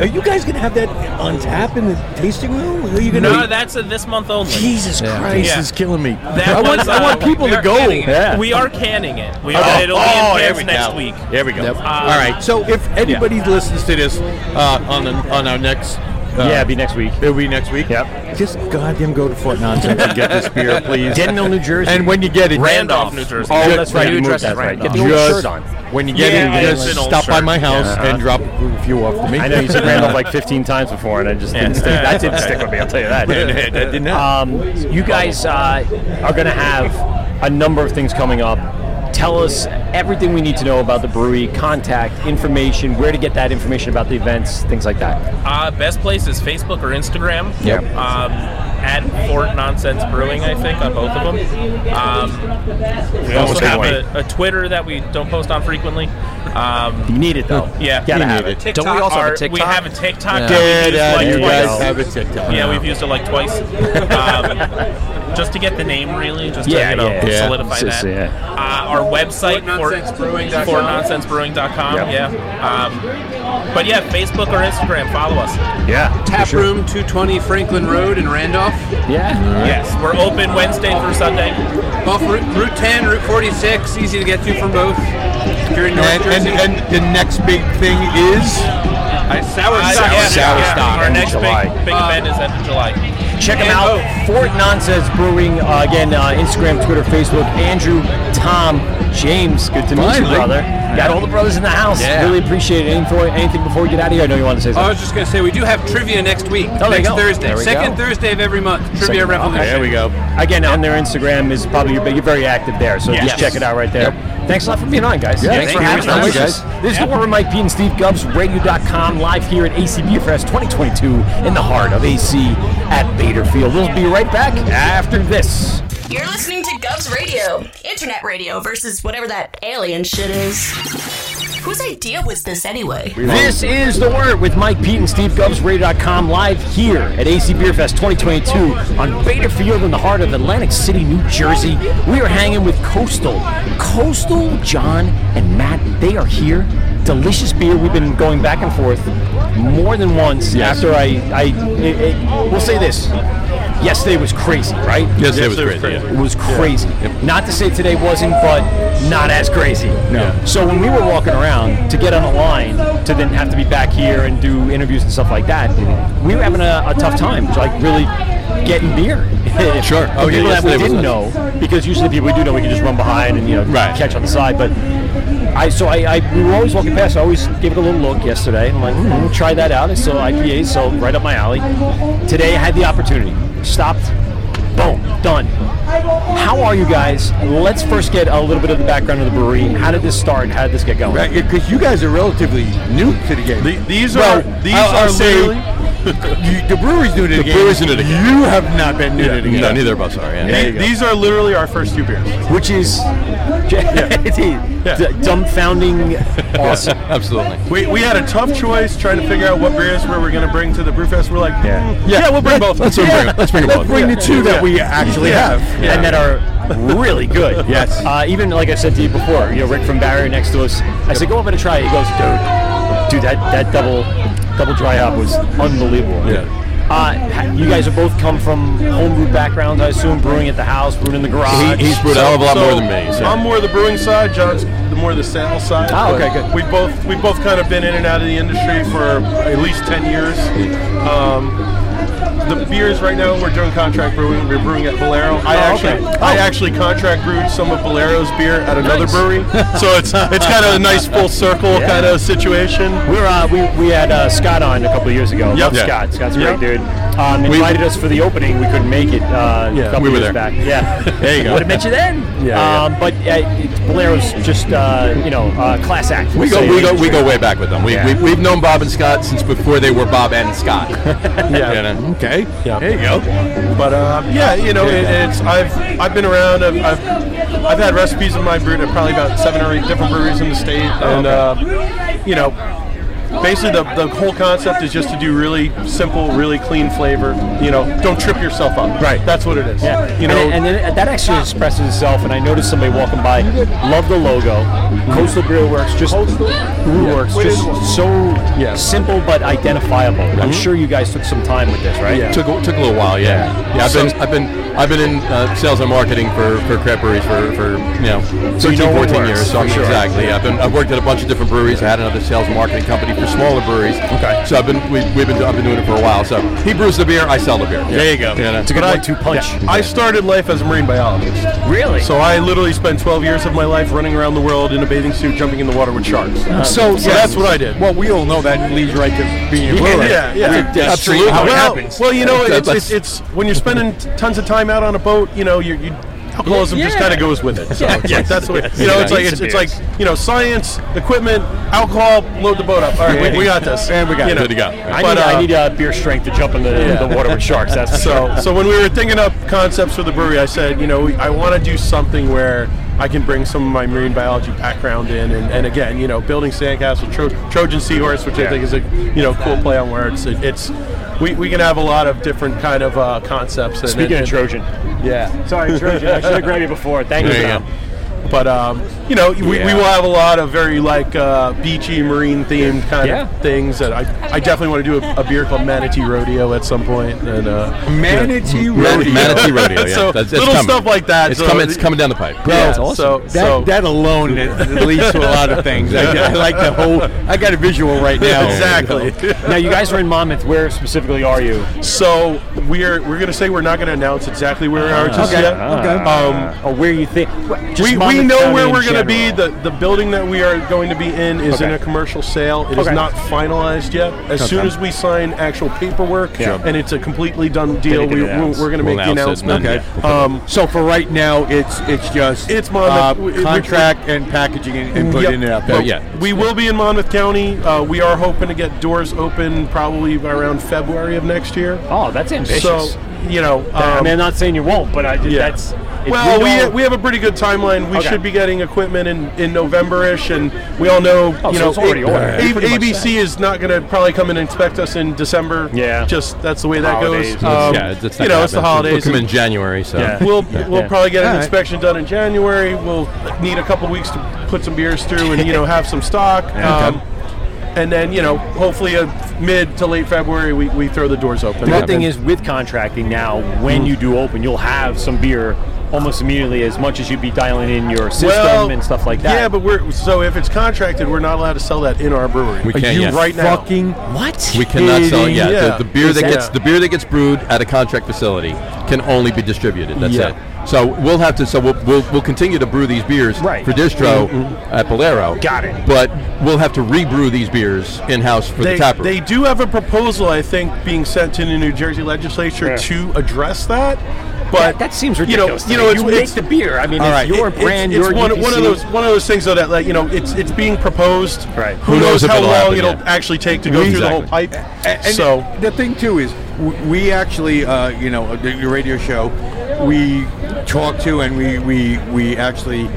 Speaker 5: Are you guys gonna have that on tap in the tasting room? Are you gonna?
Speaker 12: No, that's a this month only.
Speaker 5: Jesus Christ
Speaker 12: Yeah.
Speaker 5: is killing me.
Speaker 12: That
Speaker 5: I want,
Speaker 12: was,
Speaker 5: I want
Speaker 12: uh,
Speaker 5: people
Speaker 12: we
Speaker 5: to
Speaker 12: are
Speaker 5: go.
Speaker 12: canning it. We are canning it. Oh, We are, it'll
Speaker 4: Oh,
Speaker 12: be in
Speaker 5: there
Speaker 12: cans
Speaker 5: we
Speaker 12: next
Speaker 5: go.
Speaker 12: week.
Speaker 5: There we go.
Speaker 4: Uh,
Speaker 12: Yep.
Speaker 5: All right. So if anybody listens to this uh, on the, on our next. Uh,
Speaker 4: Yeah, it'd be next week.
Speaker 5: It'll be next week. Yep. Just goddamn go to Fort Nonsense and get this
Speaker 4: [laughs]
Speaker 5: beer, please.
Speaker 4: Denville, New Jersey.
Speaker 5: And when you get it,
Speaker 4: Randolph, New Jersey. Oh, that's right, you moved that, right. Get the old
Speaker 5: Just-
Speaker 4: shirt on.
Speaker 5: When you get
Speaker 4: Yeah, I
Speaker 5: it,
Speaker 4: have
Speaker 5: just
Speaker 4: an old
Speaker 5: stop by
Speaker 4: shirt.
Speaker 5: my house
Speaker 4: Yeah.
Speaker 5: and drop a few off to me.
Speaker 4: I know
Speaker 5: [laughs]
Speaker 4: you said Randolph like 15 times before, and I just didn't stick. That didn't stick with me. I'll tell you
Speaker 5: [laughs]
Speaker 4: that.
Speaker 5: Yeah, that didn't
Speaker 4: Um, you guys uh, are going to have a number of things coming up. Tell us everything we need to know about the brewery, contact information, where to get that information about the events, things like that.
Speaker 12: Uh, best place is Facebook or Instagram.
Speaker 4: Yep.
Speaker 12: Um, at Fort Nonsense Brewing, I think, on both of them. Um, we also
Speaker 4: Almost
Speaker 12: have
Speaker 4: everyone.
Speaker 12: a, a Twitter that we don't post on frequently. Um,
Speaker 4: You need it though.
Speaker 12: yeah,
Speaker 4: gotta have it.
Speaker 12: TikTok, Don't we also have a TikTok? We have a TikTok.
Speaker 4: Yeah.
Speaker 12: that we've
Speaker 4: Get
Speaker 12: used
Speaker 4: out,
Speaker 12: like
Speaker 4: you
Speaker 12: twice.
Speaker 4: guys have a TikTok.
Speaker 12: Yeah, we've used it like twice, um,
Speaker 4: [laughs]
Speaker 12: just to get the name really, just to
Speaker 4: Yeah,
Speaker 12: you know
Speaker 4: yeah, yeah.
Speaker 12: solidify
Speaker 4: It's just,
Speaker 12: that.
Speaker 4: yeah.
Speaker 12: Uh, our website for nonsensebrewing.com.
Speaker 4: Yep.
Speaker 12: Yeah, um, but yeah, Facebook or Instagram, follow us.
Speaker 4: Yeah.
Speaker 13: Tap Room 220 Franklin Road in Randolph.
Speaker 4: Yeah.
Speaker 12: Yes, we're open Wednesday through Sunday.
Speaker 13: Off Route, Route 10, Route 46, easy to get to from both. If you're in North
Speaker 5: And, and,
Speaker 13: Jersey.
Speaker 5: and the next big thing is
Speaker 13: sour stock.
Speaker 12: Uh, yeah,
Speaker 5: Sour
Speaker 12: yeah,
Speaker 5: stock
Speaker 12: Our
Speaker 5: in
Speaker 12: next
Speaker 5: July.
Speaker 12: big big event is end of July.
Speaker 4: Check them out. Fort Nonsense Brewing. Uh, again, uh, Instagram, Twitter, Facebook. Andrew, Tom, James. Good to meet
Speaker 13: Finally.
Speaker 4: you, brother. Got all the brothers in the house.
Speaker 13: Yeah.
Speaker 4: Really appreciate it. Anything, anything before we get out of here? I know you want to say
Speaker 13: I
Speaker 4: something.
Speaker 13: was just going to say, we do have trivia next week,
Speaker 4: Oh, there you
Speaker 13: next
Speaker 4: go.
Speaker 13: Thursday.
Speaker 4: There we
Speaker 13: Second
Speaker 4: go.
Speaker 13: Thursday of every month, Trivia
Speaker 4: Second-
Speaker 13: Revolution.
Speaker 4: okay. There we
Speaker 5: go.
Speaker 4: Again, on their Instagram is probably your, you're very active there, so
Speaker 13: Yes.
Speaker 4: just check it out right there. Thanks a lot for being on, guys.
Speaker 5: Yeah, thanks for having us.
Speaker 4: This
Speaker 5: Thank you, guys.
Speaker 4: is Warren Mike P and Steve Gubbs, radio.com, live here at AC Beer Fest 2022 in the heart of AC at Baderfield. We'll be right back after this.
Speaker 8: You're listening to Gov's Radio, internet radio versus whatever that alien shit is. Whose idea was this anyway?
Speaker 4: This is The Word with Mike Pete and Steve Gubbs, Radio.com, live here at AC Beer Fest 2022 on Bader Field in the heart of Atlantic City, New Jersey. We are hanging with Coastal. Coastal, John, and Matt, they are here. Delicious beer. We've been going back and forth more than once after I, I it, it- we'll say this. yesterday was crazy, right?
Speaker 6: Yesterday was Yesterday was crazy, crazy. yeah.
Speaker 4: Was crazy. Not to say today wasn't, but not as crazy.
Speaker 6: No.
Speaker 4: So when we were walking around to get on a line to then have to be back here and do interviews and stuff like that, we were having a, a tough time, like really getting beer.
Speaker 6: [laughs] Sure.
Speaker 4: The
Speaker 6: Oh, yeah,
Speaker 4: people that we
Speaker 6: yesterday was
Speaker 4: didn't
Speaker 6: a-
Speaker 4: know, because usually the people we do know, we can just run behind and you know catch on the side. But I so I, I we were always walking past. I always gave it a little look yesterday. I'm like, hmm, I'll try that out. I saw IPA, so right up my alley. Today I had the opportunity. Stopped. Boom. Done. How are you guys? Let's first get a little bit of the background of the brewery. How did this start? How did this get going?
Speaker 6: Right, because you guys are relatively new to the game.
Speaker 4: these
Speaker 6: Well,
Speaker 4: are- these
Speaker 6: I'll- I'll
Speaker 4: are
Speaker 6: say
Speaker 4: literally-
Speaker 5: [laughs]
Speaker 6: you- the brewery's new to the,
Speaker 4: The
Speaker 6: game.
Speaker 4: brewery's new to the game.
Speaker 6: You have not been new
Speaker 4: Yeah,
Speaker 6: to the game.
Speaker 4: no, neither of us are, yeah.
Speaker 6: There you
Speaker 4: The-
Speaker 6: go.
Speaker 4: these
Speaker 15: These are literally our first two beers.
Speaker 6: [laughs]
Speaker 4: Which is
Speaker 15: [laughs]
Speaker 4: dumbfounding awesome.
Speaker 6: absolutely.
Speaker 15: We, we had a tough choice trying to figure out what beers we were going to bring to the Brewfest. We're like, yeah, yeah, we'll bring both.
Speaker 6: Let's bring, let's bring,
Speaker 15: Yeah.
Speaker 6: let's bring the two that we
Speaker 15: Yeah.
Speaker 6: actually
Speaker 4: Yeah.
Speaker 6: have,
Speaker 4: and that are really good.
Speaker 6: [laughs] Yes.
Speaker 4: Uh, even like I said to you before, you know, Rick from Barrier next to us. I said, "Go over and try." it." He goes, "Dude, dude, that that double double dry hop was unbelievable." Yeah. Uh, ha- you guys have both come from homebrew backgrounds, I assume, brewing at the house, brewing in the garage.
Speaker 6: He- he's brewed a hell of a lot more than me, so-
Speaker 15: I'm more the brewing side. John's the more the sales side.
Speaker 6: Oh,
Speaker 15: but
Speaker 6: okay, good.
Speaker 15: We both we both kind of been in and out of the industry for at least ten years. Um, the beers right now we're doing contract brewing. We're brewing at Bolero. I
Speaker 16: Oh, okay.
Speaker 15: actually I actually contract brewed some of Bolero's beer at another
Speaker 4: Nice. [laughs]
Speaker 15: brewery. So it's it's kind of a nice full
Speaker 6: [laughs]
Speaker 15: circle
Speaker 4: Yeah.
Speaker 15: kind of situation.
Speaker 4: We're uh, we, we had uh, Scott on a couple of years ago.
Speaker 15: Yep.
Speaker 4: Love
Speaker 15: Yeah.
Speaker 4: Scott. Scott's a
Speaker 15: Yep.
Speaker 4: great dude. Um,
Speaker 15: We-
Speaker 4: invited us for the opening. We couldn't make it. Uh,
Speaker 6: Yeah,
Speaker 4: a couple
Speaker 6: we were
Speaker 4: years
Speaker 6: there. [laughs]
Speaker 4: back. Yeah,
Speaker 6: There you go.
Speaker 4: Would have met you then.
Speaker 6: Yeah,
Speaker 4: Um, But uh, it- Bolero's just uh, you know uh, class act.
Speaker 6: We
Speaker 4: So,
Speaker 6: go, we
Speaker 4: yeah,
Speaker 6: go, we go way back with them. We,
Speaker 4: Yeah.
Speaker 6: we, we've known Bob and Scott since before they were Bob and Scott.
Speaker 15: [laughs]
Speaker 6: yeah. Okay. Yeah. There you go.
Speaker 15: But uh, Yeah, you know, it, it's I've I've been around. I've, I've I've had recipes of my brewed at probably about seven or eight different breweries in the state,
Speaker 4: Oh,
Speaker 15: and uh, you know, basically the, the whole concept is just to do really simple, really clean flavor. You know, don't trip yourself up. Right. That's what it is.
Speaker 4: Yeah.
Speaker 15: You
Speaker 4: and
Speaker 15: know.
Speaker 4: then- and then that actually expresses itself. And I noticed somebody walking by. Love the logo. Coastal Brew Works. Just Brew Works.
Speaker 15: What
Speaker 4: Just
Speaker 15: is it?
Speaker 4: so simple but identifiable. I'm sure you guys took some time with this, right?
Speaker 6: Took a- took a little while. Yeah. Yeah. I've
Speaker 4: So-
Speaker 6: been I've been I've been in uh, sales and marketing for for crepe breweries for for you know
Speaker 4: So you
Speaker 6: 13,
Speaker 4: know what
Speaker 6: 14
Speaker 4: works,
Speaker 6: years. So
Speaker 4: for
Speaker 6: I'm
Speaker 4: sure.
Speaker 6: exactly. Yeah. I've been I've worked at a bunch of different breweries. I had another sales and marketing company for smaller breweries. Okay. So I've been we, we've been I've been doing it for a while. So he brews the beer, I sell the beer.
Speaker 15: There you go.
Speaker 6: Yeah.
Speaker 15: It's a good But I- one-two
Speaker 4: punch.
Speaker 15: I started life as a marine biologist.
Speaker 4: Really?
Speaker 15: So I literally spent 12 years of my life running around the world in a bathing suit, jumping in the water with sharks.
Speaker 6: So,
Speaker 15: so Oh, that's what I did.
Speaker 6: Well, we all know that leads right to being a brewer.
Speaker 15: Yeah, yeah,
Speaker 6: That's absolutely how it
Speaker 15: well,
Speaker 6: happens.
Speaker 15: Well, you know,
Speaker 6: That's-
Speaker 15: it's,
Speaker 6: that's-
Speaker 15: it's,
Speaker 6: [laughs]
Speaker 15: it's when you're spending t- tons of time out on a boat. You know, you you alcoholism just
Speaker 6: Yeah.
Speaker 15: kind of goes with it. So
Speaker 6: Yeah.
Speaker 15: it's
Speaker 6: Yes,
Speaker 15: like, that's what
Speaker 6: yes.
Speaker 15: you know. It's
Speaker 6: Yeah.
Speaker 15: like it's, it's like
Speaker 6: Yes.
Speaker 15: you know, science, equipment, alcohol. Load the boat up. All right, we, we got this.
Speaker 6: And we got
Speaker 15: you
Speaker 6: it.
Speaker 15: know.
Speaker 6: Good to go.
Speaker 15: But,
Speaker 4: I need, I
Speaker 15: uh,
Speaker 4: need uh, beer strength to jump in the, the water with sharks. That's for
Speaker 15: so.
Speaker 4: sure.
Speaker 15: So when we were thinking up concepts for the brewery, I said, you know, we, I want to do something where I can bring some of my marine biology background in, and, and again, you know, building sandcastle, Tro- Trojan seahorse, which I think is a you know cool play on words. It, it's we, we can have a lot of different kind of uh, concepts. And,
Speaker 4: Speaking
Speaker 15: and-
Speaker 4: of Trojan.
Speaker 15: yeah.
Speaker 4: Sorry, Trojan. I should have grabbed you before. Thank you,
Speaker 15: There you
Speaker 4: Tom.
Speaker 15: But um, you know, we, we
Speaker 4: Yeah.
Speaker 15: will have a lot of very like uh, beachy, marine themed kind
Speaker 4: Yeah.
Speaker 15: of things that I, I definitely want to do a, a beer called Manatee Rodeo at some point and uh,
Speaker 6: Manatee
Speaker 15: you know.
Speaker 6: Rodeo. Manatee Rodeo, yeah.
Speaker 15: [laughs] so
Speaker 6: That's- that's
Speaker 15: little
Speaker 6: coming.
Speaker 15: stuff like that.
Speaker 6: It's
Speaker 15: so
Speaker 6: coming- it's coming down the pipe. Bro,
Speaker 15: yeah,
Speaker 6: it's awesome.
Speaker 15: So,
Speaker 6: That-
Speaker 15: so-
Speaker 6: that alone
Speaker 15: [laughs]
Speaker 6: it leads to a lot of things. I- I like the whole- I got a visual right [laughs] now.
Speaker 15: Exactly.
Speaker 4: now you guys are in Monmouth. Where specifically are you?
Speaker 15: So we're we're gonna say we're not gonna announce exactly where we are just
Speaker 4: Ah, Okay,
Speaker 15: yet.
Speaker 4: okay.
Speaker 15: Um,
Speaker 4: or where you think just
Speaker 15: we, we
Speaker 4: Monmouth
Speaker 15: know
Speaker 4: County
Speaker 15: where
Speaker 4: in
Speaker 15: we're going to be.
Speaker 4: general.
Speaker 15: The the building that we are going to be in is in
Speaker 4: Okay.
Speaker 15: a commercial sale. It is
Speaker 4: Okay.
Speaker 15: not finalized yet. As
Speaker 4: Okay.
Speaker 15: soon as we sign actual paperwork
Speaker 6: Yeah.
Speaker 15: and it's a completely done deal,
Speaker 6: you can
Speaker 15: we, we're,
Speaker 6: announce.
Speaker 15: we're going to
Speaker 6: We'll
Speaker 15: make the
Speaker 6: announce it
Speaker 15: announcement.
Speaker 6: and then-
Speaker 15: Um,
Speaker 6: so for right now, it's it's just
Speaker 15: it's
Speaker 6: uh,
Speaker 15: Monmouth we- we-
Speaker 6: contract and packaging and, and put
Speaker 15: Yep.
Speaker 6: in it out there.
Speaker 15: Well, We will be in Monmouth County. Uh, we are hoping to get doors open probably by around February of next year.
Speaker 4: Oh, that's ambitious.
Speaker 15: So, you know,
Speaker 4: I
Speaker 15: um,
Speaker 4: mean, I'm not saying you won't, but I just,
Speaker 15: Yeah.
Speaker 4: that's. if
Speaker 15: Well,
Speaker 4: you
Speaker 15: we,
Speaker 4: know-
Speaker 15: we, have a pretty good timeline. We
Speaker 4: Okay.
Speaker 15: should be getting equipment in, in November-ish, and we all know,
Speaker 4: Oh,
Speaker 15: you
Speaker 4: so
Speaker 15: know,
Speaker 4: it's already
Speaker 15: A-
Speaker 4: ordered.
Speaker 15: A-
Speaker 4: Pretty much
Speaker 15: ABC is not going to probably come and inspect us in December.
Speaker 4: Yeah.
Speaker 15: just that's the way that
Speaker 6: Holidays.
Speaker 15: goes. Um,
Speaker 6: yeah, it's, it's
Speaker 15: you
Speaker 6: not
Speaker 15: know,
Speaker 6: gonna
Speaker 15: it's the
Speaker 6: happen.
Speaker 15: holidays.
Speaker 6: We'll come in
Speaker 15: and
Speaker 6: January, so
Speaker 15: We'll
Speaker 6: Yeah.
Speaker 15: we'll
Speaker 6: Yeah.
Speaker 15: probably get an
Speaker 6: All right.
Speaker 15: inspection done in
Speaker 4: [laughs]
Speaker 15: January. We'll need a couple weeks to put some beers through and you know have some stock.
Speaker 6: Yeah.
Speaker 15: Um, and then you know, hopefully, a mid to late February, we, we throw the doors open.
Speaker 4: The good thing is with contracting now,
Speaker 15: Mm.
Speaker 4: when you do open, you'll have some beer almost immediately, as much as you'd be dialing in your system
Speaker 15: Well,
Speaker 4: and stuff like that.
Speaker 15: yeah, but we're so if it's contracted, we're not allowed to sell that in our brewery.
Speaker 17: We can't
Speaker 15: you
Speaker 17: yet.
Speaker 15: right now.
Speaker 17: Fucking
Speaker 4: what?
Speaker 17: We cannot sell it yet. The, the beer that
Speaker 15: Yeah.
Speaker 17: gets the beer that gets brewed at a contract facility can only be distributed. That's
Speaker 15: Yeah.
Speaker 17: it. So we'll have to. So we'll we'll, we'll continue to brew these beers for distro
Speaker 6: Mm-hmm.
Speaker 17: at Bolero. Got it. But we'll have to rebrew these beers in house for
Speaker 15: they,
Speaker 17: the tap room.
Speaker 15: they do have a proposal, I think, being sent to the New Jersey legislature
Speaker 17: Yeah.
Speaker 15: to address that. But
Speaker 4: That- that seems ridiculous to
Speaker 15: You
Speaker 4: me.
Speaker 15: know, you know,
Speaker 4: You
Speaker 15: it's,
Speaker 4: make
Speaker 15: it's
Speaker 4: the beer. I mean, it's your brand,
Speaker 15: It's
Speaker 4: your
Speaker 15: one, one of
Speaker 4: DPC.
Speaker 15: those one of those things though that like you know it's it's being proposed. Right. Who,
Speaker 17: Who knows
Speaker 15: knows,
Speaker 17: if
Speaker 15: how
Speaker 17: it'll
Speaker 15: long
Speaker 17: happen
Speaker 15: it'll
Speaker 17: yet.
Speaker 15: actually take to go through the whole pipe?
Speaker 17: and
Speaker 15: so
Speaker 17: the thing too is w- we actually, uh, you know, the the radio show, we talk to and we we we actually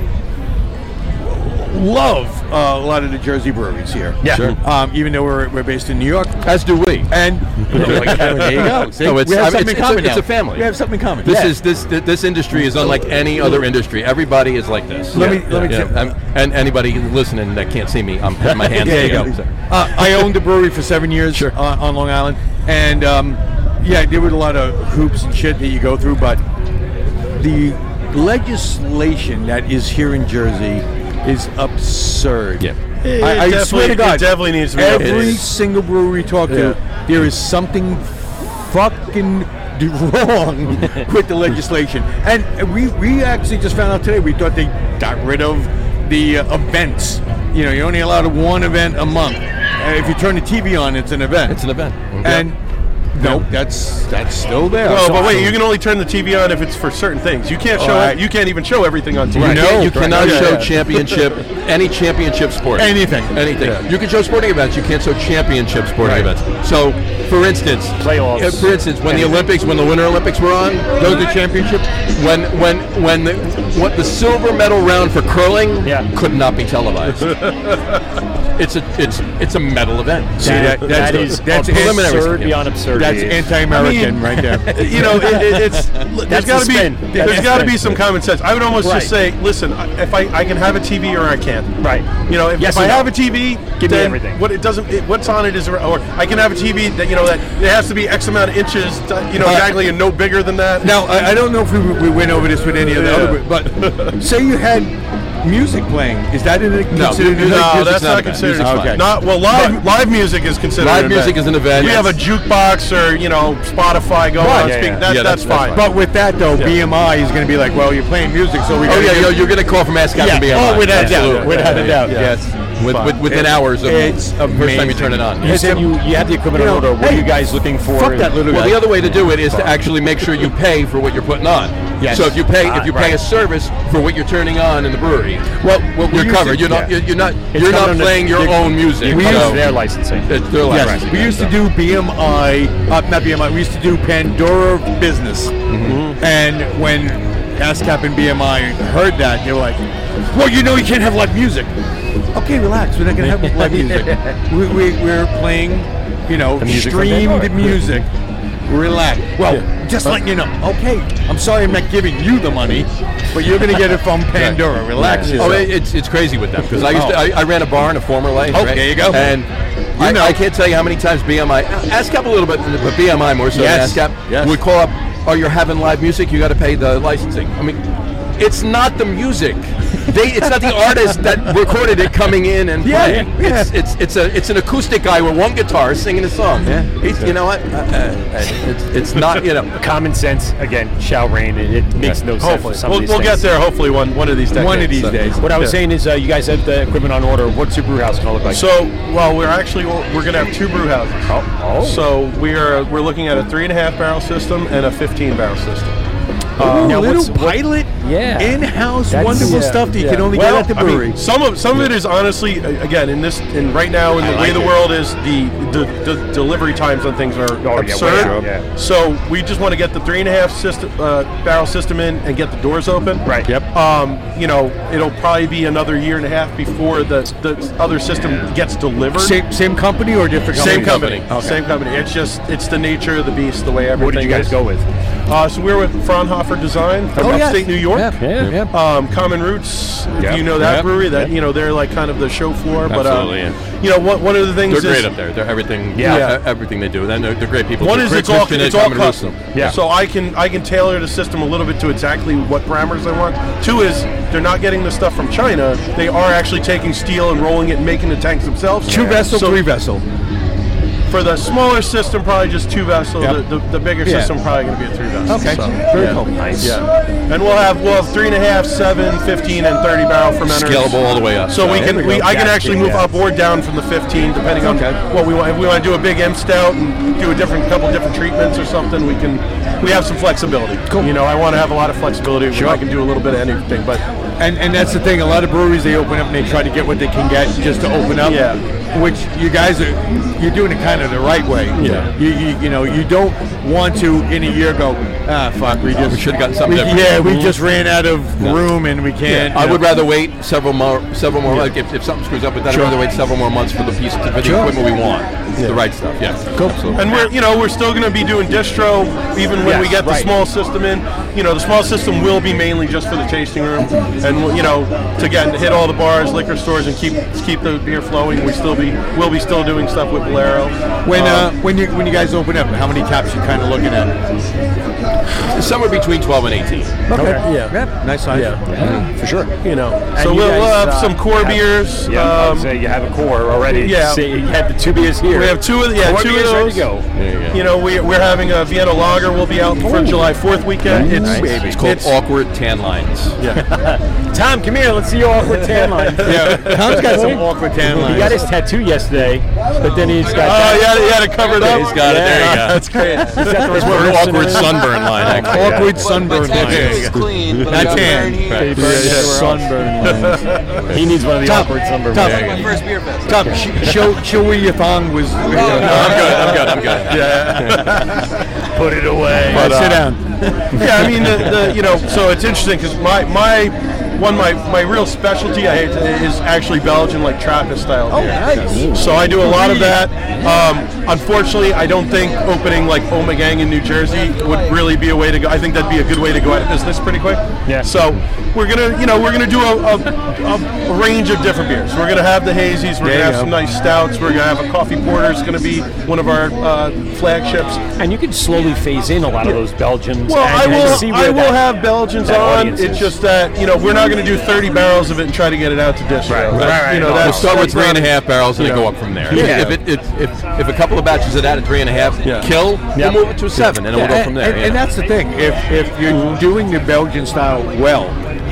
Speaker 17: love uh, a lot of the Jersey breweries here.
Speaker 15: Yeah. Sure.
Speaker 17: Um, even though we're, we're based in New York, as do we. [laughs] And
Speaker 15: There
Speaker 17: [laughs]
Speaker 15: you go. See?
Speaker 17: No, it's,
Speaker 15: We have
Speaker 17: I mean, it's-
Speaker 15: something in
Speaker 17: it's a-
Speaker 15: common
Speaker 17: It's
Speaker 15: now.
Speaker 17: a family.
Speaker 15: We have something in common,
Speaker 17: This
Speaker 15: yeah.
Speaker 17: is this th- this industry is unlike any other industry. Everybody is like this.
Speaker 15: Let me- let me tell-
Speaker 17: I'm- and anybody listening that can't see me, I'm putting my
Speaker 5: [laughs]
Speaker 17: hands.
Speaker 15: There you
Speaker 17: together.
Speaker 15: go.
Speaker 17: Uh,
Speaker 15: I owned
Speaker 17: a brewery for seven years on, on Long Island, and um, yeah, there were a lot of hoops and shit that you go through. But
Speaker 5: the legislation that is here in Jersey is absurd.
Speaker 15: It
Speaker 5: I, I swear
Speaker 15: definitely-
Speaker 5: to
Speaker 15: it
Speaker 5: God,
Speaker 15: definitely needs to be
Speaker 5: every
Speaker 15: updated.
Speaker 5: single brewery we talk
Speaker 15: Yeah.
Speaker 5: to, there is something fucking d- [laughs] wrong with the legislation. And we we actually just found out today. We thought they got rid of the uh, events. You know, you're only allowed to one event a month. Uh, if you turn the TV on, it's an event. It's
Speaker 17: an event.
Speaker 5: And nope, that's that's still there.
Speaker 15: Well, but
Speaker 5: So-
Speaker 15: wait, you can only turn the TV on if it's for certain things. You can't show.
Speaker 5: All right.
Speaker 15: You can't even show everything on TV.
Speaker 17: you, can't- you
Speaker 15: Right.
Speaker 17: cannot
Speaker 15: Yeah,
Speaker 17: show
Speaker 15: yeah.
Speaker 17: championship
Speaker 15: [laughs]
Speaker 17: any championship sport.
Speaker 15: Anything.
Speaker 17: anything.
Speaker 15: Yeah.
Speaker 17: You can show sporting events. You can't show championship sporting events. So, for instance, playoffs. for instance, when the Olympics, when the Winter Olympics were on, those the championship. When when when the, what the silver medal round for curling could not be televised. it's a it's it's a medal event.
Speaker 5: See, that- That- that's- that [laughs] is that's
Speaker 17: preliminary.
Speaker 5: absurd
Speaker 17: Yeah.
Speaker 5: beyond absurdity. Oh, That's anti-American right there. [laughs]
Speaker 15: You know, it, it, it's there's
Speaker 5: That's
Speaker 15: got
Speaker 5: a
Speaker 15: to be
Speaker 5: spin. That's
Speaker 15: there's
Speaker 5: a
Speaker 15: got to
Speaker 5: spin.
Speaker 15: be some common sense. I would almost just say,
Speaker 5: Right.
Speaker 15: listen, I- if I, I can have a TV or I can't. Right. You know, if,
Speaker 5: Yes
Speaker 15: if I
Speaker 5: or no.
Speaker 15: have a TV,
Speaker 5: Give me
Speaker 15: then
Speaker 5: everything.
Speaker 15: What it doesn't, it, what's on it is, or I can have a TV that you know that it has to be X amount of inches, you know,
Speaker 5: Uh,
Speaker 15: exactly, and no bigger than that.
Speaker 5: Now, I, I don't know if we, we went over this with any of the
Speaker 15: Yeah.
Speaker 5: other, but say you had music playing. Is that in
Speaker 15: No,
Speaker 5: considered? an event?
Speaker 15: no, that's not, considered.
Speaker 5: Music's fine.
Speaker 15: Not well. Live live music is considered.
Speaker 5: Live
Speaker 15: an
Speaker 5: music is an event.
Speaker 15: We
Speaker 5: Yes.
Speaker 15: have a jukebox or you know Spotify going.
Speaker 5: Right.
Speaker 15: on.
Speaker 5: Yeah,
Speaker 15: speak-
Speaker 5: yeah.
Speaker 15: That,
Speaker 5: Yeah,
Speaker 15: that's, fine.
Speaker 5: But with that though, BMI is going to be like, well, you're playing music, so we.
Speaker 17: Oh yeah, yo, you're gonna call from ASCAP
Speaker 5: Yeah.
Speaker 17: to be on.
Speaker 5: Oh, without a doubt.
Speaker 17: Absolutely.
Speaker 5: Without a doubt.
Speaker 17: Yes. With,
Speaker 5: Fine.
Speaker 17: with, within
Speaker 5: It-
Speaker 17: hours of
Speaker 5: it's
Speaker 17: the first time you turn it on.
Speaker 4: You said you, you had the equipment
Speaker 17: You know,
Speaker 4: on order. What are
Speaker 17: hey,
Speaker 4: you guys looking for?
Speaker 17: Fuck that little Well, the other way to do it is to actually make sure you pay for what you're putting on.
Speaker 4: Yes.
Speaker 17: So if you pay, if you
Speaker 4: Ah, right.
Speaker 17: pay a service for what you're turning on in the brewery, well,
Speaker 5: we
Speaker 17: you're
Speaker 5: used
Speaker 17: covered.
Speaker 5: to-
Speaker 17: You're not,
Speaker 5: yeah.
Speaker 17: you're not,
Speaker 5: It's
Speaker 17: you're
Speaker 5: covered
Speaker 17: not
Speaker 5: under-
Speaker 17: playing your
Speaker 5: you-
Speaker 17: own music.
Speaker 5: We used
Speaker 17: So-
Speaker 5: their licensing.
Speaker 17: It's their
Speaker 5: Yes,
Speaker 17: licensing.
Speaker 5: We
Speaker 17: yeah,
Speaker 5: used
Speaker 17: so.
Speaker 5: to do BMI, uh, not BMI. We used to do Pandora Business,
Speaker 17: Mm-hmm.
Speaker 5: and when ASCAP and BMI heard that, they were like, "Well, you know, you can't have live music." Okay, relax. We're not gonna have
Speaker 17: [laughs]
Speaker 5: live music. We, we we're playing, you know,
Speaker 17: The music from Pandora.
Speaker 5: streamed music. Relax. Well, just letting you know. Okay, I'm sorry, I'm not giving you the money, but you're gonna get it from Pandora.
Speaker 17: Right.
Speaker 5: Relax.
Speaker 17: Oh,
Speaker 5: yourself.
Speaker 17: it- it's it's crazy with them because I used to
Speaker 5: Oh.
Speaker 17: I, I ran a bar in a former life.
Speaker 5: Oh,
Speaker 17: right?
Speaker 5: there you go.
Speaker 17: And I, I can't tell you how many times BMI, ASCAP a little bit, but BMI more so
Speaker 5: Yes.
Speaker 17: than ASCAP would call up. Oh, you're having live music. You got to pay the licensing. I mean. It's not the music. They, it's not [laughs] the artist that recorded it coming in and
Speaker 5: Yeah,
Speaker 17: playing.
Speaker 5: yeah.
Speaker 17: It's, it's it's a it's an acoustic guy with one guitar singing a song. Yeah. He's, you know what? Uh, uh, it's, it's not you [laughs] know
Speaker 4: common sense again shall reign. It, it makes no sense. For
Speaker 17: Hopefully.
Speaker 4: some
Speaker 17: We'll-
Speaker 4: of these
Speaker 17: we'll get
Speaker 4: things.
Speaker 17: there hopefully one- one of these
Speaker 4: One of
Speaker 17: decades.
Speaker 4: these
Speaker 17: So-
Speaker 4: days. What I was
Speaker 17: Yeah.
Speaker 4: saying is, uh, you guys had the equipment on order. What's your brew house going to look like?
Speaker 15: So, well, we're actually we're going to have two brew houses.
Speaker 4: Oh,
Speaker 15: So we are we're looking at a three and a half barrel system and a fifteen barrel system. Uh,
Speaker 5: Ooh,
Speaker 15: now
Speaker 5: little
Speaker 15: what's- what-
Speaker 5: pilot,
Speaker 15: Yeah.
Speaker 5: in-house, wonderful stuff that you can only
Speaker 15: Well,
Speaker 5: get at the
Speaker 15: I mean,
Speaker 5: brewery.
Speaker 15: some of some of it is honestly a- again in this in right now in
Speaker 5: I
Speaker 15: the way
Speaker 5: like
Speaker 15: the
Speaker 5: it.
Speaker 15: world is the, the, the delivery times on things are
Speaker 4: Oh,
Speaker 9: Oh,
Speaker 5: way
Speaker 15: absurd.
Speaker 5: out, yeah.
Speaker 15: So we just want to get the three and a half system uh, barrel system in and get the doors open. Right. Yep. Um, you know, it'll probably be another year and a half before the the other system gets delivered.
Speaker 5: Same, same company or different company?
Speaker 15: Same company.
Speaker 5: Okay.
Speaker 15: Same company. It's just it's the nature of the beast, the way everything.
Speaker 5: What did you guys
Speaker 15: is.
Speaker 5: go with?
Speaker 15: Uh, so we were with Fraunhofer Design from
Speaker 5: Oh, yes.
Speaker 15: upstate New York. York.
Speaker 6: Yeah, yeah, yeah.
Speaker 15: Um, Common Roots, if
Speaker 6: Yep,
Speaker 15: you know that
Speaker 6: yep,
Speaker 15: brewery, that
Speaker 6: yep.
Speaker 15: you know they're like kind of the show floor. But uh,
Speaker 17: Absolutely, yeah.
Speaker 15: you know, one, one of the things
Speaker 17: They're
Speaker 15: is-
Speaker 17: great up there. They're everything.
Speaker 15: Yeah.
Speaker 17: Yeah, everything they do. They're, they're great people.
Speaker 15: One
Speaker 17: They're
Speaker 15: is
Speaker 17: great
Speaker 15: it's all
Speaker 17: Christian
Speaker 15: it's
Speaker 17: and
Speaker 15: all
Speaker 17: common
Speaker 15: custom.
Speaker 17: Muslim.
Speaker 15: So I can I can tailor the system a little bit to exactly what parameters I want. Two is they're not getting the stuff from China. They are actually taking steel and rolling it and making the tanks themselves.
Speaker 5: Two vessel,
Speaker 15: So
Speaker 5: three vessel.
Speaker 15: For the smaller system, probably just two vessel.
Speaker 5: Yep.
Speaker 15: The, the, the bigger
Speaker 5: Yeah.
Speaker 15: system probably going to be a three vessel.
Speaker 5: Okay.
Speaker 15: So,
Speaker 5: Very
Speaker 15: yeah.
Speaker 5: cool. Nice.
Speaker 15: Yeah. And we'll have we'll have three and a half, seven, 15, and thirty barrel fermenters.
Speaker 17: Scalable all the way up.
Speaker 15: So we
Speaker 17: There
Speaker 15: can
Speaker 17: we
Speaker 15: we,
Speaker 17: go.
Speaker 15: I can
Speaker 17: Yeah,
Speaker 15: actually move
Speaker 17: yeah.
Speaker 15: up or down from the fifteen depending on what we want. If we want to do a big M stout and do a different couple different treatments or something, we can we have some flexibility. Cool. You know, I want to have a lot of flexibility. Sure. I can do a little bit of anything, but
Speaker 5: And and that's the thing. A lot of breweries they open up and they try to get what they can get just to open up.
Speaker 15: Yeah.
Speaker 5: Which you guys are you're doing it kind of the right way.
Speaker 15: Yeah.
Speaker 5: You you, you know you don't want to in a year go ah fuck we just
Speaker 17: We should've gotten something
Speaker 5: we-
Speaker 17: different."
Speaker 5: Yeah, we
Speaker 17: Mhm.
Speaker 5: just ran out of room and we can't.
Speaker 17: I
Speaker 5: you
Speaker 17: would
Speaker 5: know.
Speaker 17: rather wait several more, several more.
Speaker 5: Yeah.
Speaker 17: Like if, if something screws up with that,
Speaker 5: Sure.
Speaker 17: I'd rather wait several more months for the piece, for the
Speaker 5: Sure.
Speaker 17: equipment we want,
Speaker 5: Yeah.
Speaker 17: the right stuff. Yeah, absolutely.
Speaker 15: And we're you know we're still going to be doing distro even when we
Speaker 17: Yes,
Speaker 15: get the
Speaker 17: right.
Speaker 15: small system in. You know the small system will be mainly just for the tasting room, and you know to get to hit all the bars, liquor stores, and keep keep the beer flowing. We still be we'll be still doing stuff with Bolero.
Speaker 5: When uh,
Speaker 15: Um,
Speaker 5: when you when you guys open up, how many taps you kind of looking at?
Speaker 17: Somewhere between twelve and eighteen.
Speaker 5: Okay.
Speaker 15: Yeah.
Speaker 5: Nice
Speaker 4: uh,
Speaker 5: size.
Speaker 15: Yeah.
Speaker 5: For sure.
Speaker 15: You know.
Speaker 4: And
Speaker 15: so
Speaker 4: you
Speaker 15: we'll, we'll
Speaker 4: guys,
Speaker 15: have
Speaker 4: uh,
Speaker 15: some core
Speaker 4: have-
Speaker 15: beers.
Speaker 4: Yeah, I was gonna say you have a core already.
Speaker 15: Yeah.
Speaker 4: See, you have the two beers here.
Speaker 15: We have two of the, yeah,
Speaker 4: Core
Speaker 15: two of
Speaker 4: beers ready
Speaker 15: those.
Speaker 4: to go.
Speaker 17: There
Speaker 15: You know, we, we're having a Vienna Lager. We'll be out for July 4th weekend.
Speaker 17: It's, it's called awkward tan lines. [laughs]
Speaker 4: Yeah. Tom, come here. Let's see your awkward [laughs] tan line.
Speaker 17: Yeah, Tom's got some awkward tan
Speaker 4: He
Speaker 17: lines.
Speaker 4: got his tattoo yesterday, but then he's got.
Speaker 15: Oh, yeah, he had it covered up.
Speaker 17: He's got it. There you go.
Speaker 15: That's great.
Speaker 4: He's got the
Speaker 17: That's what an
Speaker 4: reverse and
Speaker 17: awkward
Speaker 4: everything.
Speaker 17: sunburn line. Actually.
Speaker 4: Awkward
Speaker 5: sunburn
Speaker 4: line.
Speaker 5: clean,
Speaker 4: but I got burned here. They burned everywhere
Speaker 5: [laughs]
Speaker 4: else. He needs one of the awkward sunburns.
Speaker 5: Tom,
Speaker 4: There you go. My
Speaker 5: first beer fest. Tom, sh- show, show where your thong was. [laughs] no,
Speaker 17: [laughs] I'm good. I'm good. I'm good.
Speaker 5: [laughs]
Speaker 15: Put it away.
Speaker 5: But, sit down.
Speaker 15: uh, [laughs] yeah, I mean, the, the, you know, so it's interesting because my my one my my real specialty I hate to, is actually Belgian like Trappist style
Speaker 5: Oh,
Speaker 15: beer.
Speaker 5: nice.
Speaker 15: So I do a lot of that. Um, unfortunately, I don't think opening like Omegang in New Jersey would really be a way to go. I think that'd be a good way to go out of business pretty quick. Yeah. So we're gonna you know we're gonna do a, a, a range of different beers. We're gonna have the hazies. We're
Speaker 5: There you
Speaker 15: gonna have
Speaker 5: go.
Speaker 15: some nice stouts. We're gonna have a coffee porter. It's gonna be one of our uh, flagships.
Speaker 4: And you can slowly phase in a lot of those Belgians.
Speaker 15: Well,
Speaker 4: and-
Speaker 15: I
Speaker 4: and
Speaker 15: will.
Speaker 4: see
Speaker 15: I
Speaker 4: where
Speaker 15: will
Speaker 4: that-
Speaker 15: have Belgians
Speaker 4: that
Speaker 15: on.
Speaker 4: audience
Speaker 15: It's
Speaker 4: is.
Speaker 15: just that you know we're not going to do 30 barrels of it and try to get it out to distro.
Speaker 17: Right,
Speaker 15: You know,
Speaker 17: we'll
Speaker 15: that's,
Speaker 17: start with
Speaker 15: that's
Speaker 17: three and a
Speaker 15: not-
Speaker 17: half barrels and
Speaker 15: you
Speaker 17: then go
Speaker 15: know.
Speaker 17: up from there.
Speaker 15: Yeah.
Speaker 17: If, it, if, if, if a couple of batches of that at three and a half kill,
Speaker 5: Yeah.
Speaker 17: we'll move it to a seven and then we'll
Speaker 5: Yeah,
Speaker 17: go from there.
Speaker 5: And,
Speaker 17: yeah.
Speaker 5: and that's the thing. If if you're doing the Belgian style well,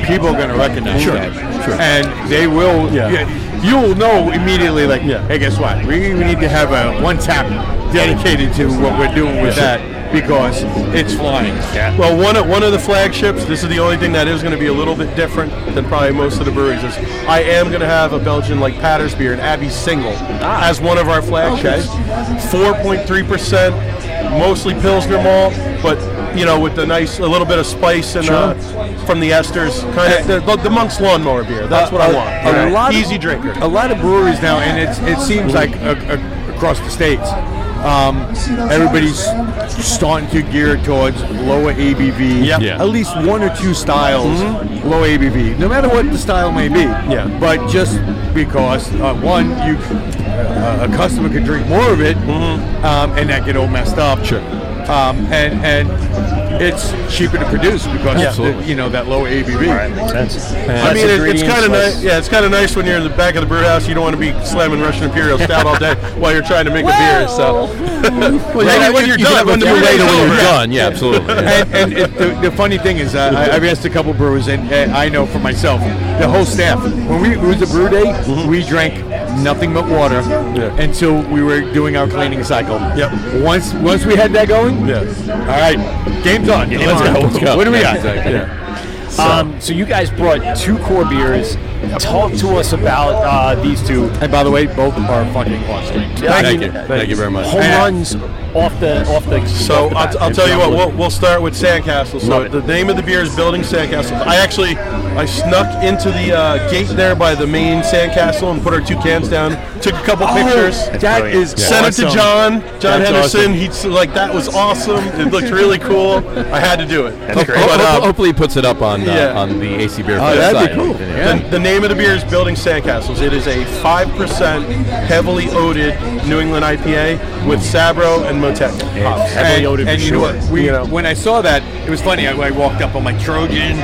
Speaker 5: people are going to recognize
Speaker 17: Sure,
Speaker 5: that,
Speaker 17: sure.
Speaker 5: and they will. Yeah. You, will know immediately. Like, hey, guess what? We, we need to have a one tap dedicated to what we're doing with
Speaker 15: Yeah.
Speaker 5: that because it's flying. Yeah.
Speaker 15: Well, one of, one of the flagships. This is the only thing that is going to be a little bit different than probably most of the breweries. Is I am going to have a Belgian like Patters beer, an Abbey single,
Speaker 17: Ah.
Speaker 15: as one of our flagships. Four point three percent, mostly Pilsner malt, but you know with the nice a little bit of spice and uh, from the esters, kind of the, the monk's lawnmower beer. That's what I want.
Speaker 5: A lot
Speaker 15: easy
Speaker 5: of,
Speaker 15: drinker.
Speaker 5: A lot of breweries now, and it's it seems like a, a, across the states, um, everybody's starting to gear towards lower ABV.
Speaker 15: Yep. Yeah.
Speaker 5: At least one or two styles low ABV, no matter what the style may be. Yeah. But just because uh, one you. c- Uh, a customer could drink more of it, um, and that get all messed up. Sure. Um, and and it's cheaper to produce because
Speaker 15: Yeah.
Speaker 5: the- you know that low ABV.
Speaker 15: I mean, it, it's kind of nice. Yeah, it's kind of nice when you're in the back of the brew house. You don't want to be slamming Russian Imperial Stout all
Speaker 5: [laughs]
Speaker 15: day while you're trying to make a beer. So, [laughs] well,
Speaker 5: yeah,
Speaker 15: maybe when you're
Speaker 5: you
Speaker 15: done,
Speaker 5: have a
Speaker 15: when the
Speaker 5: few
Speaker 15: brew
Speaker 5: later
Speaker 15: day's
Speaker 5: when you're
Speaker 15: over.
Speaker 5: done,
Speaker 17: yeah, absolutely.
Speaker 5: and and it, the, the funny thing is, uh, I, I've asked a couple brewers, and, and I know for myself, the whole staff. When we it was a brew day,
Speaker 4: Mm-hmm.
Speaker 5: we drank nothing but water until we were doing our cleaning cycle. Yep. Once once we had that going, all right, game's on.
Speaker 4: Game
Speaker 5: let's,
Speaker 4: on.
Speaker 5: Go.
Speaker 4: Let's go.
Speaker 5: What do we got?
Speaker 4: Yeah, exactly. So. Um, so you guys brought two core beers. Talk to us about uh, these two.
Speaker 5: And by the way, both are fucking awesome.
Speaker 17: Thank you. Thank you very much.
Speaker 4: Home
Speaker 17: And-
Speaker 4: runs off the off
Speaker 15: So
Speaker 4: the. off the
Speaker 15: I'll,
Speaker 4: bat.
Speaker 15: t- I'll tell you what. We'll, we'll start with Sandcastle.
Speaker 4: Love
Speaker 15: So
Speaker 4: it.
Speaker 15: the name of the beer is Building Sandcastles. I actually I snuck into the uh, gate there by the main Sandcastle and put our two cans down. Took a couple
Speaker 5: Oh,
Speaker 15: pictures.
Speaker 5: that's That brilliant. is
Speaker 15: sent it
Speaker 5: awesome.
Speaker 15: to John. John
Speaker 5: That's
Speaker 15: Henderson.
Speaker 5: awesome.
Speaker 15: He's like that was awesome. It looked really cool. I had to do it.
Speaker 17: That's great.
Speaker 15: But, uh,
Speaker 17: hopefully, he puts it up on uh,
Speaker 15: yeah.
Speaker 17: on the AC Beer.
Speaker 15: Oh,
Speaker 17: Fest
Speaker 15: that'd be
Speaker 17: site.
Speaker 15: cool.
Speaker 17: Yeah.
Speaker 15: The, the name of the beer is Building Sandcastles. It is a 5% heavily oated New England IPA with Sabro and Motet. hops.
Speaker 5: and, and you know what? We, When I saw that, it was funny. I, I walked up on my Trojan.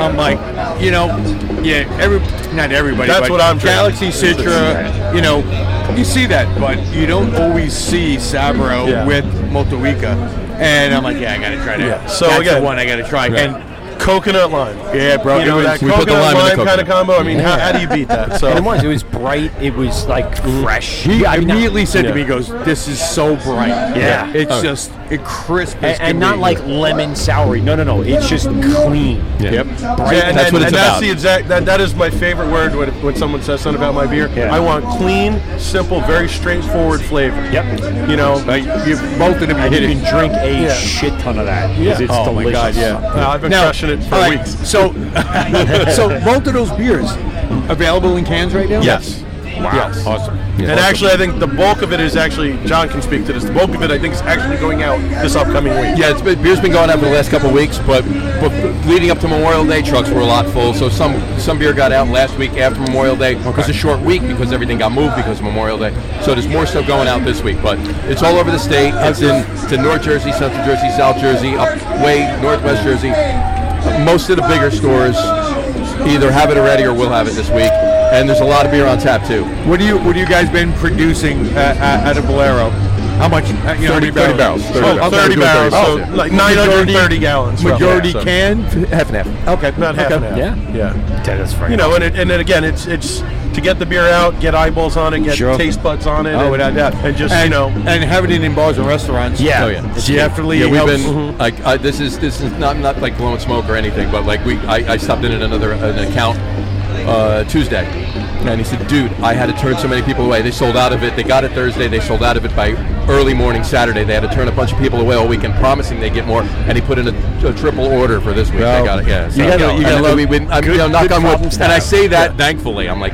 Speaker 5: I'm like, you know, yeah, every not everybody.
Speaker 15: That's
Speaker 5: but
Speaker 15: what I'm drinking.
Speaker 5: Galaxy Citra. You know, you see that, but you don't always see Sabro
Speaker 15: Yeah.
Speaker 5: with Motuica. And I'm like, yeah, I gotta try that.
Speaker 15: Yeah. So
Speaker 5: That's
Speaker 15: again-
Speaker 5: the one I gotta try.
Speaker 15: Yeah.
Speaker 5: And
Speaker 15: coconut lime.
Speaker 5: Yeah, bro,
Speaker 15: You know
Speaker 5: it
Speaker 15: that
Speaker 5: was- we put the
Speaker 15: coconut
Speaker 5: lime in the
Speaker 15: kind of
Speaker 5: coconut.
Speaker 15: combo. I mean, how,
Speaker 5: Yeah.
Speaker 15: how do you beat that? So
Speaker 4: And it was. It was bright. It was like fresh.
Speaker 5: Mm. He
Speaker 4: Yeah, I mean, not-
Speaker 5: immediately said
Speaker 4: Yeah.
Speaker 5: to me, he "Goes, this is so bright.
Speaker 4: Yeah.
Speaker 5: it's
Speaker 4: Oh.
Speaker 5: just it crisp as
Speaker 4: and, and
Speaker 5: can
Speaker 4: not
Speaker 5: be.
Speaker 4: like lemon soury. No, no, no. It's just clean.
Speaker 5: Yeah. Yep.
Speaker 4: Bright.
Speaker 15: Yeah, and, and- and that's the exact that, that is my favorite word when, when someone says something about my beer. I want clean, simple, very straightforward flavor. Yep. You know,
Speaker 5: like you both of them
Speaker 15: hit
Speaker 4: you
Speaker 15: it.
Speaker 4: can drink a
Speaker 15: Yeah.
Speaker 4: shit ton of that. 'cause
Speaker 15: Yeah.
Speaker 4: It's
Speaker 15: Oh my
Speaker 4: delicious.
Speaker 15: God, yeah. No, Uh, I've been crushing it for
Speaker 5: all right,
Speaker 15: weeks. [laughs]
Speaker 5: So, so both of those beers available in cans right now.
Speaker 15: Yes.
Speaker 5: Wow.
Speaker 15: Yes.
Speaker 5: Awesome.
Speaker 15: And actually, I think the bulk of it is actually John can speak to this. The bulk of it, I think, is actually going out this upcoming week.
Speaker 17: Yeah, it's been, beer's been going out for the last couple of weeks, but, but leading up to Memorial Day, trucks were a lot full. So some some beer got out last week after Memorial Day. It was a short week because everything got moved because of Memorial Day. So there's more stuff going out this week, but it's all over the state. It's in to North Jersey, Central Jersey, South Jersey, up way Northwest Jersey. Most of the bigger stores either have it already or will have it this week. And there's a lot of beer on tap too.
Speaker 5: What do you What do you guys been producing uh, uh, at a Bolero? How much? Uh, you know, how
Speaker 17: 30
Speaker 5: many
Speaker 17: barrels. 30
Speaker 5: Oh,
Speaker 17: barrels.
Speaker 5: 30
Speaker 17: Oh,
Speaker 5: barrels.
Speaker 17: so like 930
Speaker 5: Majority-
Speaker 15: gallons, roughly.
Speaker 5: Majority
Speaker 15: Yeah, so-
Speaker 5: canned, half and half.
Speaker 15: Okay, about half
Speaker 5: Okay.
Speaker 15: and half.
Speaker 5: Yeah.
Speaker 15: yeah.
Speaker 4: That's fresh.
Speaker 15: You know, and, it, and then again, it's it's to get the beer out, get eyeballs on it, get
Speaker 5: Sure.
Speaker 15: taste buds on it.
Speaker 5: Oh,
Speaker 15: and,
Speaker 5: without doubt.
Speaker 15: And just
Speaker 5: and,
Speaker 15: you know,
Speaker 5: and having it in bars and restaurants.
Speaker 17: Oh, yeah.
Speaker 5: It's definitely.
Speaker 17: Yeah, we've
Speaker 5: helps. Mm-hmm.
Speaker 17: been like I, this is this is not not like blowing smoke or anything, but like we I, I stopped in at another an account uh, Tuesday, and he said, "Dude, I had to turn so many people away. They sold out of it. They got it Thursday. They sold out of it by early morning Saturday. They had to turn a bunch of people away all weekend, promising they get more. And he put in a, a triple order for this week.
Speaker 5: Well,
Speaker 17: they got it. Yeah,
Speaker 5: you gotta- you gotta
Speaker 17: and
Speaker 5: love
Speaker 17: we, we, I'm, you know,
Speaker 5: good-
Speaker 17: knock
Speaker 5: good
Speaker 17: on wood.
Speaker 5: problem
Speaker 17: And I
Speaker 5: staff.
Speaker 17: say that thankfully. I'm like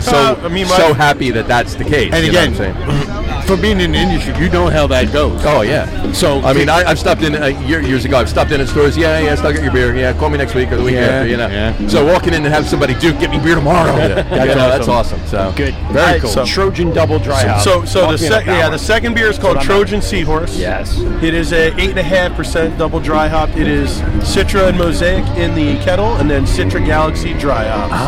Speaker 17: so
Speaker 5: Uh, I mean, my-
Speaker 17: so happy that that's the case.
Speaker 5: And
Speaker 17: you know
Speaker 5: again,
Speaker 17: what I'm saying?
Speaker 5: for being in the industry, you know how that goes.
Speaker 17: Oh yeah.
Speaker 5: So
Speaker 17: I mean, I, I've stopped in uh, year, years ago. I've stopped in at stores. Yeah, yeah. Still get your beer. Yeah, call me next week or the week
Speaker 5: Yeah,
Speaker 17: after. You know.
Speaker 5: yeah.
Speaker 17: So walking in and have somebody do get me beer tomorrow.
Speaker 5: Yeah.
Speaker 17: that's,
Speaker 5: [laughs] That's
Speaker 17: that's
Speaker 5: awesome.
Speaker 17: awesome. So
Speaker 4: Good.
Speaker 17: Very
Speaker 4: Alright,
Speaker 17: cool.
Speaker 4: so Trojan double dry hop.
Speaker 15: So, so the
Speaker 4: Talking
Speaker 15: sec-
Speaker 4: about
Speaker 15: yeah,
Speaker 4: one.
Speaker 15: the second beer is called
Speaker 4: That's what I'm-
Speaker 15: Trojan Seahorse.
Speaker 4: Yes.
Speaker 15: It is a eight and a half percent double dry hop. It is Citra and Mosaic in the kettle, and then Citra Galaxy dry hop.
Speaker 5: Ah.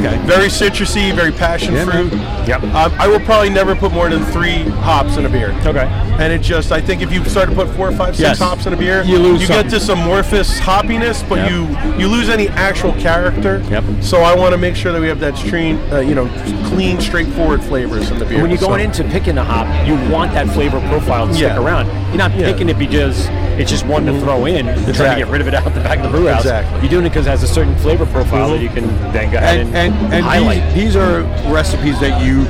Speaker 15: so,
Speaker 5: okay.
Speaker 15: very citrusy, very passion
Speaker 5: Yeah, man.
Speaker 15: fruit. Yep. Um, I will probably never put more than three hops in a beer.
Speaker 4: Okay.
Speaker 15: And it just, I think, if you start to put four, five, six
Speaker 5: Yes.
Speaker 15: hops in a beer,
Speaker 5: You lose
Speaker 15: get
Speaker 5: something.
Speaker 15: this amorphous hoppiness, but
Speaker 5: Yep.
Speaker 15: you you lose any actual character.
Speaker 5: Yep.
Speaker 15: So I want to make sure that we have that stream, uh, you know, clean, straightforward flavors in the beer.
Speaker 4: And when you're going
Speaker 15: so.
Speaker 4: into picking a hop, you want that flavor profile to
Speaker 15: Yeah.
Speaker 4: stick around. You're not
Speaker 15: Yeah.
Speaker 4: picking it because it's just one to throw in, and trying to
Speaker 15: Exactly.
Speaker 4: get rid of it out the back of the brew house.
Speaker 15: Exactly.
Speaker 4: You're doing it because it has a certain flavor profile that you can then go ahead
Speaker 5: and
Speaker 4: and,
Speaker 5: and, and
Speaker 4: highlight.
Speaker 5: these, these are recipes that you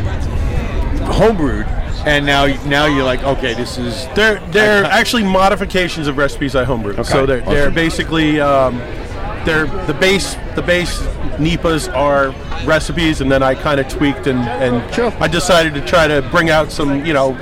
Speaker 5: homebrewed, and now now you're like, okay, this is
Speaker 15: They're
Speaker 5: [laughs]
Speaker 15: they're actually modifications of recipes I homebrewed. So they're, they're
Speaker 5: Awesome.
Speaker 15: basically um, they're the base the base nipas are recipes, and then I kind of tweaked and and I decided to try to bring out some you know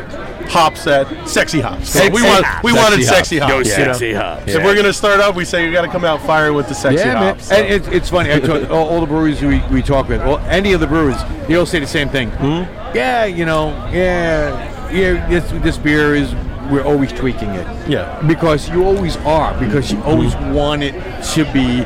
Speaker 15: hops that sexy hops.
Speaker 5: Sexy
Speaker 15: we want
Speaker 5: hops.
Speaker 15: we
Speaker 5: Sexy
Speaker 15: wanted
Speaker 5: hops.
Speaker 15: sexy hops.
Speaker 5: Go
Speaker 15: you know?
Speaker 5: sexy hops.
Speaker 15: If
Speaker 5: Yeah.
Speaker 15: we're gonna start off, we say you got to come out firing with the sexy
Speaker 5: yeah, man.
Speaker 15: hops.
Speaker 5: And it's, it's funny. I talk, all, all the breweries we, we talk with, well, any of the brewers, they all say the same thing.
Speaker 15: Hmm?
Speaker 5: Mm-hmm. Yeah, you know, yeah, yeah. This this beer is we're always tweaking it.
Speaker 15: Yeah.
Speaker 5: because you always are because you always
Speaker 4: Mm-hmm.
Speaker 5: want it to be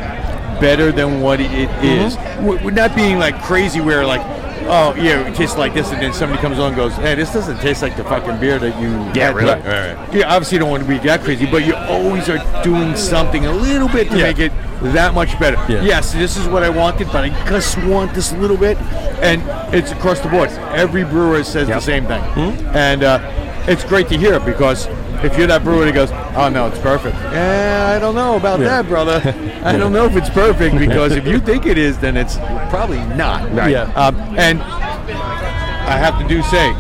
Speaker 5: better than what it it is.
Speaker 4: Mm-hmm.
Speaker 5: We're, we're not being like crazy where like. Oh yeah, it tastes like this, and then somebody comes on and goes, "Hey, this doesn't taste like the fucking beer that you."
Speaker 4: Yeah, [laughs]
Speaker 5: had."
Speaker 4: really.
Speaker 5: But- You obviously don't want to be that crazy, but you always are doing something a little bit to
Speaker 15: Yeah.
Speaker 5: make it that much better.
Speaker 15: Yeah.
Speaker 5: Yes, this is what I wanted, but I just want this little bit, and it's across the board. Every brewer says the same thing,
Speaker 15: Hmm?
Speaker 5: and uh, it's great to hear because if you're that brewer that goes, "Oh no, it's perfect," yeah, I don't know about that, brother.
Speaker 2: [laughs]
Speaker 5: I don't know if it's perfect because if you think it is, then it's probably not.
Speaker 15: Right. Yeah.
Speaker 5: Um, and I have to do say,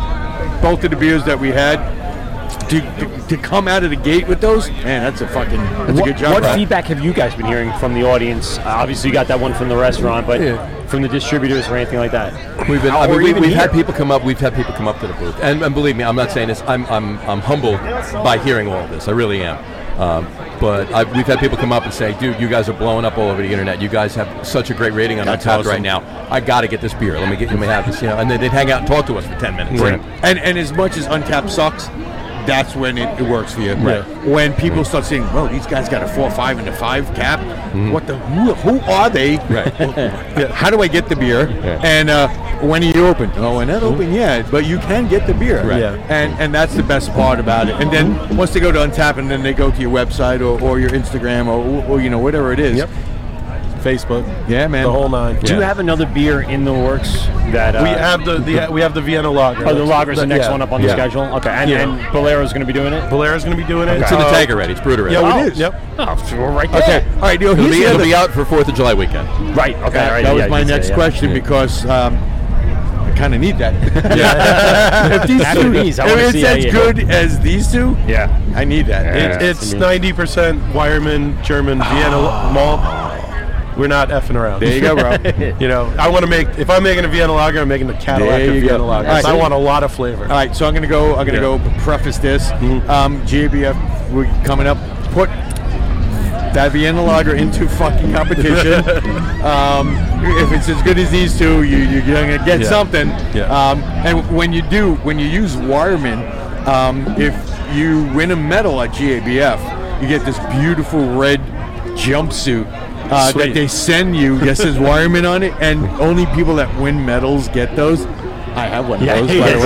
Speaker 5: both of the beers that we had, to, to come out of the gate with those, man, that's a fucking that's
Speaker 4: what
Speaker 5: a good job.
Speaker 4: what
Speaker 5: Rob.
Speaker 4: feedback have you guys been hearing from the audience? Uh, obviously, you got that one from the restaurant, but
Speaker 17: Yeah.
Speaker 4: from the distributors or anything like that.
Speaker 17: We've been,
Speaker 4: How-
Speaker 17: I mean,
Speaker 4: or
Speaker 17: we,
Speaker 4: even
Speaker 17: we've had
Speaker 4: here.
Speaker 17: people come up. We've had people come up to the booth, and, and believe me, I'm not saying this. I'm I'm, I'm humbled by hearing all this. I really am. Um, but I, we've had people come up and say, "Dude, you guys are blowing up all over the internet. You guys have such a great rating on
Speaker 5: That's
Speaker 17: Untappd
Speaker 5: awesome.
Speaker 17: right now. I got to get this beer. Let me get let me have this." You know, and they, they'd hang out and talk to us for ten minutes.
Speaker 5: Right. And and as much as untapped sucks, that's when it, it works for you.
Speaker 17: Right.
Speaker 5: When people start saying, "Well, these guys got a four, five, and a five cap. What the? Who, who are they? [laughs] Right. How do I get the beer? And uh, when are you open? Oh, we're not open yet, but you can get the beer.
Speaker 6: Right. Yeah.
Speaker 5: And and that's the best part about it. And then once they go to Untap, and then they go to your website or, or your Instagram or, or you know whatever it is. Yep.
Speaker 9: Facebook.
Speaker 5: Yeah, man.
Speaker 4: The whole nine. Do you
Speaker 5: Yeah.
Speaker 4: have another beer in the works that uh,
Speaker 5: We have
Speaker 9: the- the- we have the Vienna Lager.
Speaker 4: Oh, the lager's the
Speaker 9: That-
Speaker 4: next
Speaker 9: yeah.
Speaker 4: one up on the
Speaker 9: Yeah.
Speaker 4: schedule. Okay, and,
Speaker 9: Yeah.
Speaker 4: and Bolero's going to be doing it.
Speaker 9: Bolero's going to be doing it.
Speaker 17: It's in the tag already. It's brewed already.
Speaker 4: Yeah,
Speaker 17: Oh,
Speaker 4: it is.
Speaker 9: Yep.
Speaker 4: Oh, so
Speaker 15: [laughs]
Speaker 4: we're right there.
Speaker 5: Okay. All right. Neil,
Speaker 17: It'll,
Speaker 5: here's
Speaker 17: be,
Speaker 5: the
Speaker 17: it'll
Speaker 5: other-
Speaker 17: be out for Fourth of July weekend.
Speaker 4: Right. Okay.
Speaker 5: that, that was my next question because um, I kind of need that. [laughs] if these
Speaker 15: After
Speaker 5: two,
Speaker 15: these, I
Speaker 5: if
Speaker 15: wanna
Speaker 5: it's
Speaker 15: see how
Speaker 5: as
Speaker 15: you-
Speaker 5: good as these two,
Speaker 4: yeah,
Speaker 5: I need that. Ah.
Speaker 15: It- it's ninety percent Wireman, German, Vienna malt. We're not effing around.
Speaker 5: There you go, bro.
Speaker 15: [laughs] you know, I want to make. If I'm making a Vienna lager, I'm making a Cadillac
Speaker 5: There
Speaker 15: of
Speaker 5: you go.
Speaker 15: Vienna lager.
Speaker 5: All right.
Speaker 15: I want a lot of flavor.
Speaker 5: All right, so I'm gonna go. I'm gonna
Speaker 15: Yeah. Mm-hmm.
Speaker 5: go preface this. Um, JBF, we coming up. Put that Vienna lager into fucking
Speaker 15: [laughs]
Speaker 5: competition. um, if it's as good as these two, you, you- you're gonna get
Speaker 15: Yeah.
Speaker 5: something.
Speaker 15: Yeah.
Speaker 5: Um, and when you do, when you use Wireman, um, if you win a medal at GABF, you get this beautiful red jumpsuit. Uh, that
Speaker 15: Sweet.
Speaker 5: they send you that says Wireman on it, and only people that win medals get those. I have one of
Speaker 15: Yeah,
Speaker 5: those,
Speaker 15: he
Speaker 5: by the
Speaker 15: does.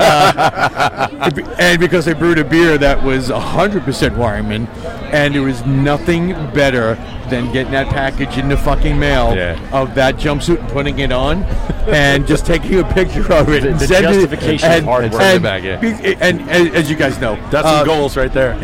Speaker 4: [laughs]
Speaker 5: way. Uh, be- and because I brewed a beer that was 100% Wireman, and there was nothing better than getting that package in the fucking mail of that jumpsuit and putting it on, and just taking a picture of it
Speaker 4: The-
Speaker 5: and
Speaker 4: the
Speaker 5: sending
Speaker 4: justification
Speaker 5: it
Speaker 4: of hard work.
Speaker 5: And,
Speaker 4: Send it back,
Speaker 5: be- and, and as you guys know, uh,
Speaker 4: That's some
Speaker 5: goals right [laughs] there.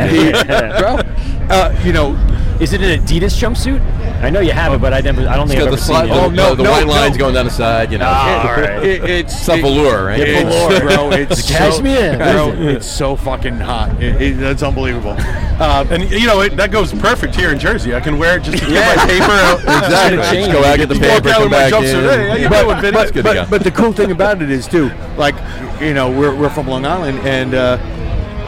Speaker 4: [laughs] Bro,
Speaker 5: uh, you know,
Speaker 4: is it an Adidas jumpsuit? I know you have it, but I never. I don't
Speaker 17: It's
Speaker 4: think
Speaker 17: got the
Speaker 4: I've ever
Speaker 17: slide,
Speaker 4: seen it.
Speaker 17: the, the, the white lines going down the side. You know,
Speaker 4: Ah, all right.
Speaker 5: It- it's
Speaker 17: some
Speaker 5: it-
Speaker 17: velour, right?
Speaker 5: It's velour, bro. It's so, bro.
Speaker 17: Listen.
Speaker 5: It's so fucking hot. It, it, that's unbelievable.
Speaker 15: Uh, and you know it, that goes perfect here in Jersey. I can wear it just to get
Speaker 5: Yeah.
Speaker 15: my paper out.
Speaker 5: [laughs] Exactly.
Speaker 15: Just
Speaker 5: Just go out, get the
Speaker 15: walk
Speaker 5: paper,
Speaker 15: out
Speaker 5: come
Speaker 15: with my
Speaker 5: back
Speaker 15: jumpsuit.
Speaker 5: in.
Speaker 15: Hey, how you
Speaker 5: But-
Speaker 15: doing, Vinny?
Speaker 5: But, but, but the cool thing about it is too, like you know, we're, we're from Long Island, and uh,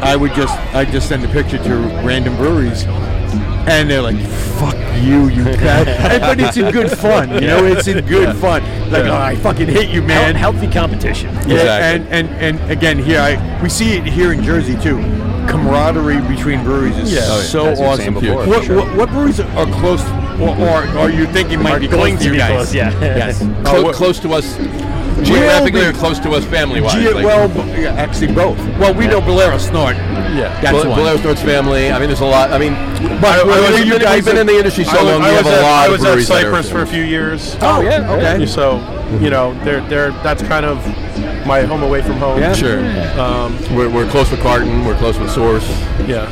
Speaker 5: I would just I just send a picture to random breweries, and they're like, "Fuck you,
Speaker 15: [laughs]
Speaker 5: you guy." And- but it's in good fun, you know. It's in good
Speaker 4: Yeah.
Speaker 5: fun. Like,
Speaker 4: Yeah.
Speaker 5: "Oh, I fucking hate you, man.
Speaker 4: Hel- healthy competition.
Speaker 5: Yeah, and, and and again here I we see it here in Jersey too. Camaraderie between breweries is
Speaker 15: Yeah. Oh, yeah.
Speaker 5: so
Speaker 15: That's what I'm saying
Speaker 5: awesome.
Speaker 15: before,
Speaker 5: what,
Speaker 15: for sure.
Speaker 5: what, what breweries are are close or, or are you thinking might
Speaker 17: Are
Speaker 5: be
Speaker 17: going
Speaker 5: close
Speaker 17: to
Speaker 5: you
Speaker 17: be
Speaker 5: guys?
Speaker 17: close, yeah.
Speaker 4: [laughs]
Speaker 5: yes.
Speaker 4: Oh,
Speaker 17: Clo-
Speaker 5: what-
Speaker 17: close to us geographically
Speaker 5: Well,
Speaker 17: or close to us family wise.
Speaker 5: Gee, well, b- yeah, actually both. Well, we know Bolero Snort. Yeah, that's
Speaker 17: Bel-
Speaker 5: one.
Speaker 17: Bolero Snort's family. I mean, there's a lot. I mean,
Speaker 5: But
Speaker 17: I- I
Speaker 5: whether
Speaker 17: was-
Speaker 5: you
Speaker 17: we've been-
Speaker 5: guys
Speaker 17: we've been
Speaker 5: are-
Speaker 17: in the industry so
Speaker 15: I was-
Speaker 17: long.
Speaker 15: I
Speaker 17: We have
Speaker 15: was
Speaker 17: a
Speaker 15: at-
Speaker 17: lot
Speaker 15: I
Speaker 17: of
Speaker 15: was at
Speaker 17: breweries that are-
Speaker 15: Cypress for a few years.
Speaker 5: Oh, yeah, okay.
Speaker 15: So you know, they're, they're, that's kind of my home away from home.
Speaker 17: Sure.
Speaker 15: Um,
Speaker 17: we're, we're close with Carton. We're close with Source.
Speaker 15: Yeah.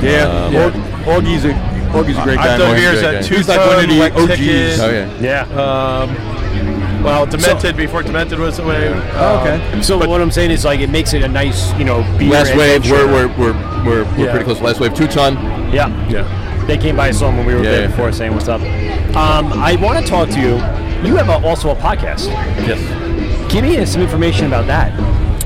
Speaker 5: Yeah,
Speaker 17: Um,
Speaker 5: Or- Augie's a Augie's a great guy.
Speaker 15: I've done
Speaker 5: man.
Speaker 15: beers
Speaker 5: Great
Speaker 15: at
Speaker 5: guy.
Speaker 15: two
Speaker 5: He's like one of the OGs.
Speaker 17: Oh,
Speaker 15: yeah. Um, well, Demented before Demented was away. Um,
Speaker 4: So what I'm saying is like it makes it a nice, you know, beer
Speaker 17: Last Wave.
Speaker 4: adventure.
Speaker 17: We're we're we're, we're, we're
Speaker 4: Yeah.
Speaker 17: pretty close. Last Wave. Two ton.
Speaker 4: Yeah. Yeah. They came by and saw him when we were
Speaker 17: Yeah,
Speaker 4: there
Speaker 17: yeah.
Speaker 4: before saying what's up. Um, I want to talk to you. You have a, also a podcast. Yes. Give me some information about that.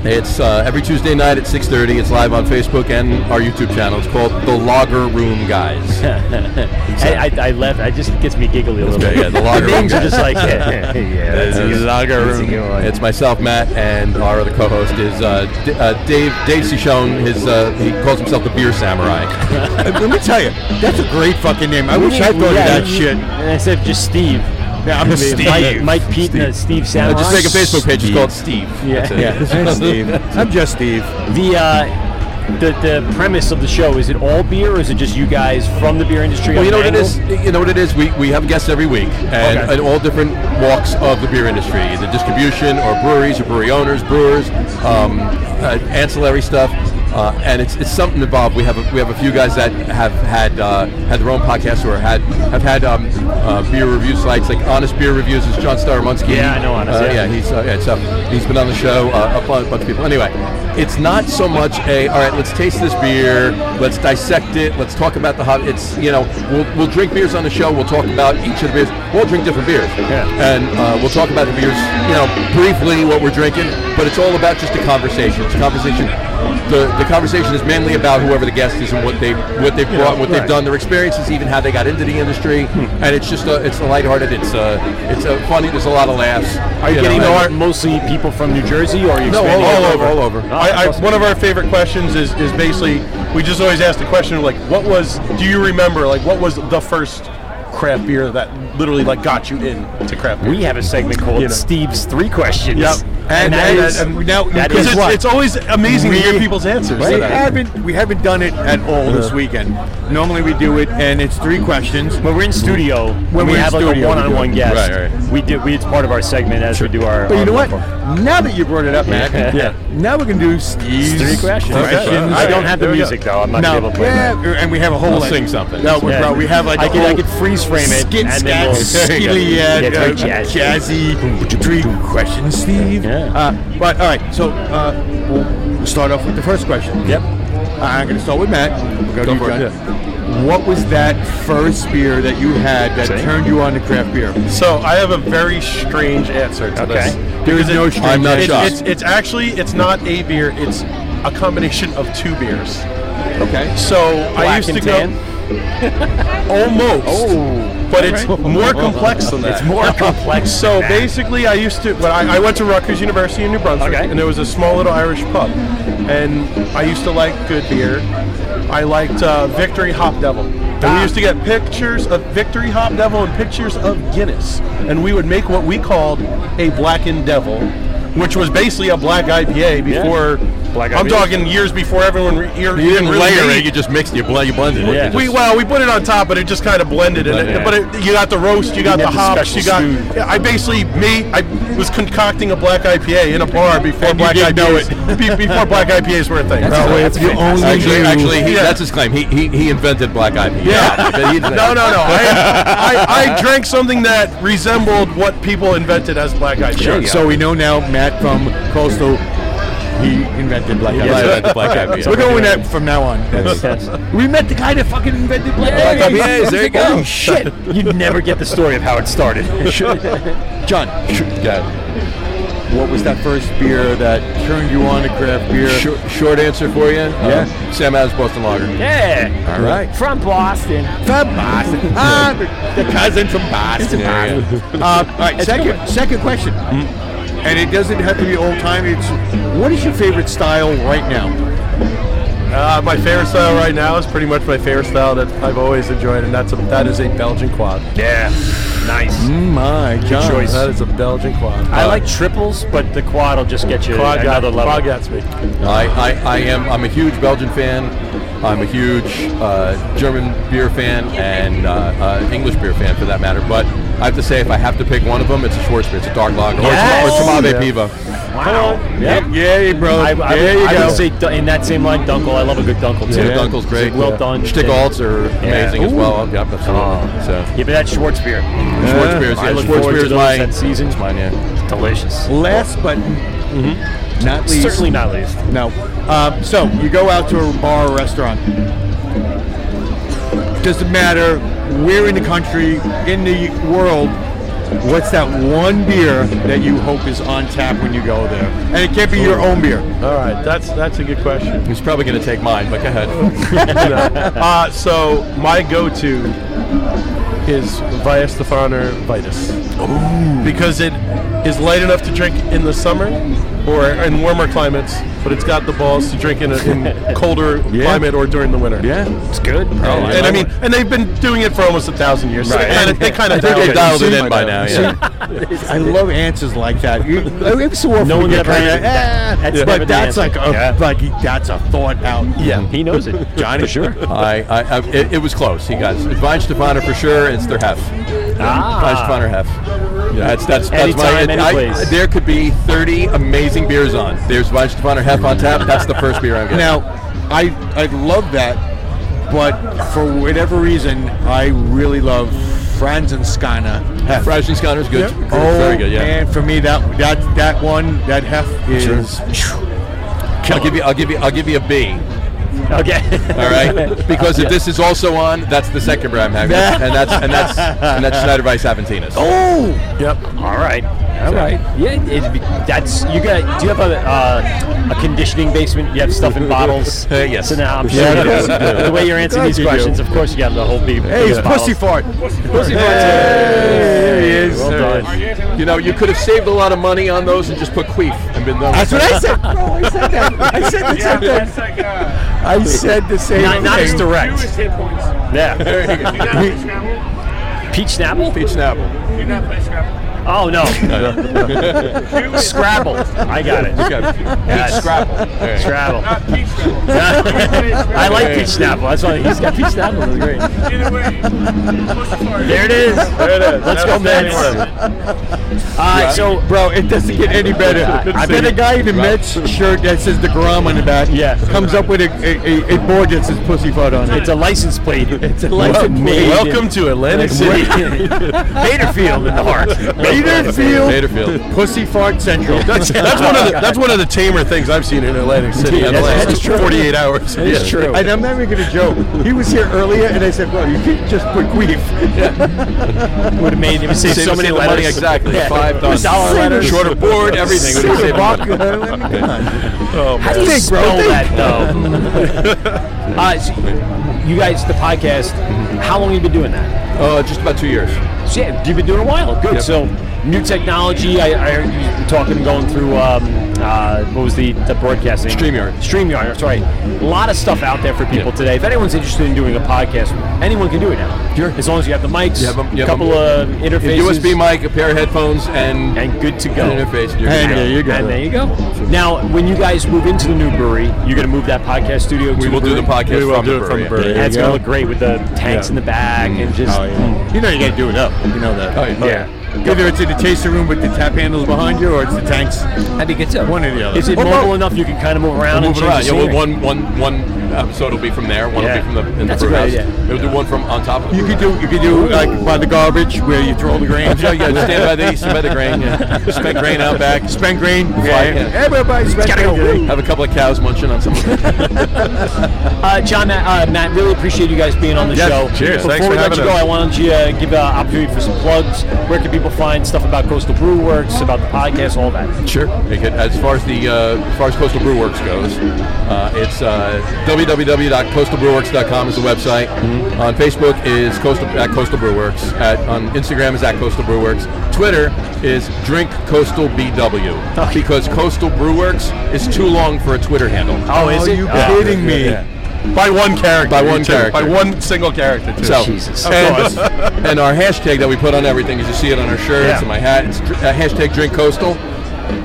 Speaker 17: It's uh, every Tuesday night at 6:30. It's live on Facebook and our YouTube channel. It's called The Logger Room Guys.
Speaker 5: [laughs]
Speaker 4: I, I, I left. It just gets me giggly a little bit.
Speaker 17: Yeah, the Lager Room
Speaker 4: names are
Speaker 17: Guys.
Speaker 4: just
Speaker 5: [laughs]
Speaker 4: like, [laughs] yeah,
Speaker 17: [laughs]
Speaker 4: that's a good- that's a good one.
Speaker 17: It's myself, Matt, and our other co-host is uh, D- uh, Dave. Dave Cichone. His uh, he calls himself the Beer Samurai.
Speaker 5: [laughs] Let me tell you, that's a great fucking name. I wish I thought
Speaker 4: Yeah,
Speaker 5: of that shit.
Speaker 4: Instead of just Steve.
Speaker 5: Yeah, I'm
Speaker 4: Maybe
Speaker 5: Steve.
Speaker 4: Mike, Mike Pete and uh, Steve
Speaker 5: Uh,
Speaker 4: Samurai.
Speaker 5: just make a Facebook page, it's called Steve.
Speaker 4: Yeah,
Speaker 5: That's it. Yeah, Steve.
Speaker 4: [laughs]
Speaker 5: I'm just Steve.
Speaker 4: The uh, the the premise of the show is it all beer or is it just you guys from the beer industry?
Speaker 17: Well,
Speaker 4: on
Speaker 17: you know what
Speaker 4: an
Speaker 17: it is.
Speaker 4: angle?
Speaker 17: You know what it is. We, we have guests every week, and
Speaker 4: Okay.
Speaker 17: in all different walks of the beer industry, the distribution, or breweries, or brewery owners, brewers, um, uh, ancillary stuff, uh, and it's, it's something involved. We have a, we have a few guys that have had uh, had their own podcasts or had have had um, uh, beer review sites like Honest Beer Reviews is John Staromunski.
Speaker 4: Yeah, I know Honest,
Speaker 17: Uh,
Speaker 4: yeah.
Speaker 17: yeah, he's uh, yeah, so he's been on the show uh, a bu- bunch of people. Anyway, it's not so much a all right. Let's taste this beer. Let's dissect it. Let's talk about the hop. It's you know we'll, we'll drink beers on the show. We'll talk about each of the beers. We'll all drink different beers. And uh, we'll talk about the beers. You know briefly what we're drinking, but it's all about just a conversation. It's a conversation. The, the conversation is mainly about whoever the guest is and what they what they've
Speaker 5: Yeah,
Speaker 17: brought, and what
Speaker 5: right. Hmm.
Speaker 17: they've done, their experiences, even how they got into the industry. And it's just a it's a lighthearted. It's a it's a funny. There's a lot of laughs.
Speaker 4: Are you getting
Speaker 17: and-
Speaker 4: more- mostly people from New Jersey, or are you
Speaker 17: No,
Speaker 4: expanding
Speaker 17: all
Speaker 4: it?
Speaker 17: over, all over.
Speaker 4: that's
Speaker 15: I, I,
Speaker 4: awesome.
Speaker 15: one of our favorite questions is, is basically we just always ask the question of like what was do you remember like what was the first craft beer that literally like got you into craft beer?
Speaker 4: We have a segment called Steve's Three Questions.
Speaker 15: Yep.
Speaker 4: And, that is- that
Speaker 15: because
Speaker 4: is
Speaker 15: it's,
Speaker 4: what?
Speaker 15: it's always amazing to hear people's answers.
Speaker 5: We
Speaker 15: to that.
Speaker 5: haven't we haven't done it at all this weekend. Normally we do it, and it's three questions.
Speaker 4: When we're in studio, when we
Speaker 5: we're in
Speaker 4: have like
Speaker 5: studio, we
Speaker 4: a
Speaker 5: do
Speaker 4: one-on-one
Speaker 5: it.
Speaker 4: guest,
Speaker 5: Right, right.
Speaker 4: we do. We, it's part of our segment as we do our.
Speaker 5: But
Speaker 4: our
Speaker 5: you know what?
Speaker 4: platform.
Speaker 5: Now that you brought it up, Matt,
Speaker 4: [laughs] Yeah.
Speaker 5: Now we're gonna do Steve's
Speaker 4: Three questions. Okay. I don't have the
Speaker 5: There we go.
Speaker 4: music, though. I'm not gonna be able to play
Speaker 5: yeah,
Speaker 4: that.
Speaker 5: and we have a whole.
Speaker 4: I'll
Speaker 5: like,
Speaker 4: sing something.
Speaker 5: No, we,
Speaker 4: Yeah.
Speaker 5: bro, we have like
Speaker 4: I
Speaker 5: a
Speaker 4: could- I
Speaker 5: whole
Speaker 4: could freeze frame it,
Speaker 5: Skit,
Speaker 4: and
Speaker 5: scat,
Speaker 4: then we'll-
Speaker 5: skilly,
Speaker 4: Yeah, it's very
Speaker 5: uh, jazzy. Three questions, Steve. Uh, but all right, so uh, we'll start off with the first question. Yep. I'm gonna start with Matt. We'll go to you,
Speaker 6: for it.
Speaker 5: John. What was that first beer that you had that turned you on to craft beer?
Speaker 15: So I have a very strange answer to this.
Speaker 5: There is
Speaker 15: Because it-
Speaker 5: no strange
Speaker 15: I'm not
Speaker 5: answer.
Speaker 15: shocked. It's, it's actually it's not a beer. It's a combination of two beers.
Speaker 5: Okay.
Speaker 15: So I
Speaker 5: Black
Speaker 15: used
Speaker 5: and
Speaker 15: to go
Speaker 5: tan?
Speaker 15: almost. But it's
Speaker 5: Oh. Alright.
Speaker 15: more complex than that.
Speaker 5: It's
Speaker 15: [laughs]
Speaker 5: more complex
Speaker 15: So
Speaker 5: than that.
Speaker 15: basically, I used to. When I, I went to Rutgers University in New Brunswick, and there was a small little Irish pub, and I used to like good beer. I liked uh, Victory Hop Devil. And
Speaker 17: Ah.
Speaker 15: we used to get pictures of Victory Hop Devil and pictures of Guinness, and we would make what we called a Blackened Devil, which was basically a black IPA before.
Speaker 17: Black
Speaker 15: I'm
Speaker 17: IPA.
Speaker 15: talking years before everyone. Re- you
Speaker 17: You didn't layer it. You just mixed. You blend. You blended it. You
Speaker 15: we
Speaker 17: just-
Speaker 15: well, we put it on top, but it just kind of blended. And
Speaker 17: Blended.
Speaker 15: it, but it, you got the roast, you got
Speaker 17: You
Speaker 15: the
Speaker 17: had the
Speaker 15: hops,
Speaker 17: special
Speaker 15: you got.
Speaker 17: stew.
Speaker 15: Yeah, I basically me, I was concocting a black IPA in a bar before
Speaker 17: And you
Speaker 15: black
Speaker 17: didn't know
Speaker 15: IPAs. be- before black IPAs were a thing.
Speaker 17: actually, actually he, that's his claim. He, he, he invented black IPA. Yeah. [laughs]
Speaker 15: no, no, no. I, I, I drank something that resembled what people invented as black IPA.
Speaker 5: Sure. So we know now Matt from Coastal, he invented Black
Speaker 15: Yeah,
Speaker 5: Eyed Peas.
Speaker 15: he invented Black Eyed Peas.
Speaker 5: We're going that from now on. we met the guy that fucking invented Black Eyed Peas. Holy shit.
Speaker 4: You'd never get the story of how
Speaker 5: [laughs]
Speaker 4: it started.
Speaker 5: John, what was that first beer that turned you on to craft beer?
Speaker 17: Short, short answer for you.
Speaker 5: Yeah.
Speaker 17: Uh, Sam Adams Boston Lager.
Speaker 4: Yeah.
Speaker 17: All right.
Speaker 4: From Boston.
Speaker 5: From Boston. Ah, the cousin from Boston.
Speaker 17: Yeah, yeah.
Speaker 4: [laughs]
Speaker 5: Uh, all right,
Speaker 4: It's a good
Speaker 5: second,
Speaker 4: one.
Speaker 5: second question. And it doesn't have to be old time. It's what is your favorite style right now?
Speaker 15: Uh, my favorite style right now is pretty much my favorite style that I've always enjoyed, and that's a, that is a Belgian quad.
Speaker 4: Yeah. Nice.
Speaker 5: My
Speaker 4: Good
Speaker 5: God.
Speaker 4: choice.
Speaker 15: That is a Belgian quad.
Speaker 4: I like triples, but the quad will just get you
Speaker 15: Quad got-
Speaker 4: another level.
Speaker 15: quad gets me.
Speaker 17: I, I, I am I'm a huge Belgian fan. I'm a huge uh, German beer fan and uh, uh, English beer fan for that matter. But I have to say, if I have to pick one of them, it's a Schwarzbier. It's a dark lager
Speaker 4: Yes.
Speaker 17: or it's a Tremave
Speaker 4: Yeah.
Speaker 17: Pivo.
Speaker 4: Wow. Yep.
Speaker 5: Yeah, bro.
Speaker 4: I, I,
Speaker 17: There
Speaker 4: would,
Speaker 17: you
Speaker 4: I
Speaker 17: go.
Speaker 4: would say du- in that same line, Dunkel. I love a good Dunkel too.
Speaker 17: Yeah, Dunkel's great.
Speaker 4: It's well
Speaker 17: Yeah.
Speaker 4: done.
Speaker 17: Stickalts are amazing as
Speaker 4: Ooh. Oh.
Speaker 17: well. Yep, absolutely. So.
Speaker 4: Yeah, but that Schwartz beer.
Speaker 17: Schwarzbier is-
Speaker 4: I
Speaker 17: yeah,
Speaker 4: look forward
Speaker 17: Schwarzbier
Speaker 4: to
Speaker 17: is
Speaker 4: those
Speaker 17: my-
Speaker 4: that season's
Speaker 17: mine. Yeah,
Speaker 4: delicious.
Speaker 5: Last but not least.
Speaker 4: certainly not least.
Speaker 5: No. Um, so you go out to a bar or restaurant. Doesn't matter where in the country, in the world, what's that one beer that you hope is on tap when you go there? And it can't be your own beer.
Speaker 15: All right, that's that's a good question.
Speaker 17: He's probably going to take mine, but go ahead.
Speaker 15: [laughs] uh, so my go-to is Via Stefaner Vitus. Because it is light enough to drink in the summer or in warmer climates, but it's got the balls to drink in a in colder climate or during the winter.
Speaker 5: Yeah,
Speaker 4: it's good.
Speaker 15: and I, mean, and they've been doing it for almost a thousand years. So
Speaker 5: Right.
Speaker 15: they kind of,
Speaker 5: [laughs]
Speaker 15: they kind of
Speaker 5: I think they dialed it in by
Speaker 17: now,
Speaker 5: I love answers like that. You, every so often
Speaker 4: No
Speaker 5: we
Speaker 4: one
Speaker 5: get
Speaker 4: got
Speaker 5: kinda,
Speaker 4: that.
Speaker 5: "Ah,"
Speaker 4: That's never the
Speaker 5: but that's like
Speaker 4: answer.
Speaker 5: a,
Speaker 4: Yeah.
Speaker 5: like that's a thought out.
Speaker 15: Yeah,
Speaker 4: he knows it. [laughs]
Speaker 5: Johnny,
Speaker 4: for sure.
Speaker 17: I, I, I it, it was close. He got Vine Stefaner for sure. It's their hef.
Speaker 4: Ah.
Speaker 17: Vine Stefaner hef. Yeah, that's that's that's my. it-
Speaker 4: Anytime, any
Speaker 17: I-
Speaker 4: place.
Speaker 17: there could be thirty amazing beers on. There's Vine Stefaner hef on tap. That's the first beer I'm getting.
Speaker 5: Now, I I love that, but for whatever reason, I really love Franz and Skana. Hef.
Speaker 17: Franz and Skana is good. Good,
Speaker 5: Oh,
Speaker 17: very good, yeah.
Speaker 5: man, for me that that that one that hef is.
Speaker 17: Sure. I'll give you. I'll give you. I'll give you a B.
Speaker 4: Okay.
Speaker 17: [laughs] All right. Because if this is also on, that's the second beer I'm
Speaker 4: [laughs]
Speaker 17: having, and that's and that's and that's Schneider Weiss Aventinas.
Speaker 4: Oh. Yep. All right. All right. Yeah. It, it, that's you got. Do you have a uh, a conditioning basement? You have stuff in bottles.
Speaker 17: Uh, yes.
Speaker 4: So now I'm sure
Speaker 5: Yeah,
Speaker 4: you
Speaker 5: yes, I
Speaker 4: do.
Speaker 5: do.
Speaker 4: the way you're answering
Speaker 5: Glad
Speaker 4: these
Speaker 5: you do.
Speaker 4: questions, of course, you got the whole beef.
Speaker 5: Hey, he's pussy fart. Pussy fart. There he is.
Speaker 17: Well You know, you could have saved a lot of money on those and just put queef and been done.
Speaker 5: That's
Speaker 17: with
Speaker 5: what I
Speaker 17: it.
Speaker 5: said. No, I said that. I said the same thing.
Speaker 4: uh,
Speaker 5: I said the same
Speaker 4: Not-
Speaker 5: thing.
Speaker 4: not as
Speaker 17: [laughs]
Speaker 4: direct. Yeah.
Speaker 5: [laughs]
Speaker 4: Peach Snapple?
Speaker 17: Peach Snapple.
Speaker 4: You're not playing Scrabble. Oh, no. Scrabble. I got it.
Speaker 17: You got it.
Speaker 4: Yes.
Speaker 17: Peach Scrabble. All right.
Speaker 4: Scrabble.
Speaker 5: [laughs]
Speaker 4: I like Peach Snapple. That's why he's got Peach Snapple. That's great. There it is. There it is. Let's go, Mets. Uh, so,
Speaker 5: bro, it doesn't get any better. I bet a guy in a Mets shirt that says the Grom on the back. Yeah, comes up with a, a, a, a board that says pussy fart on it.
Speaker 4: It's a license
Speaker 5: [laughs]
Speaker 4: plate. It's
Speaker 5: a
Speaker 4: license plate. Welcome
Speaker 5: to
Speaker 4: Atlantic
Speaker 5: [laughs]
Speaker 4: City. Baderfield in the heart.
Speaker 5: Baderfield.
Speaker 6: Baderfield.
Speaker 5: Pussy fart central.
Speaker 6: That's, that's one of the that's one of the tamer things I've seen in Atlantic City in the
Speaker 5: Yes, that's
Speaker 6: last
Speaker 5: true.
Speaker 6: 48 hours.
Speaker 5: That is true. And I'm not even going to joke. He was here earlier, and I said, "Well, you can just put queef."
Speaker 4: Would have made him save
Speaker 17: Save
Speaker 4: so
Speaker 17: us
Speaker 4: many
Speaker 17: the
Speaker 4: letters.
Speaker 17: money, exactly. Five
Speaker 4: It was
Speaker 17: dollars.
Speaker 4: Dollar
Speaker 17: Save
Speaker 4: letters.
Speaker 17: us. Shorter board, everything would have saved us money.
Speaker 4: Silver buck.
Speaker 17: Okay.
Speaker 12: [laughs]
Speaker 4: Oh, How do you
Speaker 5: Think, bro,
Speaker 4: spell
Speaker 5: think.
Speaker 4: that though? uh, so you guys, the podcast. How long have you been doing that?
Speaker 17: Uh, just about two years.
Speaker 4: So yeah, you've been doing it a while. Good.
Speaker 17: Yep.
Speaker 4: So new technology. I, I heard you were talking, going through um, uh, what was the, the broadcasting?
Speaker 17: StreamYard.
Speaker 4: StreamYard. That's right. A lot of stuff out there for people today. If anyone's interested in doing a podcast, anyone can do it now. Sure. As long as you have the mics,
Speaker 17: You have 'em- you
Speaker 4: a
Speaker 17: have 'em.
Speaker 4: couple of interfaces,
Speaker 17: USB mic, a pair of headphones, and
Speaker 4: and good to go.
Speaker 17: an interface. and you're good to go.
Speaker 4: And there you go. Now, when you guys move into the new brewery, you're going to move that podcast studio. To
Speaker 17: We will do the podcast from the brewery.
Speaker 4: brewery.
Speaker 17: There
Speaker 4: That's
Speaker 17: you
Speaker 4: going to
Speaker 17: go. Mm.
Speaker 4: look great with the tanks in the back
Speaker 5: Mm.
Speaker 4: and
Speaker 5: Oh,
Speaker 4: just. Mm.
Speaker 5: You know you got to do it up. You know that.
Speaker 17: Oh, yeah.
Speaker 5: Either it's in the tasting room with the tap handles behind you, or it's the tanks.
Speaker 10: How do you get to
Speaker 5: One or the other.
Speaker 4: Is it
Speaker 5: Or both.
Speaker 4: mobile enough you can kind of move around
Speaker 17: We'll
Speaker 4: and
Speaker 17: move it
Speaker 4: change
Speaker 17: around.
Speaker 4: the
Speaker 17: Yeah, well,
Speaker 4: scenery?
Speaker 17: one, one, one episode will be from there. One
Speaker 4: Yeah.
Speaker 17: will be from the in
Speaker 4: That's
Speaker 17: the
Speaker 4: a
Speaker 17: brew
Speaker 4: great
Speaker 17: house.
Speaker 4: idea.
Speaker 17: We'll do one from on top of the
Speaker 5: You could do you could do like by the garbage where Oh, you throw all the grain.
Speaker 17: Yeah, yeah, stand by the stand by the grain.
Speaker 5: [laughs]
Speaker 17: Yeah. Spent grain out back.
Speaker 5: Spent grain.
Speaker 17: Fly,
Speaker 5: Yeah.
Speaker 17: yeah.
Speaker 5: Everybody's spent grain. today.
Speaker 17: Have a couple of cows munching on something.
Speaker 4: Uh, John, Matt, uh, Matt, really appreciate you guys being on the
Speaker 6: Yes,
Speaker 4: show.
Speaker 6: cheers.
Speaker 4: Before
Speaker 6: Thanks for
Speaker 4: we let
Speaker 6: having
Speaker 4: you go,
Speaker 6: us.
Speaker 4: I want to uh, give an opportunity for some plugs. Where can people find stuff about Coastal Brew Works, about the podcast, all that?
Speaker 17: Sure. Make it- As far as the uh, as far as Coastal Brew Works goes, uh, it's uh, www.coastalbrewworks.com is the website.
Speaker 4: Mm-hmm.
Speaker 17: On Facebook is Coastal at Coastal Brew Works. At, on Instagram is at Coastal Brew Works. Twitter is Drink Coastal BW because Coastal Brew Works is too long for a Twitter handle.
Speaker 4: Oh, is
Speaker 5: Are
Speaker 4: it?
Speaker 5: you
Speaker 4: Oh,
Speaker 5: kidding me?
Speaker 4: yeah.
Speaker 6: By one character.
Speaker 17: By one
Speaker 6: too.
Speaker 17: character.
Speaker 6: By one single character. Too.
Speaker 17: So,
Speaker 4: Jesus.
Speaker 17: Of and, [laughs] and our hashtag that we put on everything, as you see it on our shirts
Speaker 4: Yeah.
Speaker 17: and my hat, it's dr- uh, hashtag Drink Coastal.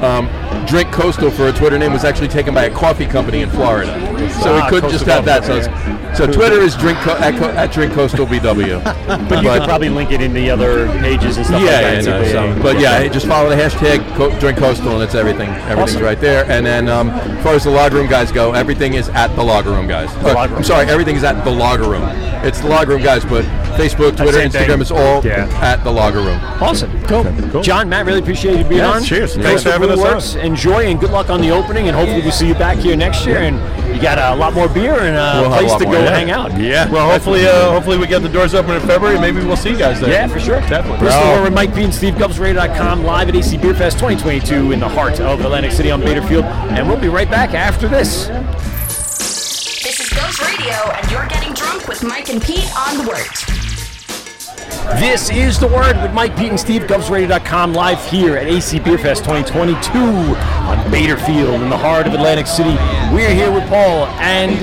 Speaker 17: Um, Drink Coastal for a Twitter name was actually taken by a coffee company in Florida, so
Speaker 4: Ah,
Speaker 17: we couldn't
Speaker 4: Coastal
Speaker 17: just have that. So,
Speaker 4: Coffee,
Speaker 17: it's, so Twitter is Drink Co- at, Co- at Drink Coastal BW.
Speaker 4: But you
Speaker 17: Uh,
Speaker 4: could probably link it in the other pages and
Speaker 17: yeah,
Speaker 4: stuff like
Speaker 17: yeah,
Speaker 4: that. um,
Speaker 17: no,
Speaker 4: too.
Speaker 17: so- but yeah, hey, just follow the hashtag Co- Drink Coastal and it's everything. Everything's
Speaker 4: Awesome.
Speaker 17: right there. And then um, as far as the Log Room guys go, everything is at the Log Room guys. Uh,
Speaker 4: Log Room.
Speaker 17: I'm sorry, everything is at the Log Room. It's the Log Room guys, but Facebook, Twitter,
Speaker 4: same thing.
Speaker 17: Instagram, it's all
Speaker 4: Yeah.
Speaker 17: at the Logger Room.
Speaker 4: Awesome. Cool. John, Matt, really appreciate you being
Speaker 6: Yeah,
Speaker 4: on.
Speaker 6: cheers.
Speaker 4: Thanks,
Speaker 6: Thanks
Speaker 4: for
Speaker 6: for having
Speaker 4: Blue
Speaker 6: us on.
Speaker 4: Works. Enjoy and good luck on the opening, and hopefully we see you back here next year. And you got a lot more beer and a
Speaker 17: We'll have a
Speaker 4: place
Speaker 17: lot
Speaker 4: to
Speaker 17: more,
Speaker 4: go
Speaker 17: yeah.
Speaker 4: hang out.
Speaker 6: Yeah. Well, hopefully, uh, hopefully we get the doors open in February. Maybe we'll see you guys there.
Speaker 4: Yeah, for sure. Definitely. Bristol
Speaker 6: Bro.
Speaker 4: Warren, Mike P and Steve Gubbsradio.com live at AC Beer Fest 2022 in the heart of Atlantic City on Baderfield. And we'll be right back after this.
Speaker 8: This is Ghost Radio, and you're getting drunk with Mike and Pete on the Word.
Speaker 4: This is The Word with Mike Pete and Steve, GubsRadio.com, live here at AC Beer Fest 2022 on Bader Field in the heart of Atlantic City. We're here with Paul and,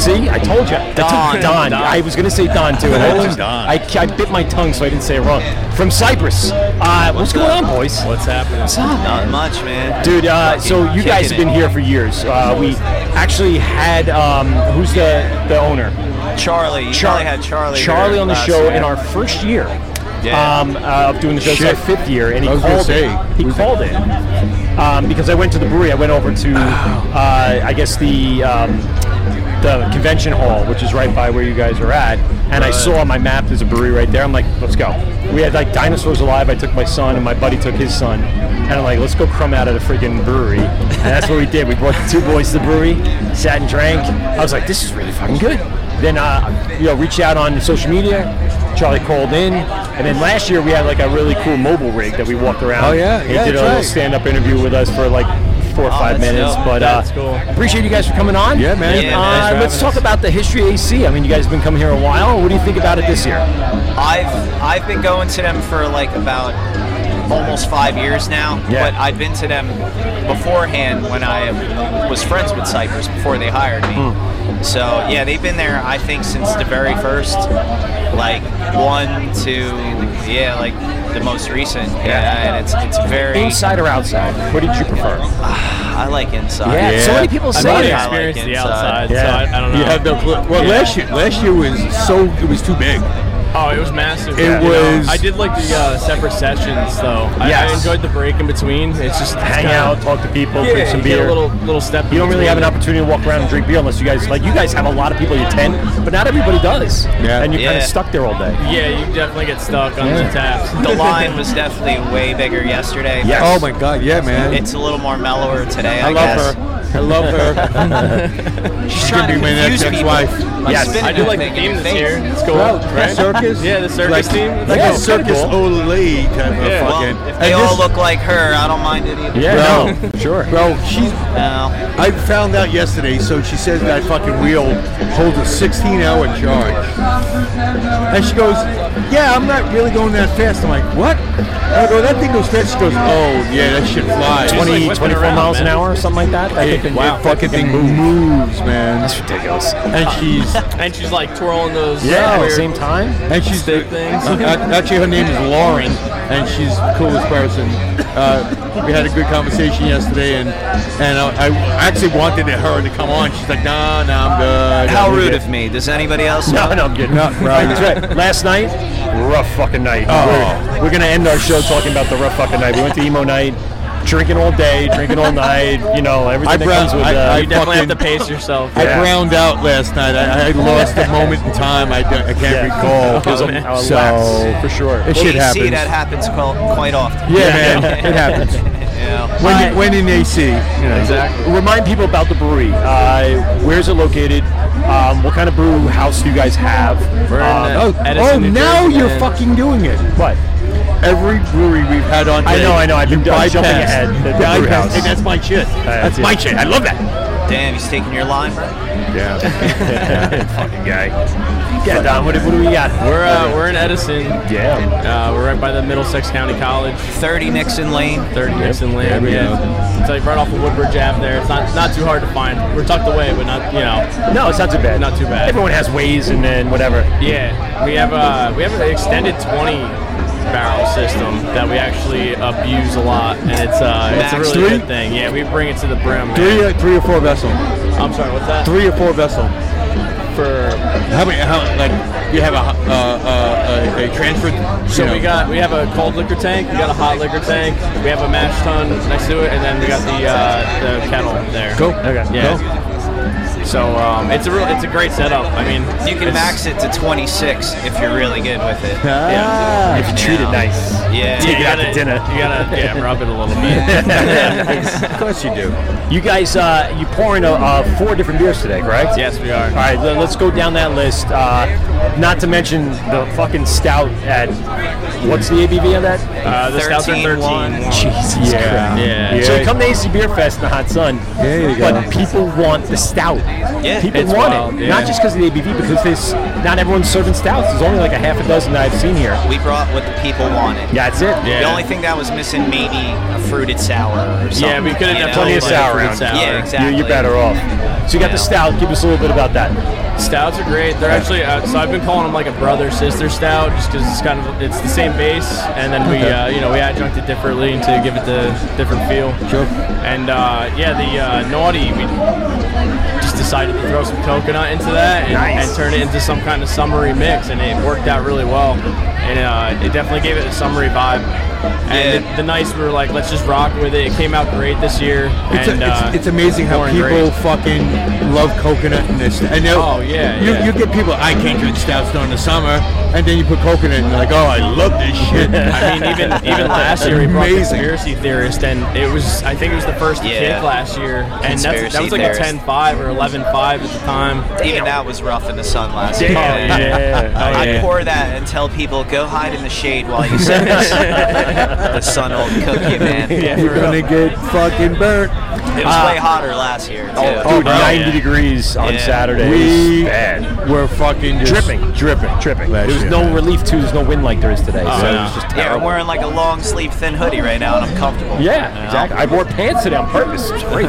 Speaker 4: see, I told you, Don. Don. I was going to say [laughs] Don, too. and I, always-
Speaker 6: Don.
Speaker 4: I, I bit my tongue so I didn't say it wrong. From Cyprus. Uh, what's going on, boys?
Speaker 18: What's happening? Not much, man.
Speaker 4: Dude, uh, so you guys have been here for years. Uh, we actually had, um, who's the, the owner?
Speaker 18: Charlie. You
Speaker 4: Char-
Speaker 18: probably had Charlie.
Speaker 4: Charlie
Speaker 18: here
Speaker 4: on the
Speaker 18: last
Speaker 4: show
Speaker 18: year.
Speaker 4: in our first year.
Speaker 18: Yeah.
Speaker 4: um, uh, of doing the show. It's
Speaker 18: Shit.
Speaker 4: our fifth year, and he
Speaker 18: I was gonna
Speaker 4: called
Speaker 18: say,
Speaker 4: in. He called in um, because I went to the brewery. I went over to,
Speaker 5: Oh.
Speaker 4: uh, I guess the. Um, the convention hall, which is right by where you guys are at, and I
Speaker 18: Right.
Speaker 4: saw on my map there's a brewery right there. I'm like, let's go. We had like dinosaurs alive. I took my son, and my buddy took his son, and I'm like, let's go crumb out of the freaking brewery. And that's what we did. We brought the two boys to the brewery, sat and drank. I was like, this is really fucking good. Then uh, you know, reached out on social media. Charlie called in, and then last year we had like a really cool mobile rig that we walked around.
Speaker 5: Oh, yeah.
Speaker 4: he
Speaker 5: Yeah,
Speaker 4: did
Speaker 5: that's
Speaker 4: a little
Speaker 5: right.
Speaker 4: stand-up interview with us for like four or
Speaker 5: Oh,
Speaker 4: five
Speaker 5: that's
Speaker 4: minutes.
Speaker 5: dope.
Speaker 4: But uh,
Speaker 5: That's cool.
Speaker 4: appreciate you guys for coming on.
Speaker 5: Yeah, man. Yeah, man.
Speaker 4: Uh, let's talk about the history of AC. I mean, you guys have been coming here a while. What do you think about it this year?
Speaker 18: I've I've been going to them for like about almost five years now.
Speaker 4: Yeah.
Speaker 18: But I've been to them beforehand when I was friends with Cypress before they hired me.
Speaker 4: Hmm.
Speaker 18: So yeah, they've been there I think since the very first, like one to yeah, like the most recent. Yeah, and it's it's very
Speaker 4: Inside or outside? What did you prefer?
Speaker 18: I like inside.
Speaker 4: Yeah, so many people say
Speaker 18: I
Speaker 4: that.
Speaker 18: like
Speaker 4: Experience the
Speaker 18: inside.
Speaker 4: outside, so Yeah. I- I don't
Speaker 5: You
Speaker 4: know.
Speaker 5: had no clue. Well,
Speaker 4: Yeah.
Speaker 5: last year, last year was so it was too big.
Speaker 11: Oh, it was massive.
Speaker 5: It
Speaker 11: Yeah, you know,
Speaker 5: was-
Speaker 11: I did like the uh, separate sessions, though. I- I,
Speaker 4: Yes.
Speaker 11: enjoyed the break in between. It's just
Speaker 4: Hang out, talk to people,
Speaker 11: yeah,
Speaker 4: drink some
Speaker 11: you get
Speaker 4: beer.
Speaker 11: a little little step.
Speaker 4: You don't really have an opportunity to walk around and drink beer unless you guys like. You guys have a lot of people you attend, but not everybody does.
Speaker 11: Yeah.
Speaker 4: and you're kind
Speaker 18: Yeah.
Speaker 4: of stuck there all day.
Speaker 11: Yeah, you definitely get stuck on
Speaker 4: Yeah.
Speaker 11: the taps.
Speaker 18: The line was definitely way bigger yesterday.
Speaker 11: Yes.
Speaker 5: Oh my God, yeah, man.
Speaker 18: It's a little more mellower today. I,
Speaker 5: I love
Speaker 18: guess.
Speaker 5: her. I love
Speaker 18: [laughs]
Speaker 5: [laughs] her.
Speaker 18: She's
Speaker 5: She's
Speaker 18: trying
Speaker 5: gonna
Speaker 18: to
Speaker 5: be my
Speaker 18: confuse
Speaker 5: next
Speaker 18: people.
Speaker 5: ex-wife.
Speaker 18: I'm
Speaker 5: Yes.
Speaker 18: spinning
Speaker 5: I do
Speaker 18: that
Speaker 5: like the
Speaker 18: thing in
Speaker 5: game
Speaker 18: your
Speaker 5: this
Speaker 18: face.
Speaker 5: year. It's cool, Well, right? circus? Yeah, the circus Like- team. like a circus ole type of Yeah. fucking-
Speaker 18: Well, if
Speaker 5: And
Speaker 18: they all
Speaker 5: this-
Speaker 18: look like her, I don't mind it either.
Speaker 5: [laughs] bro. sure. Bro, she's. I found out yesterday, so she says that fucking wheel holds a 16 hour charge. And she goes, Yeah, I'm not really going that fast. I'm like, What? I go, That thing goes fast. She goes, Oh, yeah, that shit flies.
Speaker 4: 20, 24 miles an hour or something like that. I
Speaker 5: It,
Speaker 4: think
Speaker 5: wow, fucking thing moves. man. That's
Speaker 4: ridiculous.
Speaker 5: And [laughs] she's.
Speaker 11: and she's like twirling those.
Speaker 5: Yeah, at the
Speaker 11: weird
Speaker 5: same
Speaker 4: time.
Speaker 5: And she's the,
Speaker 11: stick things.
Speaker 5: uh, uh, actually her name is Lauren, and she's the coolest person. Uh, we had a good conversation yesterday, and and I, I actually wanted her to come on. She's like, Nah, nah, I'm good.
Speaker 18: How
Speaker 5: I'm
Speaker 18: rude
Speaker 5: good."
Speaker 18: of me. Does anybody else?
Speaker 4: No, no, I'm kidding.
Speaker 5: No, right.
Speaker 4: That's right. Last night, rough fucking night. We're, we're gonna end our show talking about the rough fucking night. We went to emo night, drinking all day, drinking all night. You know everything
Speaker 5: I
Speaker 4: that
Speaker 5: brown-
Speaker 4: comes with.
Speaker 5: I-
Speaker 4: uh,
Speaker 5: I You definitely have fucking- to
Speaker 11: pace yourself.
Speaker 5: I browned out last night. I, I lost a moment in time. I, don't- I can't
Speaker 4: [laughs]
Speaker 5: recall. so
Speaker 4: for sure,
Speaker 5: it should
Speaker 18: Oh, well, you see
Speaker 5: happen.
Speaker 18: that happens quite, quite often.
Speaker 5: Yeah, man, it happens.
Speaker 18: yeah.
Speaker 5: When, you- when in AC, you know.
Speaker 4: Exactly. Remind people about the brewery. Uh, where's it located? Um, what kind of brew house do you guys have?
Speaker 5: We're in,
Speaker 4: Um,
Speaker 5: uh, Edison, New Jersey, man. doing it.
Speaker 4: What?
Speaker 5: Every brewery we've had on.
Speaker 4: I
Speaker 5: today,
Speaker 4: know, I know. I've
Speaker 5: you
Speaker 4: been I'm jumping
Speaker 5: bypassed-
Speaker 4: ahead.
Speaker 5: you
Speaker 4: The
Speaker 5: bypassed-
Speaker 4: brew house.
Speaker 5: Hey, that's my shit. that's
Speaker 4: it.
Speaker 5: my shit. I love that.
Speaker 18: Damn, he's taking your line, bro.
Speaker 5: Yeah.
Speaker 4: Fucking guy. Yeah, Don. What, what do we got?
Speaker 11: We're uh, we're in Edison.
Speaker 4: Yeah.
Speaker 11: Uh, we're right by the Middlesex County College.
Speaker 18: 30 Nixon Lane.
Speaker 11: 30 Nixon Lane.
Speaker 18: There we
Speaker 11: yeah.
Speaker 18: go.
Speaker 11: It's like right off of Woodbridge Ave. There. It's not not too hard to find. We're tucked away, but not you know.
Speaker 4: No, it's not too bad.
Speaker 11: Not too bad.
Speaker 4: Everyone has ways and then whatever.
Speaker 11: Yeah, we have a we have an extended 20 barrel system that we actually abuse a lot, and it's uh it's a
Speaker 5: Max
Speaker 11: really
Speaker 5: three?
Speaker 11: good thing. Yeah, we bring it to the brim. man.
Speaker 5: Three,
Speaker 6: uh,
Speaker 5: three or four vessel.
Speaker 11: I'm sorry, what's that?
Speaker 5: Three or four vessel.
Speaker 11: For
Speaker 5: how many? How like you have a uh, uh, a, a transfer?
Speaker 11: So
Speaker 5: you know,
Speaker 11: we got we have a cold liquor tank, we got a hot liquor tank, we have a mash tun next to it, and then we got the uh, the kettle there.
Speaker 5: Cool. Okay.
Speaker 11: Yeah. So um, it's a real it's a great setup. I mean,
Speaker 18: You can
Speaker 11: it's-
Speaker 18: max it to 26 if you're really good with it.
Speaker 11: Ah. If you treat it
Speaker 18: know.
Speaker 11: nice.
Speaker 18: Yeah.
Speaker 11: Yeah, you gotta- You gotta yeah, rub it a little
Speaker 18: [laughs]
Speaker 11: [laughs] bit.
Speaker 4: of course you do. You guys, uh, you pouring uh, uh, four different beers today, correct?
Speaker 11: Yes, we are.
Speaker 4: All right, le- let's go down that list. Uh, not to mention the fucking stout at what's the ABV of that?
Speaker 11: Uh, the stouts are 13, 13. one.
Speaker 4: Jesus
Speaker 11: Yeah.
Speaker 4: Christ.
Speaker 11: Yeah.
Speaker 4: So
Speaker 11: Yeah.
Speaker 4: come to AC Beer Fest in the hot sun.
Speaker 11: There you
Speaker 4: But
Speaker 11: go.
Speaker 4: people want the stout.
Speaker 11: Yeah.
Speaker 4: People
Speaker 11: It's
Speaker 4: want
Speaker 11: wild,
Speaker 4: it.
Speaker 11: yeah.
Speaker 4: Not just because of the ABV, because this not everyone's serving stouts. There's only like a half a dozen that I've seen here.
Speaker 18: We brought what the people wanted.
Speaker 4: Yeah, that's it.
Speaker 18: The only thing that was missing, maybe a fruited sour or something.
Speaker 4: Yeah, we could have
Speaker 18: you
Speaker 4: done
Speaker 18: know,
Speaker 4: plenty of
Speaker 18: like-
Speaker 4: sour around.
Speaker 18: Yeah, exactly.
Speaker 4: You're, you're better off. So you got the stout. Give us a little bit about that.
Speaker 11: Stouts are great. They're actually uh, so I've been calling them like a brother sister stout just because it's kind of it's the same base and then we uh, you know we adjunct it differently to give it the different feel. Sure. And uh, yeah, the uh, naughty we just the decided to throw some coconut into that and,
Speaker 12: Nice.
Speaker 11: and turn it into some kind of summery mix, and it worked out really well. And uh, it definitely gave it a summery vibe. And the, the nights we were like, let's just rock with it. It came out great this year.
Speaker 6: It's,
Speaker 11: and
Speaker 6: a,
Speaker 11: uh,
Speaker 6: it's, it's amazing how
Speaker 11: pouring
Speaker 6: people
Speaker 11: great.
Speaker 6: fucking love coconut in this. I know.
Speaker 11: Oh, yeah,
Speaker 6: You,
Speaker 11: yeah.
Speaker 6: you get people. I can't drink stouts during the summer, and then you put coconut, and they're like, oh, I love
Speaker 11: [laughs]
Speaker 6: this shit.
Speaker 5: [laughs]
Speaker 11: I mean, even even last year we brought
Speaker 6: amazing.
Speaker 11: conspiracy theorist, and it was I think it was the first
Speaker 18: Yeah.
Speaker 11: kid last year, and that's, that
Speaker 18: Conspiracy
Speaker 11: was like
Speaker 18: theorist.
Speaker 11: a 10-5 or 11-5 at the time.
Speaker 18: Even that was rough in the sun last
Speaker 11: Yeah.
Speaker 18: year.
Speaker 11: Oh,
Speaker 18: [laughs]
Speaker 11: yeah. Oh,
Speaker 18: I
Speaker 11: yeah.
Speaker 18: pour that and tell people go hide in the shade while
Speaker 4: [laughs]
Speaker 18: you sip this. the sun will cook you, man.
Speaker 6: [laughs] You're gonna get fucking burnt. Uh,
Speaker 18: It was
Speaker 4: Uh,
Speaker 18: way hotter last year. Too.
Speaker 4: Dude, 90 oh, degrees on
Speaker 18: Yeah.
Speaker 4: Saturday.
Speaker 18: We
Speaker 4: bad.
Speaker 6: were fucking
Speaker 18: just
Speaker 4: dripping, dripping, dripping. There was
Speaker 18: year,
Speaker 4: no relief too. There's no wind like there is today. so it was just
Speaker 18: Oh, yeah, I'm
Speaker 4: terrible.
Speaker 18: wearing like a long sleeve thin hoodie right now, and I'm comfortable.
Speaker 4: Yeah, exactly. I wore pants today on purpose. It's great.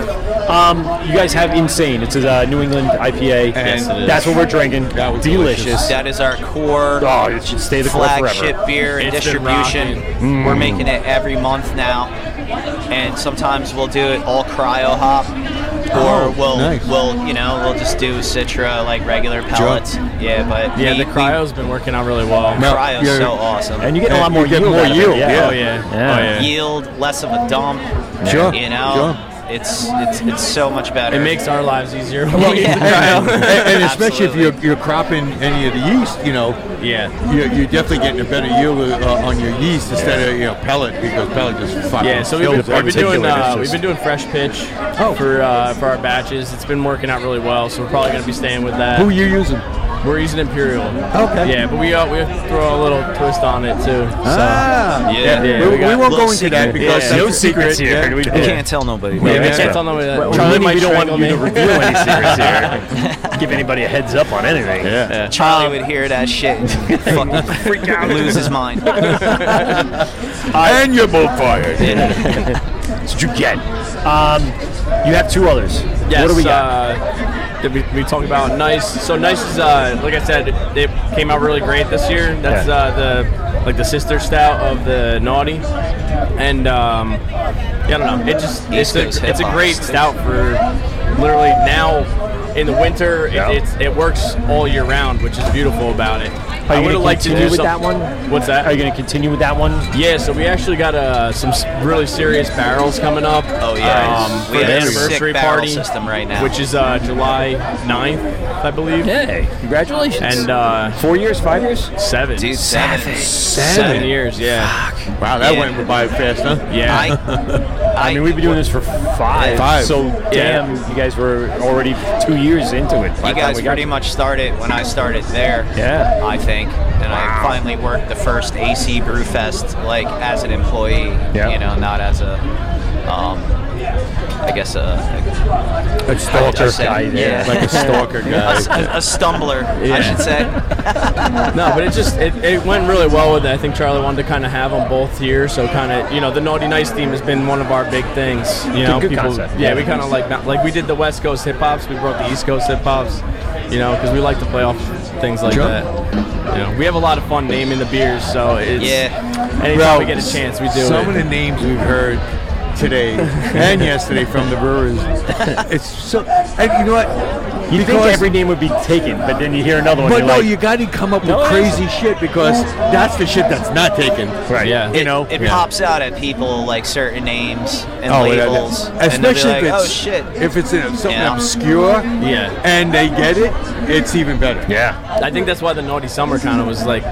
Speaker 4: um, you guys have insane. It's a uh, New England IPA.
Speaker 18: Yes, it is.
Speaker 4: That's what we're drinking. delicious.
Speaker 18: [laughs] That is our core.
Speaker 4: Oh, it should stay the core forever.
Speaker 18: flagship beer and
Speaker 4: It's been
Speaker 18: distribution.
Speaker 4: rocking.
Speaker 18: We're
Speaker 4: Mm.
Speaker 18: making it every month now, and sometimes we'll do it all cryo hop, or
Speaker 11: Oh,
Speaker 18: we'll
Speaker 11: nice.
Speaker 18: we'll you know we'll just do Citra like regular pellets. Yeah, but
Speaker 11: Yeah,
Speaker 18: we-
Speaker 11: the cryo's been working out really well.
Speaker 18: No, Cryo's you're- so awesome.
Speaker 11: And
Speaker 18: you get a lot more
Speaker 11: you get
Speaker 18: yield
Speaker 11: more
Speaker 18: out of it,
Speaker 11: yield.
Speaker 18: yeah.
Speaker 11: Oh yeah.
Speaker 18: Yeah.
Speaker 11: Oh yeah.
Speaker 18: yield less of a dump.
Speaker 11: Sure,
Speaker 18: You know,
Speaker 11: sure.
Speaker 18: it's it's it's so much better.
Speaker 11: It makes our lives
Speaker 18: [laughs]
Speaker 11: easier.
Speaker 6: Well,
Speaker 5: [laughs]
Speaker 11: Yeah.
Speaker 6: and, and- and especially if you're, you're cropping any of the yeast, you know,
Speaker 11: yeah,
Speaker 6: you're, you're definitely getting a better yield uh, on your yeast instead of you know pellet because pellet just fucking
Speaker 11: Yeah, so we've
Speaker 6: kills
Speaker 11: been, we've been doing
Speaker 6: everything.
Speaker 11: uh, we've been doing fresh pitch
Speaker 6: Oh.
Speaker 11: for uh, for our batches. It's been working out really well, so we're probably going to be staying with
Speaker 4: Uh,
Speaker 11: that.
Speaker 6: Who you using?
Speaker 11: We're using Imperial.
Speaker 6: Okay.
Speaker 11: Yeah, but we uh, we throw a little twist on it too. So.
Speaker 6: Ah. Yeah. We- we won't go into that because that's a secret. Yeah. We can't
Speaker 18: tell nobody.
Speaker 11: Yeah, we can't tell nobody that.
Speaker 4: Well,
Speaker 11: Charlie
Speaker 4: Charlie,
Speaker 11: might
Speaker 4: we don't want
Speaker 11: strangle
Speaker 4: you to
Speaker 11: me.
Speaker 4: reveal
Speaker 11: [laughs]
Speaker 4: any secrets here. Give anybody a heads up on anything. Yeah.
Speaker 18: Charlie would hear that shit and
Speaker 4: [laughs]
Speaker 18: fucking freak out, lose his mind.
Speaker 4: and you're both [laughs] fired. Did you get? Um, you have two others.
Speaker 11: Yes,
Speaker 4: What do we got?
Speaker 11: uh, did we, we talk about nice. So nice is uh, like I said, it, it came out really great this year. That's
Speaker 4: Yeah.
Speaker 11: uh, the like the sister stout of the naughty, and um, yeah, I don't know. It just
Speaker 18: East
Speaker 11: it's a,
Speaker 18: Coast
Speaker 11: it's a
Speaker 18: hip-hop
Speaker 11: great
Speaker 18: station.
Speaker 11: stout for literally now in the winter. It, it's, it works all year round, which is beautiful about it.
Speaker 4: Are
Speaker 11: I
Speaker 4: you
Speaker 11: would
Speaker 4: gonna
Speaker 11: have liked to do
Speaker 4: continue with
Speaker 11: some-
Speaker 4: that one?
Speaker 11: What's that?
Speaker 4: Are you going to continue with that one?
Speaker 11: Yeah, so we actually got uh, some s- really serious barrels coming up. Um,
Speaker 18: Oh, yeah. We
Speaker 11: for
Speaker 18: have
Speaker 11: the
Speaker 18: a sick
Speaker 11: anniversary
Speaker 18: barrel
Speaker 11: party
Speaker 18: system right now.
Speaker 11: which is uh, July 9th, I believe.
Speaker 4: Hey, congratulations!
Speaker 11: And uh,
Speaker 4: four years, five years,
Speaker 11: seven,
Speaker 18: Dude, seven.
Speaker 11: Seven years. Yeah.
Speaker 6: Wow, that went by fast, huh?
Speaker 11: Yeah.
Speaker 4: [laughs] I, mean, we've been doing this for five.
Speaker 18: Five.
Speaker 4: So
Speaker 18: Yeah.
Speaker 4: damn, you guys were already two years into it. by
Speaker 18: You
Speaker 4: the time
Speaker 18: guys
Speaker 4: we got
Speaker 18: pretty
Speaker 4: to-
Speaker 18: much started when I started there.
Speaker 4: Yeah.
Speaker 18: I think, and I finally worked the first AC Brewfest like as an employee.
Speaker 4: Yeah.
Speaker 18: You know, not as a, um, I guess a. a-
Speaker 6: A stalker
Speaker 18: I- I said-
Speaker 6: guy, yeah, like a stalker guy.
Speaker 18: [laughs] A s- a, a stumbler, I
Speaker 11: Yeah.
Speaker 18: should say.
Speaker 11: no, but it just it, it went really well with it. I think Charlie wanted to kind of have them both here, so kind of you know the naughty nice theme has been one of our big things. You
Speaker 4: Good-
Speaker 11: know,
Speaker 4: good concept.
Speaker 11: Yeah,
Speaker 4: Yeah.
Speaker 11: we kind of like like we did the West Coast hip hops, we brought the East Coast hip hops. You know, because we like to play off things like
Speaker 6: Sure.
Speaker 11: that. You know, we have a lot of fun naming the beers, so it's Anytime
Speaker 6: Bro,
Speaker 11: we get a chance, we do
Speaker 6: Some
Speaker 11: it.
Speaker 6: of the names we've heard today
Speaker 11: [laughs]
Speaker 6: and yesterday from the brewers. [laughs] It's so, and you know what?
Speaker 4: You think
Speaker 6: Because-
Speaker 4: every name would be taken, but then you hear another one.
Speaker 6: But
Speaker 4: you're
Speaker 6: no,
Speaker 4: like,
Speaker 6: you got to come up with
Speaker 4: No,
Speaker 6: crazy shit because that's the shit that's not taken.
Speaker 4: Right.
Speaker 11: Yeah.
Speaker 18: It,
Speaker 6: You know.
Speaker 18: it
Speaker 6: Yeah.
Speaker 18: pops out at people like certain names and
Speaker 6: Oh, yeah,
Speaker 18: labels,
Speaker 6: yeah.
Speaker 18: and they'll be
Speaker 6: especially
Speaker 18: like,
Speaker 6: if it's
Speaker 18: "Oh shit!"
Speaker 6: if it's in something
Speaker 18: Yeah.
Speaker 6: obscure.
Speaker 11: Yeah.
Speaker 6: And they get it. It's even better.
Speaker 4: Yeah.
Speaker 11: I think that's why the naughty summer kind of was like,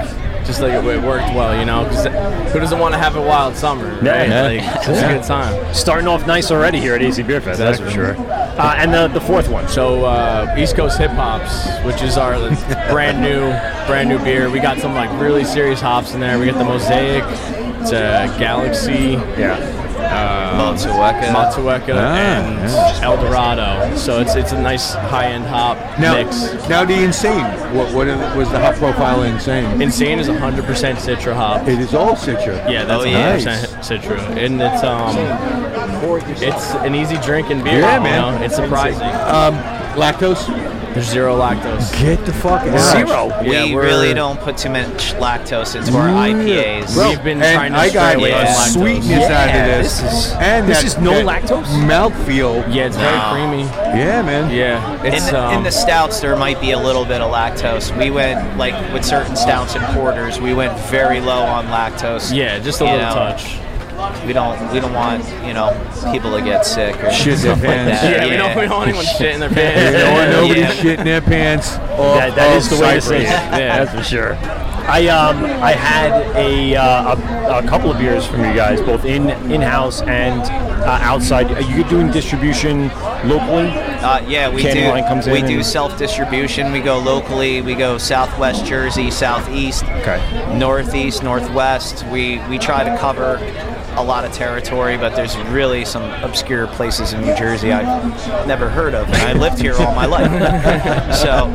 Speaker 11: just like it, it worked well, you know? 'cause who doesn't want to have a wild summer? Right?
Speaker 4: Yeah, yeah.
Speaker 11: Like, it's
Speaker 4: Yeah.
Speaker 11: a good time.
Speaker 4: Starting off nice already here at Easy Beer Fest, that's for sure. Uh, and the, the fourth one.
Speaker 11: So uh, East Coast Hip Hops, which is
Speaker 4: [laughs]
Speaker 11: our brand new, brand new beer. We got some like really serious hops in there. We got the Mosaic, it's a Galaxy,
Speaker 4: yeah,
Speaker 11: uh,
Speaker 18: Matsueka.
Speaker 11: Matsueka,
Speaker 6: Ah,
Speaker 11: and El Dorado. So it's it's a nice high end hop
Speaker 6: Now,
Speaker 11: mix.
Speaker 6: now the insane. What what are- was the hop profile insane?
Speaker 11: Insane is 100% Citra hop.
Speaker 6: It is all citra.
Speaker 11: Yeah, that's
Speaker 6: Oh,
Speaker 11: 100%
Speaker 6: yeah.
Speaker 11: Citra, and it's um, it's an easy drinking beer.
Speaker 6: Yeah,
Speaker 11: you
Speaker 6: man.
Speaker 11: know? it's surprising.
Speaker 6: Um, lactose.
Speaker 11: There's zero lactose.
Speaker 5: Get the fuck out.
Speaker 18: We really don't put too much lactose into our IPAs.
Speaker 5: Bro, and I got a sweetness out of this. and that- that Mouthfeel.
Speaker 11: Yeah, it's very
Speaker 18: No.
Speaker 11: creamy.
Speaker 5: Yeah, man.
Speaker 11: Yeah, um,
Speaker 18: in, the, in the stouts, there might be a little bit of lactose. We went like with certain stouts and porters, we went very low on lactose.
Speaker 11: Yeah, just a
Speaker 18: you
Speaker 11: little
Speaker 18: know.
Speaker 11: touch.
Speaker 18: We don't we don't want you know people to get sick or
Speaker 5: Shit in their
Speaker 18: stuff like
Speaker 5: pants.
Speaker 18: that.
Speaker 5: Yeah, we don't- we
Speaker 11: don't want anyone shit in their
Speaker 5: You [laughs] don't want nobody shit in their pants.
Speaker 4: That- that is the way to say it. Yeah, that's for sure. I um I had a, uh, a a couple of beers from you guys, both in in house and uh, outside. Are you doing distribution locally?
Speaker 18: Uh, yeah, we
Speaker 4: Canning
Speaker 18: do.
Speaker 4: line comes in
Speaker 18: we do
Speaker 4: and-
Speaker 18: self distribution. We go locally. We go southwest Jersey, southeast, northeast, northwest. We we try to cover a lot of territory, but there's really some obscure places in New Jersey I've never heard of, and I lived here all my life. [laughs] so,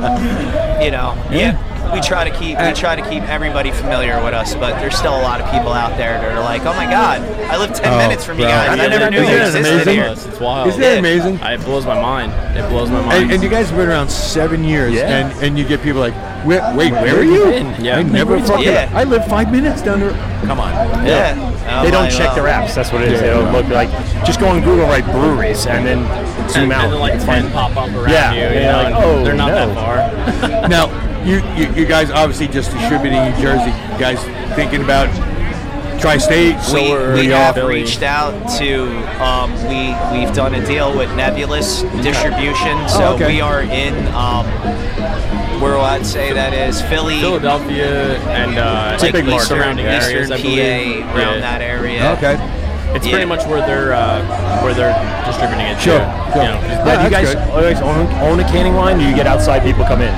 Speaker 18: you know,
Speaker 4: [laughs]
Speaker 18: yeah. We try to keep we try to keep everybody familiar with us, but there's still a lot of people out there that are like, "Oh my God, I live 10
Speaker 5: Oh,
Speaker 18: minutes from you
Speaker 5: bro.
Speaker 18: guys. I
Speaker 5: Isn't
Speaker 18: never
Speaker 5: that
Speaker 18: knew you
Speaker 5: amazing?
Speaker 18: existed
Speaker 5: Isn't that
Speaker 18: here."
Speaker 5: amazing? Isn't that amazing?
Speaker 11: I, it blows my mind. It blows my mind.
Speaker 5: And, and you guys have been around seven years,
Speaker 11: Yeah.
Speaker 5: and, and you get people like, wait, wait where,
Speaker 11: Where
Speaker 5: are
Speaker 11: have you
Speaker 5: you?
Speaker 11: been? Yeah.
Speaker 5: I never
Speaker 11: Yeah.
Speaker 5: fucking. I live five minutes down there. Come on.
Speaker 18: Yeah.
Speaker 11: Uh,
Speaker 4: They don't check their apps. That's what it is. They don't look like. Just go on Google, write breweries, and then zoom
Speaker 11: and,
Speaker 4: out.
Speaker 11: And then, like
Speaker 4: It's
Speaker 11: ten
Speaker 4: fine.
Speaker 11: pop up around
Speaker 4: Yeah,
Speaker 11: you.
Speaker 4: and
Speaker 11: you
Speaker 4: you're
Speaker 11: know,
Speaker 4: like,
Speaker 11: and
Speaker 4: "Oh,
Speaker 11: they're not that
Speaker 4: no."
Speaker 5: [laughs]
Speaker 11: far.
Speaker 5: now, you, you you guys obviously just distributing in Jersey. You guys thinking about tri-state
Speaker 18: we,
Speaker 5: solar
Speaker 18: we have
Speaker 5: reliability?
Speaker 18: reached out to um, we we've done a deal with Nebulous Distribution, so
Speaker 5: okay.
Speaker 18: we are in um, where will I say that is Philly,
Speaker 11: Philadelphia, and uh,
Speaker 18: It's a big market.
Speaker 11: surrounding
Speaker 18: Yeah.
Speaker 11: areas, I
Speaker 18: Eastern
Speaker 11: believe.
Speaker 18: PA, around that area. Okay.
Speaker 11: It's
Speaker 18: Yeah.
Speaker 11: pretty much where they're uh, where they're distributing it.
Speaker 4: Sure,
Speaker 11: to,
Speaker 4: sure.
Speaker 11: You know,
Speaker 4: Now, do you guys, oh, you guys own, own a canning line? Do you get outside people come in?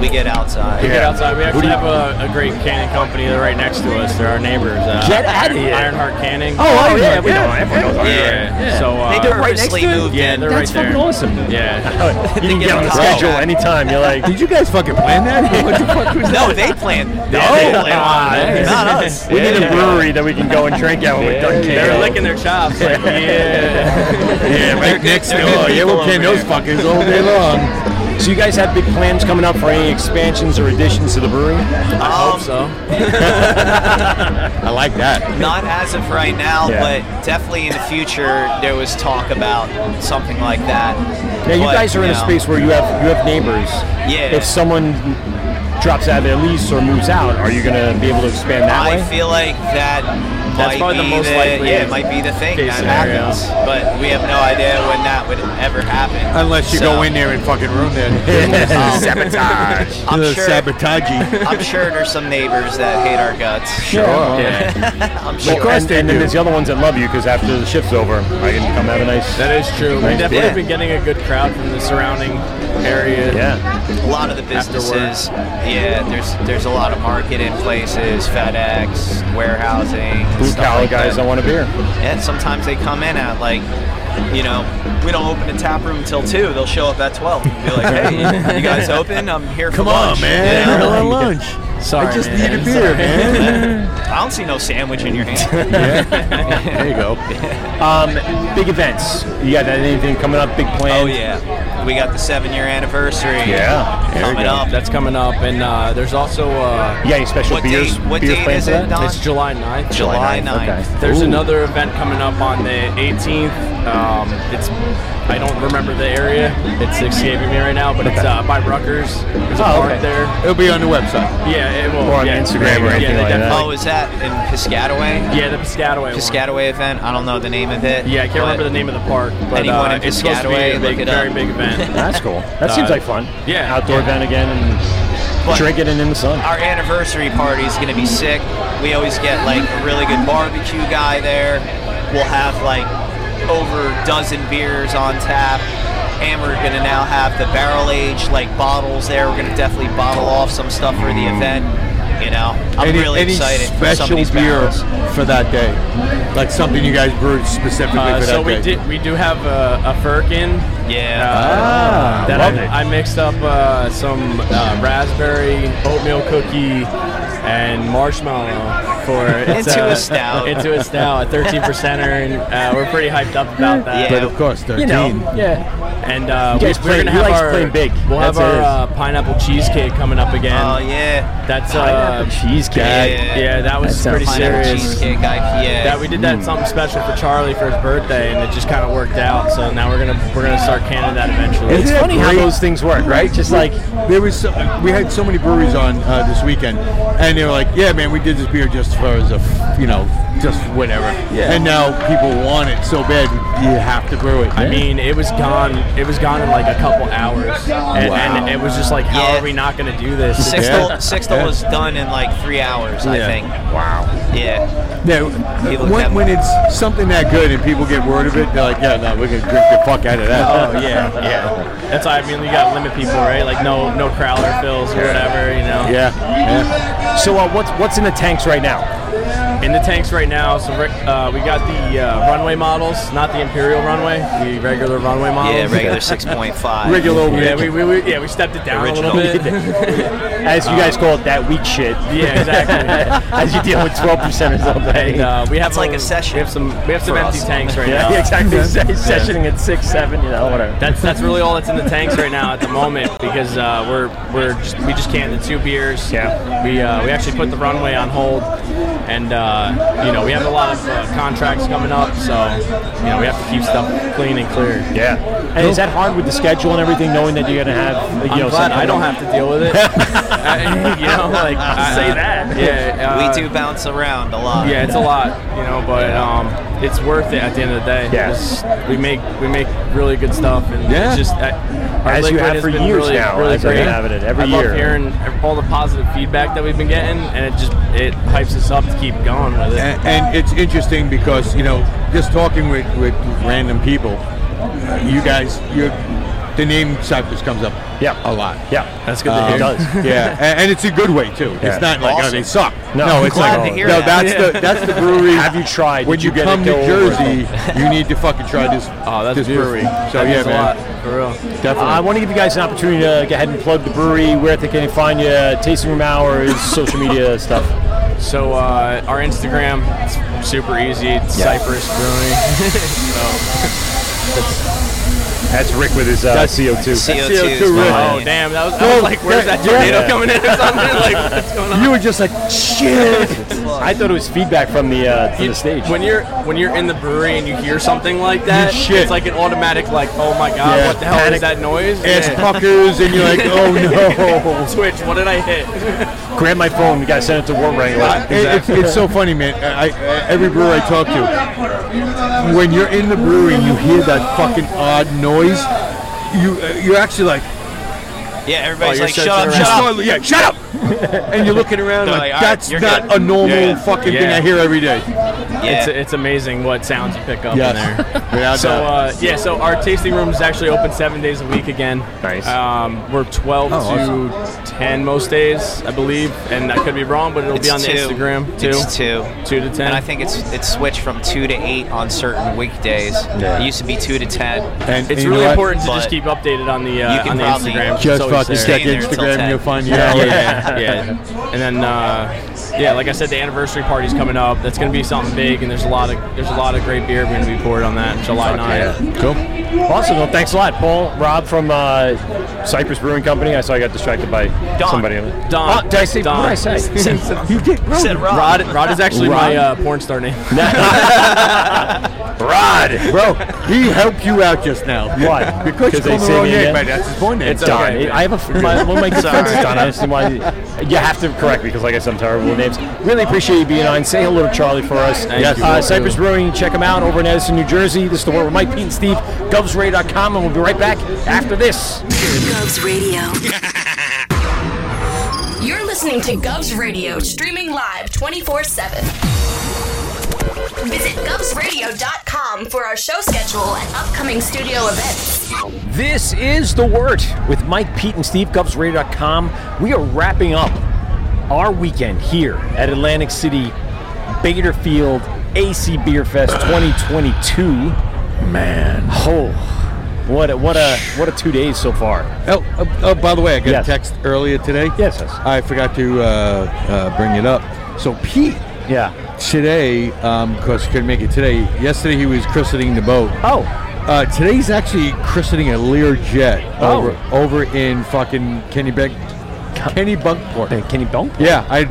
Speaker 18: we get outside.
Speaker 11: We get outside. We
Speaker 4: What
Speaker 11: actually
Speaker 4: do you-
Speaker 11: have a, a great canning company that right next to us. They're our neighbors. Uh,
Speaker 4: Get outta here.
Speaker 11: Ironheart Canning.
Speaker 4: Oh, Ironheart,
Speaker 11: yeah, we
Speaker 4: yeah.
Speaker 11: know. Everyone knows
Speaker 4: Yeah.
Speaker 11: Ironheart.
Speaker 4: Yeah.
Speaker 11: So uh,
Speaker 4: They do it right next to you?
Speaker 11: Yeah, they're right
Speaker 4: That's
Speaker 11: there.
Speaker 4: fucking awesome.
Speaker 11: Yeah.
Speaker 4: you can get on the schedule anytime. You're like,
Speaker 5: did you guys fucking plan [laughs]
Speaker 4: [laughs]
Speaker 5: that? Oh, What the fuck was
Speaker 18: no, they planned.
Speaker 4: No,
Speaker 11: Oh,
Speaker 18: Not us.
Speaker 4: We need a brewery that we can go and drink at when we're done.
Speaker 11: They're licking their
Speaker 4: [laughs]
Speaker 11: chops. Like, yeah.
Speaker 5: yeah, right next door. Yeah, we'll can those fuckers all day long. [laughs]
Speaker 4: So you guys have big plans coming up for any expansions or additions to the brewery?
Speaker 18: I hope
Speaker 11: so.
Speaker 5: I like that.
Speaker 18: Not as of right now,
Speaker 4: Yeah.
Speaker 18: but definitely in the future, there was talk about something like that.
Speaker 4: Now you
Speaker 18: But,
Speaker 4: guys are in a
Speaker 18: know,
Speaker 4: space where you have you have neighbors.
Speaker 18: Yeah.
Speaker 4: If someone drops out of their lease or moves out, are you gonna be able to expand that
Speaker 18: I
Speaker 4: way?
Speaker 18: feel like that
Speaker 4: That's
Speaker 18: might
Speaker 4: probably the
Speaker 18: be
Speaker 4: most likely
Speaker 18: yeah, it might be the thing
Speaker 4: case
Speaker 18: that
Speaker 4: scenario.
Speaker 18: happens, but we have no idea when that would ever happen.
Speaker 4: Uh,
Speaker 5: Unless you
Speaker 18: So,
Speaker 5: go in there and fucking ruin
Speaker 18: Um, [laughs]
Speaker 5: that. [laughs]
Speaker 18: I'm
Speaker 5: Little
Speaker 18: sure- [laughs]
Speaker 5: Sabotage.
Speaker 18: [laughs] I'm sure there's some neighbors that hate our guts.
Speaker 4: Sure. Yeah.
Speaker 18: [laughs] I'm
Speaker 4: Well,
Speaker 18: sure.
Speaker 4: of course, and, and then there's the other ones that love you because after the shift's over, I can come have a nice.
Speaker 11: That is true. We've
Speaker 4: Nice
Speaker 11: definitely
Speaker 4: day.
Speaker 11: been getting a good crowd from the surrounding area.
Speaker 18: a lot of the businesses. Yeah, there's there's a lot of marketing places, FedEx, warehousing.
Speaker 4: Blue
Speaker 18: stuff
Speaker 4: collar
Speaker 18: like
Speaker 4: guys
Speaker 18: that.
Speaker 4: that want a beer.
Speaker 18: And sometimes they come in at like, you know, we don't open the tap room until two. They'll show up at twelve and be like, "Hey, you
Speaker 11: [laughs]
Speaker 18: guys open? I'm here for
Speaker 5: Come
Speaker 18: lunch."
Speaker 5: on, man.
Speaker 18: You know?
Speaker 5: Hello, lunch.
Speaker 18: Sorry,
Speaker 5: I just
Speaker 18: man.
Speaker 5: need a beer,
Speaker 18: Sorry.
Speaker 5: man.
Speaker 18: [laughs] I don't see no sandwich in your
Speaker 4: [laughs]
Speaker 18: hand.
Speaker 4: there you go. Um, big events. You got anything coming up? Big plans?
Speaker 18: Oh yeah, we got the seven-year anniversary.
Speaker 4: Yeah, there we
Speaker 18: coming
Speaker 4: go.
Speaker 18: up.
Speaker 11: That's coming up, and uh, there's also. Uh,
Speaker 4: You got any special
Speaker 11: What
Speaker 4: beers?
Speaker 11: date- what
Speaker 4: beers
Speaker 11: date
Speaker 4: planned
Speaker 11: is
Speaker 4: for
Speaker 11: it,
Speaker 4: that?
Speaker 11: Don? It's July 9th.
Speaker 18: July 9th.
Speaker 4: Okay.
Speaker 11: There's
Speaker 4: Ooh.
Speaker 11: another event coming up on the 18th. Um, it's I don't remember the area. It's escaping me right now, but it's uh, by Rutgers. There's a
Speaker 5: Oh,
Speaker 11: park
Speaker 5: okay.
Speaker 11: there.
Speaker 5: It'll be on the website.
Speaker 11: Yeah, it will.
Speaker 5: Or on
Speaker 11: yeah.
Speaker 5: Instagram or
Speaker 11: yeah,
Speaker 5: anything
Speaker 11: they
Speaker 5: like that.
Speaker 11: definitely-
Speaker 18: Oh, is that in Piscataway?
Speaker 11: Yeah, the Piscataway.
Speaker 18: Piscataway event. I don't know the name of it.
Speaker 11: Yeah, I
Speaker 18: but-
Speaker 11: can't remember the name of the park, but
Speaker 18: anyone
Speaker 11: uh,
Speaker 18: in
Speaker 11: it's supposed to be uh,
Speaker 18: Piscataway,
Speaker 11: a
Speaker 18: look
Speaker 11: big,
Speaker 18: it
Speaker 11: very
Speaker 18: up.
Speaker 11: big event.
Speaker 4: [laughs] That's cool.
Speaker 11: [laughs]
Speaker 4: That
Speaker 11: Uh,
Speaker 4: seems like fun.
Speaker 11: yeah,
Speaker 4: Outdoor
Speaker 11: yeah.
Speaker 4: event again and
Speaker 18: But-
Speaker 4: drinking and in the sun.
Speaker 18: Our anniversary party is going to be sick. We always get like a really good barbecue guy there. We'll have like over a dozen beers on tap. And we're going to now have the barrel aged like bottles there. We're going to definitely bottle off some stuff for the event. You know, I'm
Speaker 5: any,
Speaker 18: really
Speaker 5: any
Speaker 18: excited for
Speaker 5: special
Speaker 18: some of these
Speaker 5: beer
Speaker 18: barrels.
Speaker 5: for that day? Like something you guys brewed specifically
Speaker 11: Uh,
Speaker 5: for that
Speaker 11: so we
Speaker 5: day?
Speaker 11: did. We do have a, a firkin. Uh,
Speaker 18: Yeah.
Speaker 5: Ah,
Speaker 11: that
Speaker 5: love
Speaker 11: I,
Speaker 5: it.
Speaker 11: I mixed up uh, some uh, raspberry oatmeal cookie and marshmallow for it's
Speaker 18: Into a stout.
Speaker 11: [laughs] Into a stout, a thirteen percenter, and uh, we're pretty hyped up about
Speaker 18: Yeah.
Speaker 11: that.
Speaker 18: But of
Speaker 5: course,
Speaker 11: You know, yeah. And uh,
Speaker 4: You guys
Speaker 11: we, are
Speaker 4: play-
Speaker 11: gonna
Speaker 4: you
Speaker 11: have
Speaker 4: guys
Speaker 11: our
Speaker 4: playing big.
Speaker 11: We'll have
Speaker 4: That's what
Speaker 11: our
Speaker 4: it
Speaker 11: uh, pineapple cheesecake coming up again.
Speaker 18: Oh, yeah.
Speaker 11: that's
Speaker 18: Pineapple
Speaker 11: uh, cheesecake. Yeah, that was
Speaker 18: That
Speaker 11: pretty
Speaker 18: sounds- Pineapple
Speaker 11: serious.
Speaker 18: cheesecake IPA.
Speaker 11: That we did
Speaker 4: Hmm.
Speaker 11: that
Speaker 18: Mm.
Speaker 11: something special for Charlie for his birthday, and it just kind of worked out. So now we're gonna we're gonna start canning that eventually.
Speaker 4: It's funny how those things work, right? Just like
Speaker 5: there was, so, we had so many breweries on uh, this weekend, and they were like, "Yeah, man, we did this beer just for as a, f- you know, just whatever."
Speaker 11: Yeah.
Speaker 5: And now people want it so bad, you have to brew it.
Speaker 11: I mean, it was gone. It was gone in like a couple hours, and,
Speaker 5: Wow.
Speaker 11: and it was just like, how
Speaker 18: Yeah.
Speaker 11: are we not gonna do this?
Speaker 18: Sixtel, Sixtel was done in like three hours, I
Speaker 11: Yeah.
Speaker 18: think. Wow. Yeah.
Speaker 5: Yeah,
Speaker 18: People
Speaker 5: when,
Speaker 18: kept-
Speaker 5: when it's something that good and people get word of it, they're like, "Yeah, no, we're gonna drink the fuck out of that."
Speaker 11: Oh yeah, yeah. That's why I mean we got limit people, right? Like no no crowler fills or whatever, you know.
Speaker 4: So uh, what's what's in the tanks right now?
Speaker 11: In the tanks right now, so Rick, uh, we got the uh, runway models, not the imperial runway, the regular runway models.
Speaker 18: Yeah,
Speaker 11: [laughs]
Speaker 18: regular 6.5.
Speaker 11: Yeah, we, we, we, yeah, we stepped it down a little bit. [laughs]
Speaker 4: As you guys call it, that weak shit.
Speaker 11: Uh, Yeah, exactly.
Speaker 4: [laughs] As you deal with twelve percent or something.
Speaker 11: And, uh, we have
Speaker 4: like
Speaker 11: a session. We have some we have some
Speaker 4: for
Speaker 11: empty
Speaker 4: us.
Speaker 11: tanks right
Speaker 4: [laughs] Yeah,
Speaker 11: now.
Speaker 4: exactly.
Speaker 11: [laughs] Yeah.
Speaker 4: Sessioning at six, seven, you know, whatever.
Speaker 11: That's that's really all that's in the tanks right now at the moment because uh, we're we're just, we just canned the two beers. Yeah. We uh, we actually put the runway on hold, and uh, you know we have a lot of uh, contracts coming up, so you know we have to keep stuff clean and clear.
Speaker 4: Yeah. And is that hard with the schedule and everything, knowing that you're gonna have? You
Speaker 11: I'm
Speaker 4: know,
Speaker 11: glad
Speaker 4: some-
Speaker 11: I don't [laughs] have to deal
Speaker 5: [laughs]
Speaker 11: with it. I- you know, like I-
Speaker 18: Say
Speaker 11: uh,
Speaker 18: that.
Speaker 11: Yeah.
Speaker 18: We
Speaker 11: uh,
Speaker 18: do bounce around a lot.
Speaker 11: Yeah, it's a lot, you know, but um, it's worth it at the end of the day.
Speaker 4: Yes.
Speaker 11: Just- we make we make really good stuff, and
Speaker 4: Yeah.
Speaker 11: it's just uh, our
Speaker 4: As you
Speaker 11: liquid
Speaker 4: have
Speaker 11: has
Speaker 4: for
Speaker 11: been
Speaker 4: years
Speaker 11: really,
Speaker 4: now,
Speaker 11: Really
Speaker 4: as you
Speaker 11: great.
Speaker 4: have it every
Speaker 11: I
Speaker 4: year.
Speaker 11: love hearing all the positive feedback that we've been getting, and it just it hypes us up to keep going with it.
Speaker 5: And, and it's interesting because you know, just talking with, with random people, uh, you guys, you the name Cypress comes up, yeah, a lot.
Speaker 4: Yeah,
Speaker 5: that's
Speaker 4: good to hear. It does.
Speaker 5: [laughs] Yeah, and, and it's a good way too.
Speaker 4: Yeah.
Speaker 5: It's not like oh
Speaker 4: Awesome.
Speaker 5: they suck.
Speaker 4: No.
Speaker 5: it's
Speaker 4: Glad
Speaker 5: like
Speaker 4: to hear
Speaker 5: no,
Speaker 4: that.
Speaker 5: that's
Speaker 4: Yeah.
Speaker 5: the that's the brewery.
Speaker 4: [laughs] Have you tried?
Speaker 5: When
Speaker 4: Did
Speaker 5: you,
Speaker 4: you get
Speaker 5: come
Speaker 4: it?
Speaker 5: to
Speaker 4: Go over it.
Speaker 5: Jersey, you need to fucking
Speaker 4: [laughs]
Speaker 5: try this. Oh, that's this brewery. So
Speaker 4: That
Speaker 5: yeah,
Speaker 4: means a
Speaker 5: man,
Speaker 4: lot,
Speaker 11: for real,
Speaker 5: definitely.
Speaker 4: I want to give you guys an opportunity to go ahead and plug the brewery, where they can find you, tasting room hours, social media [laughs] stuff.
Speaker 11: So uh, our Instagram, it's super easy. It's
Speaker 4: Yeah.
Speaker 11: Cypress
Speaker 4: [laughs]
Speaker 11: Brewing.
Speaker 18: [laughs]
Speaker 11: [laughs] so that's,
Speaker 4: That's Rick with his uh, CO2.
Speaker 11: That's CO2 Rick. Oh damn, that was, I was like, where's that tornado coming in [laughs] or something? Like, what's going on?
Speaker 4: You were just like,
Speaker 11: [laughs]
Speaker 4: shit. I thought it was feedback from the, uh, from the stage.
Speaker 11: When you're when you're in the brewery and you hear something like that,
Speaker 4: shit.
Speaker 11: it's like an automatic like, oh my god,
Speaker 5: Yeah.
Speaker 11: what the hell
Speaker 5: Panic.
Speaker 11: is that noise? [laughs]
Speaker 5: Ass puckers, and you're like, oh, no.
Speaker 11: Switch, what did I hit?
Speaker 4: Grab my phone. You guys send it to War Regular.
Speaker 5: It- it's- it's so funny, man. I, I, every brewer I talk to, when you're in the brewery and you hear that fucking odd noise, you uh, you're actually like, oh,
Speaker 18: Yeah, everybody's
Speaker 5: you're
Speaker 18: like,
Speaker 5: so
Speaker 18: shut up,
Speaker 5: good
Speaker 18: shut
Speaker 5: around."
Speaker 18: up.
Speaker 5: Yeah, shut up! and you're looking around
Speaker 11: They're
Speaker 5: like,
Speaker 11: like, "All right,
Speaker 5: that's
Speaker 11: you're
Speaker 5: not
Speaker 11: good."
Speaker 5: a normal
Speaker 11: Yeah, yeah.
Speaker 5: fucking thing
Speaker 11: Yeah.
Speaker 5: I hear every day.
Speaker 11: It's, it's amazing what sounds you pick up
Speaker 5: Yes.
Speaker 11: in there.
Speaker 5: [laughs] Without
Speaker 11: so
Speaker 5: doubt.
Speaker 11: uh, yeah, so our tasting room is actually open seven days a week again. Nice. Um, we're twelve
Speaker 5: Oh,
Speaker 11: to ten most days, I believe, and I could be wrong, but it'll
Speaker 18: It's
Speaker 11: be on
Speaker 18: two.
Speaker 11: the Instagram too.
Speaker 18: It's two.
Speaker 11: Two to ten.
Speaker 18: And I think it's it's switched from two to eight on certain weekdays.
Speaker 11: Yeah.
Speaker 18: It used to be two to ten.
Speaker 5: And
Speaker 11: it's really important to just keep updated on the
Speaker 18: You
Speaker 11: uh,
Speaker 18: can
Speaker 11: on the
Speaker 18: probably
Speaker 11: Instagram.
Speaker 18: just
Speaker 11: It's always
Speaker 18: fucking
Speaker 11: there.
Speaker 18: check Stay there Instagram till and 10. you'll find your
Speaker 11: yeah,
Speaker 18: hours.
Speaker 11: yeah, yeah. And then uh, yeah, like I said, the anniversary party's coming up. That's gonna be something big, and there's a lot of there's a lot of great beer going to be poured on that July 9th.
Speaker 4: Cool. Awesome. Well, thanks a lot, Paul. Rob from uh, Cypress Brewing Company. I saw I got distracted by somebody.
Speaker 11: Don.
Speaker 4: Oh, did I say
Speaker 11: Don.
Speaker 4: What did I [laughs] say? you did. Rod.
Speaker 11: [laughs] Said Rod. Rod. is actually my uh,
Speaker 4: Rod.
Speaker 11: porn star name.
Speaker 4: Rod.
Speaker 5: Bro, he helped you out just now. [laughs]
Speaker 4: Why?
Speaker 5: Because you
Speaker 4: they
Speaker 5: called him the
Speaker 4: say
Speaker 5: wrong
Speaker 4: me
Speaker 5: name,
Speaker 4: again?
Speaker 5: but that's his born name.
Speaker 4: It's Don. I have a my, one of my good friends is Don. I understand why you have to correct me because, like I said, I'm terrible with names. Really appreciate you being on. Say hello to Charlie for us.
Speaker 11: Thank Yes. you.
Speaker 4: Uh, Cypress Brewing. Check them out over in Edison, New Jersey. This is the word with Mike, Pete, and Steve. GovsRay.com, and we'll be right back after this.
Speaker 8: Govs Radio.
Speaker 19: You're
Speaker 8: listening to Govs Radio, streaming live 24 7. Visit govsradio.com for our show schedule and upcoming studio events.
Speaker 4: This is The Word with Mike, Pete, and Steve, GovsRadio.com. We are wrapping up our weekend here at Atlantic City Baderfield AC Beer
Speaker 5: [sighs]
Speaker 4: Fest 2022. Man. Oh, what a, what a, what a two days so far.
Speaker 5: Oh, oh, oh, by the way, I got a text earlier today.
Speaker 4: Yes, yes.
Speaker 5: I forgot to uh, uh, bring it up. So Pete. um,
Speaker 4: Yeah.
Speaker 5: Today, because he couldn't make it today. Yesterday he was christening the boat.
Speaker 4: Oh.
Speaker 5: Uh, today's actually christening a Lear jet over over in fucking Kenny Beck, Kenny Bunkport.
Speaker 4: Kenny Bunkport.
Speaker 5: Yeah, I.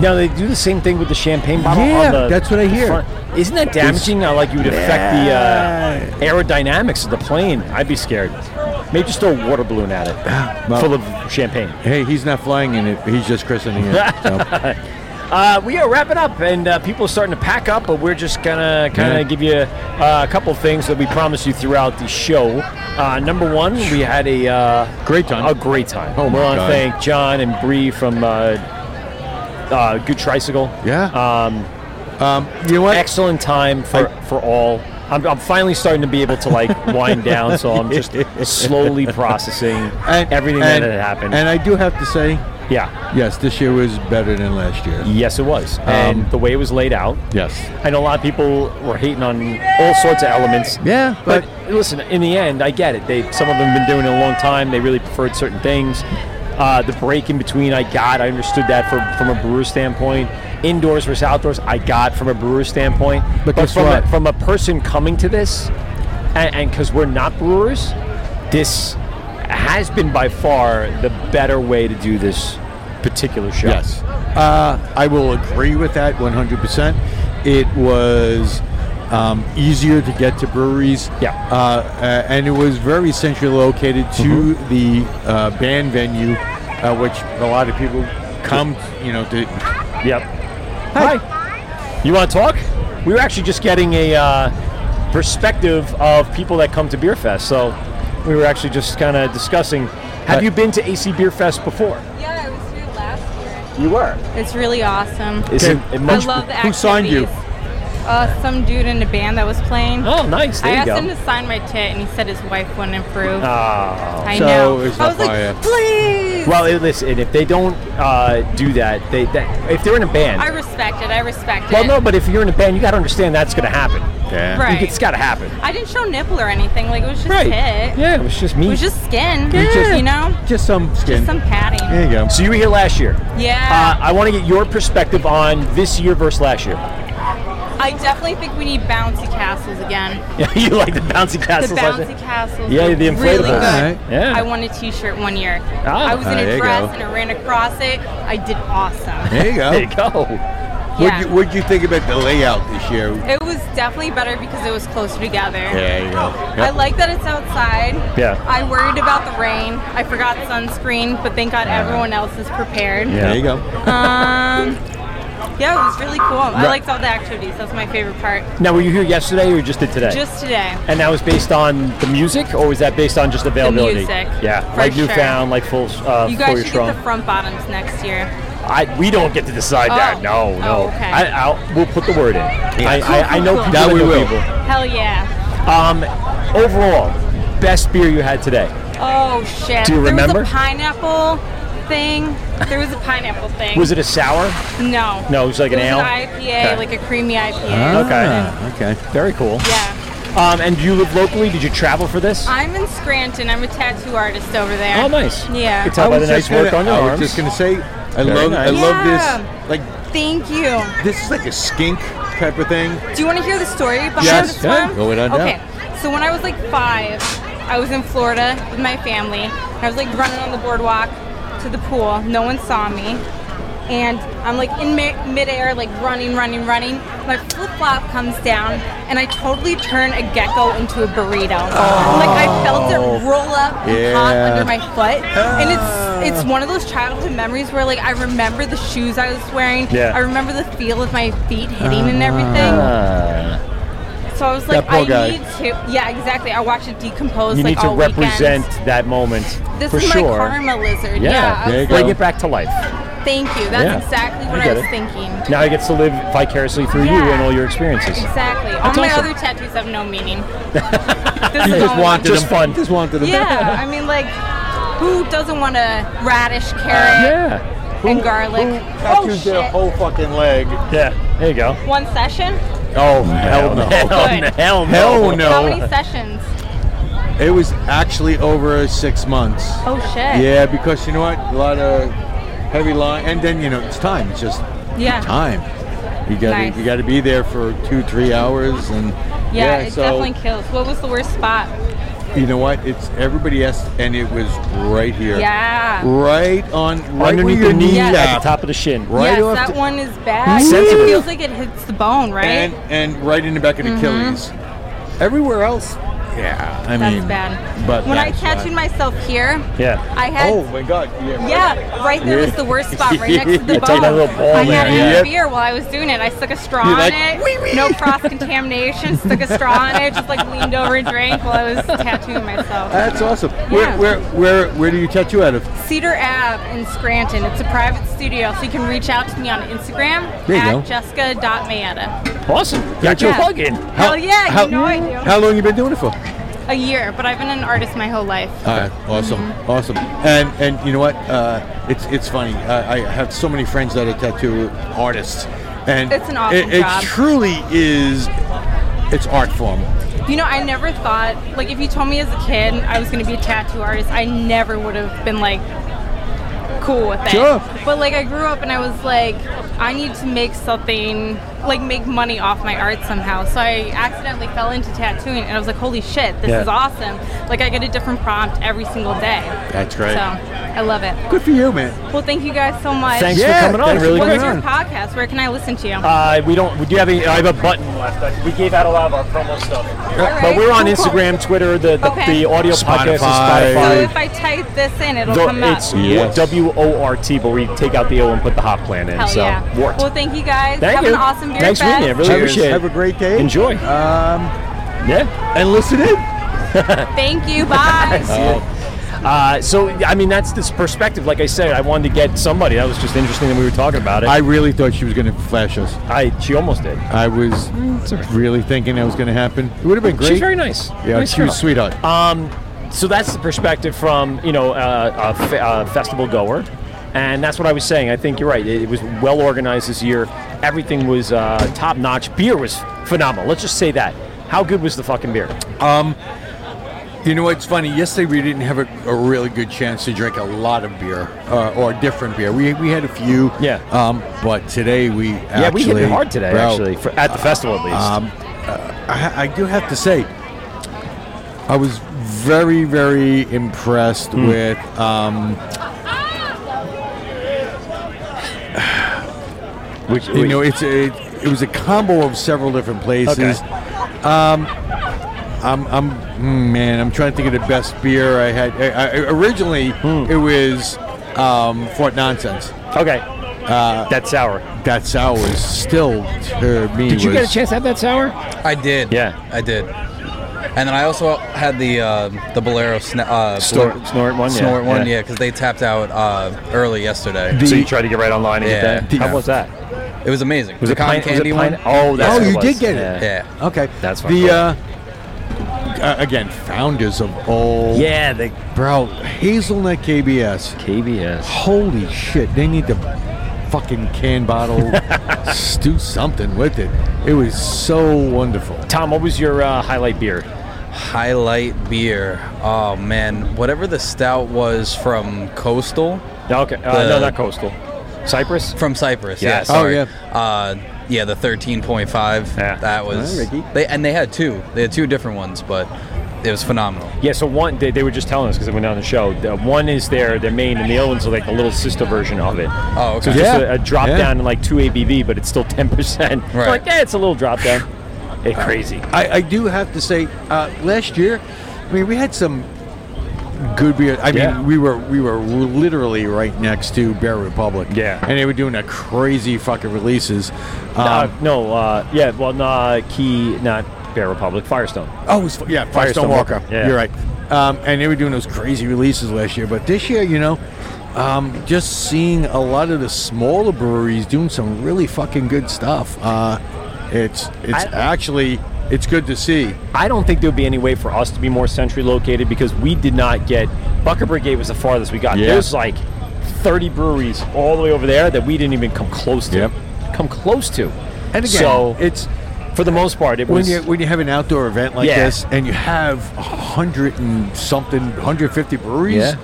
Speaker 4: Now they do the same thing with the champagne bottle. on
Speaker 5: Yeah,
Speaker 4: the-
Speaker 5: that's what I
Speaker 4: the
Speaker 5: hear.
Speaker 4: front. Isn't that
Speaker 5: It's-
Speaker 4: damaging? How like you would affect the uh, aerodynamics of the plane? I'd be scared. Maybe just throw a water balloon at it,
Speaker 5: [sighs] Well-
Speaker 4: full of champagne.
Speaker 5: Hey, he's not flying in it. He's just christening it. so.
Speaker 4: uh, we are wrapping up, and uh, people are starting to pack up, but we're just gonna kind of
Speaker 5: Yeah.
Speaker 4: give you uh, a couple things that we promised you throughout the show. Uh, number one, we had a uh,
Speaker 5: great time.
Speaker 4: A great time.
Speaker 5: Oh, my
Speaker 4: we want to
Speaker 5: God.
Speaker 4: thank John and Bree from uh, uh, Good Tricycle.
Speaker 5: Yeah.
Speaker 4: Um,
Speaker 5: you know what?
Speaker 4: Excellent time for for all. I'm, I'm finally starting to be able
Speaker 5: [laughs]
Speaker 4: to like wind down, so I'm just slowly processing [laughs] everything
Speaker 5: and-
Speaker 4: that had happened.
Speaker 5: And I do have to say,
Speaker 4: yeah,
Speaker 5: yes, this year was better than last year.
Speaker 4: Yes, it was. and the way it was laid out.
Speaker 5: Yes.
Speaker 4: I know a lot of people were hating on all sorts of elements.
Speaker 5: Yeah,
Speaker 4: but, listen, in the end, I get it. They some of them have been doing it a long time. They really preferred certain things. Uh, the break in between, I got. I understood that from from a brewer standpoint. Indoors versus outdoors, I got from a brewer standpoint. But,
Speaker 5: guess
Speaker 4: from
Speaker 5: what?
Speaker 4: A, from a person coming to this, and because we're not brewers, this has been by far the better way to do this particular show.
Speaker 5: Yes. Uh, I will agree with that 100%. It was um, easier to get to breweries. Yeah. Uh, uh, and it was very centrally located to
Speaker 4: Mm-hmm.
Speaker 5: the uh, band venue, uh, which a lot of people come, you know, to.
Speaker 4: Yep. Hi. You want to talk? We were actually just getting a uh, perspective of people that come to Beer Fest. So we were actually just kind of discussing. Have you been to AC Beer Fest before?
Speaker 19: Yeah, I was here last
Speaker 4: You were.
Speaker 19: year. It's really awesome.
Speaker 4: Is it- it much-
Speaker 19: I love the
Speaker 4: who signed you?
Speaker 19: activities. Uh, some dude in a band that was playing.
Speaker 4: Oh, nice. There
Speaker 19: I
Speaker 4: you
Speaker 19: asked
Speaker 4: go. Oh.
Speaker 19: him to sign my tit, and he said his wife wouldn't approve. I
Speaker 4: So
Speaker 19: know.
Speaker 4: it's
Speaker 19: I
Speaker 4: not
Speaker 19: was like,
Speaker 4: for you.
Speaker 19: please.
Speaker 4: Ah. Well, it, listen. If they don't uh, do that, they that, if they're in a band.
Speaker 19: I respect it. I respect
Speaker 4: well,
Speaker 19: it.
Speaker 4: no, but if you're in a band, you got to understand that's going to happen.
Speaker 19: You- Right.
Speaker 4: It's got to happen.
Speaker 19: I didn't show nipple or anything. Like it was just
Speaker 4: Right.
Speaker 19: tit.
Speaker 4: Yeah, it was just me.
Speaker 19: It was just skin.
Speaker 4: You just-
Speaker 19: You know,
Speaker 5: Just some
Speaker 19: just
Speaker 5: skin.
Speaker 19: some padding.
Speaker 5: you go.
Speaker 4: So you were here last year.
Speaker 19: Yeah.
Speaker 4: Uh, I want to get your perspective on this year versus last year. [laughs]
Speaker 19: I definitely think we need bouncy castles again.
Speaker 4: Yeah, you like the bouncy castles.
Speaker 19: the
Speaker 4: like
Speaker 19: bouncy
Speaker 4: that?
Speaker 19: castles.
Speaker 4: Yeah,
Speaker 19: were
Speaker 4: the inflatables.
Speaker 19: Really good.
Speaker 4: Alright. Yeah.
Speaker 19: I won a T-shirt one year.
Speaker 4: Ah.
Speaker 19: I was in
Speaker 4: Ah, there
Speaker 19: a
Speaker 4: you
Speaker 19: dress
Speaker 4: go.
Speaker 19: and I ran across it. I did awesome.
Speaker 5: There you go.
Speaker 4: [laughs] There you go.
Speaker 19: Yeah.
Speaker 5: What'd, you, what'd you think about the layout this year?
Speaker 19: [laughs] It was definitely better because it was closer together.
Speaker 5: There you go.
Speaker 19: I like that it's outside.
Speaker 5: Yeah.
Speaker 19: I worried about the rain. I forgot sunscreen, but thank God everyone else is prepared.
Speaker 5: There you go.
Speaker 19: [laughs] Um, yeah, it was really cool. I
Speaker 4: Right.
Speaker 19: liked all the activities. That's my favorite part.
Speaker 4: Now, were you here yesterday or just did today?
Speaker 19: Just today.
Speaker 4: And that was based on the music, or was that based on just availability?
Speaker 19: music,
Speaker 4: Yeah,
Speaker 19: for
Speaker 4: like
Speaker 19: sure.
Speaker 4: Newfound, like Full uh,
Speaker 19: you
Speaker 4: Full
Speaker 19: guys
Speaker 4: Year
Speaker 19: should
Speaker 4: Strong.
Speaker 19: get the front bottoms next year.
Speaker 4: I we don't get to decide
Speaker 19: Oh.
Speaker 4: that. No, no.
Speaker 19: Oh, okay.
Speaker 4: I, I'll, we'll put the word in. I, I, I know
Speaker 19: Cool, cool, cool.
Speaker 4: people. I
Speaker 19: That we
Speaker 4: know
Speaker 19: will.
Speaker 4: People.
Speaker 19: Hell yeah.
Speaker 4: Um, overall, best beer you had today.
Speaker 19: Oh shit.
Speaker 4: Do you
Speaker 19: there
Speaker 4: remember?
Speaker 19: was a pineapple thing. There was a pineapple thing.
Speaker 4: Was it a sour?
Speaker 19: No.
Speaker 4: No, it was like an ale.
Speaker 19: It was an IPA,
Speaker 4: Okay. Ah.
Speaker 19: like a creamy IPA.
Speaker 4: okay. Okay. Very cool.
Speaker 19: Yeah.
Speaker 4: Um, and do you live locally? Did you travel for this?
Speaker 19: I'm in Scranton. I'm a tattoo artist over there.
Speaker 4: Oh, nice.
Speaker 19: Yeah.
Speaker 4: Could tell by the nice
Speaker 5: just gonna-
Speaker 4: work on your
Speaker 5: I was
Speaker 4: arms.
Speaker 5: just gonna say, I
Speaker 4: Very
Speaker 5: love, I
Speaker 4: nice.
Speaker 5: love
Speaker 19: Yeah.
Speaker 5: this. Like
Speaker 19: Thank you.
Speaker 5: this is like a skink type of thing.
Speaker 19: Do you want to hear the story behind
Speaker 5: Yes,
Speaker 19: this
Speaker 5: yeah.
Speaker 19: one?
Speaker 5: Go it on down.
Speaker 19: Okay. So when I was like five, I was in Florida with my family. I was like running on the boardwalk to the pool. No one saw me. And I'm like in mi- midair, like running, running, running. My flip flop comes down, and I totally turn a gecko into a burrito. Like I felt it roll up and pop
Speaker 5: Oh. Yeah. Ah.
Speaker 19: under my foot, and it's it's one of those childhood memories where like I remember the shoes I was wearing.
Speaker 5: Yeah. Ah.
Speaker 19: I remember the feel of my feet
Speaker 11: uh,
Speaker 19: hitting and everything. So I was
Speaker 4: That
Speaker 19: like,
Speaker 4: poor
Speaker 19: I
Speaker 4: guy.
Speaker 19: need to. Yeah, exactly. I watched it decompose.
Speaker 4: you
Speaker 19: like
Speaker 4: need to
Speaker 19: all
Speaker 4: represent
Speaker 19: Weekend.
Speaker 4: that moment
Speaker 19: This
Speaker 4: for
Speaker 19: is
Speaker 4: sure.
Speaker 19: my karma lizard.
Speaker 4: Yeah,
Speaker 19: Yeah. I was
Speaker 4: bring
Speaker 19: like,
Speaker 4: it back to life.
Speaker 19: Thank you. That's
Speaker 4: Yeah.
Speaker 19: exactly what
Speaker 4: I
Speaker 19: I,
Speaker 4: get
Speaker 19: was
Speaker 4: it.
Speaker 19: thinking.
Speaker 4: Now he gets to live vicariously through you
Speaker 19: Yeah.
Speaker 4: and all your experiences.
Speaker 19: Exactly.
Speaker 4: That's
Speaker 19: all my
Speaker 4: awesome.
Speaker 19: other tattoos have no
Speaker 4: [laughs]
Speaker 19: meaning.
Speaker 4: You
Speaker 19: is
Speaker 4: just
Speaker 19: all-
Speaker 4: wanted just fun. Just wanted [laughs]
Speaker 19: yeah. I mean, like, who doesn't want a radish, carrot,
Speaker 4: yeah.
Speaker 19: and garlic? oh
Speaker 20: Tattooed their
Speaker 19: shit!
Speaker 20: whole fucking leg.
Speaker 4: Yeah. There you go.
Speaker 19: One session?
Speaker 5: Oh hell no!
Speaker 19: Good.
Speaker 4: [laughs] Hell Oh, no!
Speaker 5: Hell
Speaker 19: How many
Speaker 5: no!
Speaker 19: sessions?
Speaker 5: It was actually over six months.
Speaker 19: Oh shit.
Speaker 5: Yeah, because you know what? A lot of heavy line, and then you know it's time. It's just
Speaker 19: Yeah.
Speaker 5: time. You got
Speaker 19: Nice.
Speaker 5: to you got to be there for two, three hours, and
Speaker 19: Yeah,
Speaker 5: Yeah,
Speaker 19: it
Speaker 5: so-
Speaker 19: definitely kills. What was the worst spot?
Speaker 5: You know what? It's everybody asked, and it was right here.
Speaker 19: Yeah.
Speaker 5: Right on, right
Speaker 4: Underneath
Speaker 5: where your
Speaker 4: the knee,
Speaker 19: Yes.
Speaker 4: at the top of the shin.
Speaker 5: Right
Speaker 19: yes,
Speaker 5: off
Speaker 19: that
Speaker 5: the-
Speaker 19: one is bad.
Speaker 5: Sensitive.
Speaker 19: It feels like it hits the bone, right?
Speaker 5: and and right in the back of the
Speaker 19: Mhm.
Speaker 5: Achilles. Everywhere else, yeah. I
Speaker 19: That's
Speaker 5: mean,
Speaker 19: bad.
Speaker 5: But
Speaker 19: when I
Speaker 5: that's
Speaker 19: tattooed
Speaker 5: why-
Speaker 19: myself here,
Speaker 5: yeah,
Speaker 19: I had
Speaker 5: Oh my God! Yeah.
Speaker 19: Yeah, right there was the
Speaker 5: [laughs]
Speaker 19: worst spot, right next to the
Speaker 5: Yeah,
Speaker 19: bone.
Speaker 5: take that little ball
Speaker 19: I had
Speaker 5: there,
Speaker 19: it in
Speaker 5: yeah.
Speaker 19: a beer while I was doing it. I stuck a straw
Speaker 5: You're
Speaker 19: on
Speaker 5: like,
Speaker 19: it. No cross contamination. stuck a straw on it. Just like leaned over and drank while I was tattooing myself.
Speaker 5: That's awesome. Where, where where where do you tattoo out of?
Speaker 19: Cedar Ave in Scranton. It's a private studio, so you can reach out to me on Instagram
Speaker 5: There you go.
Speaker 19: at jessica.mayetta.
Speaker 4: Awesome. Got your
Speaker 19: Yeah.
Speaker 4: plug in.
Speaker 19: Hell yeah, you know I do.
Speaker 5: How long you been doing it for?
Speaker 19: A year, but I've been an artist my whole life.
Speaker 5: All right, Uh, awesome,
Speaker 19: Mm-hmm.
Speaker 5: awesome, and and you know what? Uh, it's it's funny. I, I have so many friends that are tattoo artists, and
Speaker 19: It's an awesome
Speaker 5: it, it
Speaker 19: job.
Speaker 5: truly is. It's art form.
Speaker 19: You know, I never thought, like, if you told me as a kid I was going to be a tattoo artist, I never would have been, like, cool with it.
Speaker 5: Sure.
Speaker 19: But, like, I grew up and I was like, I need to make something, like, make money off my art somehow. So I accidentally fell into tattooing and I was like, holy shit, this
Speaker 5: Yeah.
Speaker 19: is awesome. Like, I get a different prompt every single day.
Speaker 5: That's great.
Speaker 19: So I love it.
Speaker 5: Good for you, man.
Speaker 19: Well, thank you guys so much.
Speaker 4: Thanks for Yeah, coming on. thanks for
Speaker 19: What's
Speaker 4: coming
Speaker 19: your
Speaker 4: on.
Speaker 19: podcast? Where can I listen to you?
Speaker 4: Uh, we don't. We do have a. I have a button left. I- We gave out a lot of our promo stuff,
Speaker 19: right,
Speaker 4: but we're on
Speaker 19: cool, cool.
Speaker 4: Instagram, Twitter, the the,
Speaker 19: Okay.
Speaker 4: the audio podcast, is
Speaker 19: So
Speaker 4: Spotify.
Speaker 19: if I type this in, it'll
Speaker 4: The-
Speaker 19: come up.
Speaker 4: it's W O R T, but we take out the O and put the hop plan in.
Speaker 19: Hell
Speaker 4: so
Speaker 19: yeah.
Speaker 4: wort.
Speaker 19: Well, thank you guys.
Speaker 4: Thank
Speaker 19: Have
Speaker 4: you.
Speaker 19: an awesome beer
Speaker 4: Thanks for being
Speaker 19: fest.
Speaker 4: here. Really
Speaker 5: Cheers.
Speaker 4: appreciate it.
Speaker 5: Have a great day.
Speaker 4: Enjoy.
Speaker 5: Um,
Speaker 4: yeah,
Speaker 5: and listen in.
Speaker 19: Thank you. [laughs] Bye.
Speaker 4: [laughs] Oh. Uh, so I mean that's this perspective. Like I said, I wanted to get somebody. That was just interesting that we were talking about it.
Speaker 5: I really thought she was going to flash us.
Speaker 4: I she almost did.
Speaker 5: I was
Speaker 19: Mm-hmm.
Speaker 5: really thinking that was going to happen. It would have been great.
Speaker 4: She's very nice.
Speaker 5: Yeah,
Speaker 4: Nice
Speaker 5: she was
Speaker 4: girl.
Speaker 5: sweetheart.
Speaker 4: Um, so that's the perspective from you know uh, a, fe- a festival goer, and that's what I was saying. I think you're right. It, it was well organized this year. Everything was uh, top notch. Beer was phenomenal. Let's just say that. How good was the fucking beer?
Speaker 5: Um, you know what's funny? Yesterday we didn't have a, a really good chance to drink a lot of beer uh, or different beer. We, we had a few. Yeah. Um, but today we actually
Speaker 4: yeah, we hit it hard today
Speaker 5: bro,
Speaker 4: actually for, at the festival at least.
Speaker 5: Um, uh, I, I do have to say, I was very very impressed
Speaker 4: Mm.
Speaker 5: with. Um, Which, you know, it's a, it was a combo of several different places.
Speaker 4: Okay.
Speaker 5: Um, I'm, I'm, mm, man, I'm trying to think of the best beer I had. I, I, originally, it was um, Fort Nonsense.
Speaker 4: Hmm. Okay.
Speaker 5: Uh,
Speaker 4: that sour.
Speaker 5: That sour is still to me.
Speaker 21: Did you get
Speaker 5: was-
Speaker 21: a
Speaker 4: chance to have that sour?
Speaker 21: I did.
Speaker 4: Yeah,
Speaker 21: I did. And then I also had the uh, the Bolero sna- uh,
Speaker 4: Snort-
Speaker 21: Bolero-
Speaker 4: snort one, yeah,
Speaker 21: snort one,
Speaker 4: yeah.
Speaker 21: yeah, because they tapped out uh, early yesterday.
Speaker 4: so you tried to get right online and
Speaker 21: Yeah.
Speaker 4: get that. How
Speaker 21: Yeah.
Speaker 4: was that?
Speaker 21: It was amazing.
Speaker 4: Was
Speaker 21: the
Speaker 4: it pine-
Speaker 21: cotton
Speaker 4: was it
Speaker 21: candy one.
Speaker 4: pine- oh, that's
Speaker 5: oh,
Speaker 4: what it
Speaker 5: you
Speaker 4: was.
Speaker 5: did get it.
Speaker 21: Yeah.
Speaker 5: Okay.
Speaker 4: That's what it
Speaker 5: the uh,
Speaker 4: was.
Speaker 5: uh, again founders of old.
Speaker 4: Yeah, they
Speaker 5: bro hazelnut KBS.
Speaker 4: KBS.
Speaker 5: Holy shit! They need to fucking can
Speaker 4: [laughs]
Speaker 5: bottle. s- do something with it. It was so wonderful.
Speaker 4: Tom, what was your uh, highlight beer?
Speaker 21: Highlight beer. Oh man, whatever the stout was from Coastal.
Speaker 4: Okay, uh, no, not Coastal. Cyprus.
Speaker 21: From Cyprus. Yeah.
Speaker 4: Yes. Oh,
Speaker 21: sorry.
Speaker 4: yeah.
Speaker 21: Uh, yeah, the thirteen point five. That was.
Speaker 4: All right, Ricky.
Speaker 21: they and they had two. They had two different ones, but it was phenomenal.
Speaker 4: Yeah, so one they, they were just telling us because they went on the show. The one is their their main, and the other one's like the little sister version of it. Oh,
Speaker 21: okay.
Speaker 4: So it's just
Speaker 21: Yeah.
Speaker 4: a, a drop
Speaker 21: Yeah.
Speaker 4: down in like two ABV, but it's still ten percent.
Speaker 5: Right.
Speaker 4: Like yeah, it's a little drop down. Hey, crazy.
Speaker 5: I, I do have to say, uh, last year, I mean, we had some good beer. I mean,
Speaker 4: Yeah.
Speaker 5: we were we were literally right next to Bear Republic.
Speaker 4: Yeah,
Speaker 5: and they were doing a crazy fucking releases.
Speaker 4: Uh,
Speaker 5: Um,
Speaker 4: no, uh, yeah, well, nah, Key, not Bear Republic, Firestone.
Speaker 5: Oh, it was, yeah, Firestone, Walker.
Speaker 4: Yeah.
Speaker 5: You're right. Um, and they were doing those crazy releases last year, but this year, you know, um, just seeing a lot of the smaller breweries doing some really fucking good stuff. Uh, it's it's
Speaker 4: I-
Speaker 5: actually it's good to see.
Speaker 4: I don't think there would be any way for us to be more centrally located because we did not get Bucket Brigade was the farthest we got.
Speaker 5: Yeah.
Speaker 4: There's like 30 breweries all the way over there that we didn't even come close to. Come close to.
Speaker 5: And again,
Speaker 4: so
Speaker 5: it's
Speaker 4: for the most part it
Speaker 5: when
Speaker 4: was
Speaker 5: you when you have an outdoor event like
Speaker 4: Yeah.
Speaker 5: this and you have a hundred and something, hundred fifty breweries.
Speaker 4: Yeah.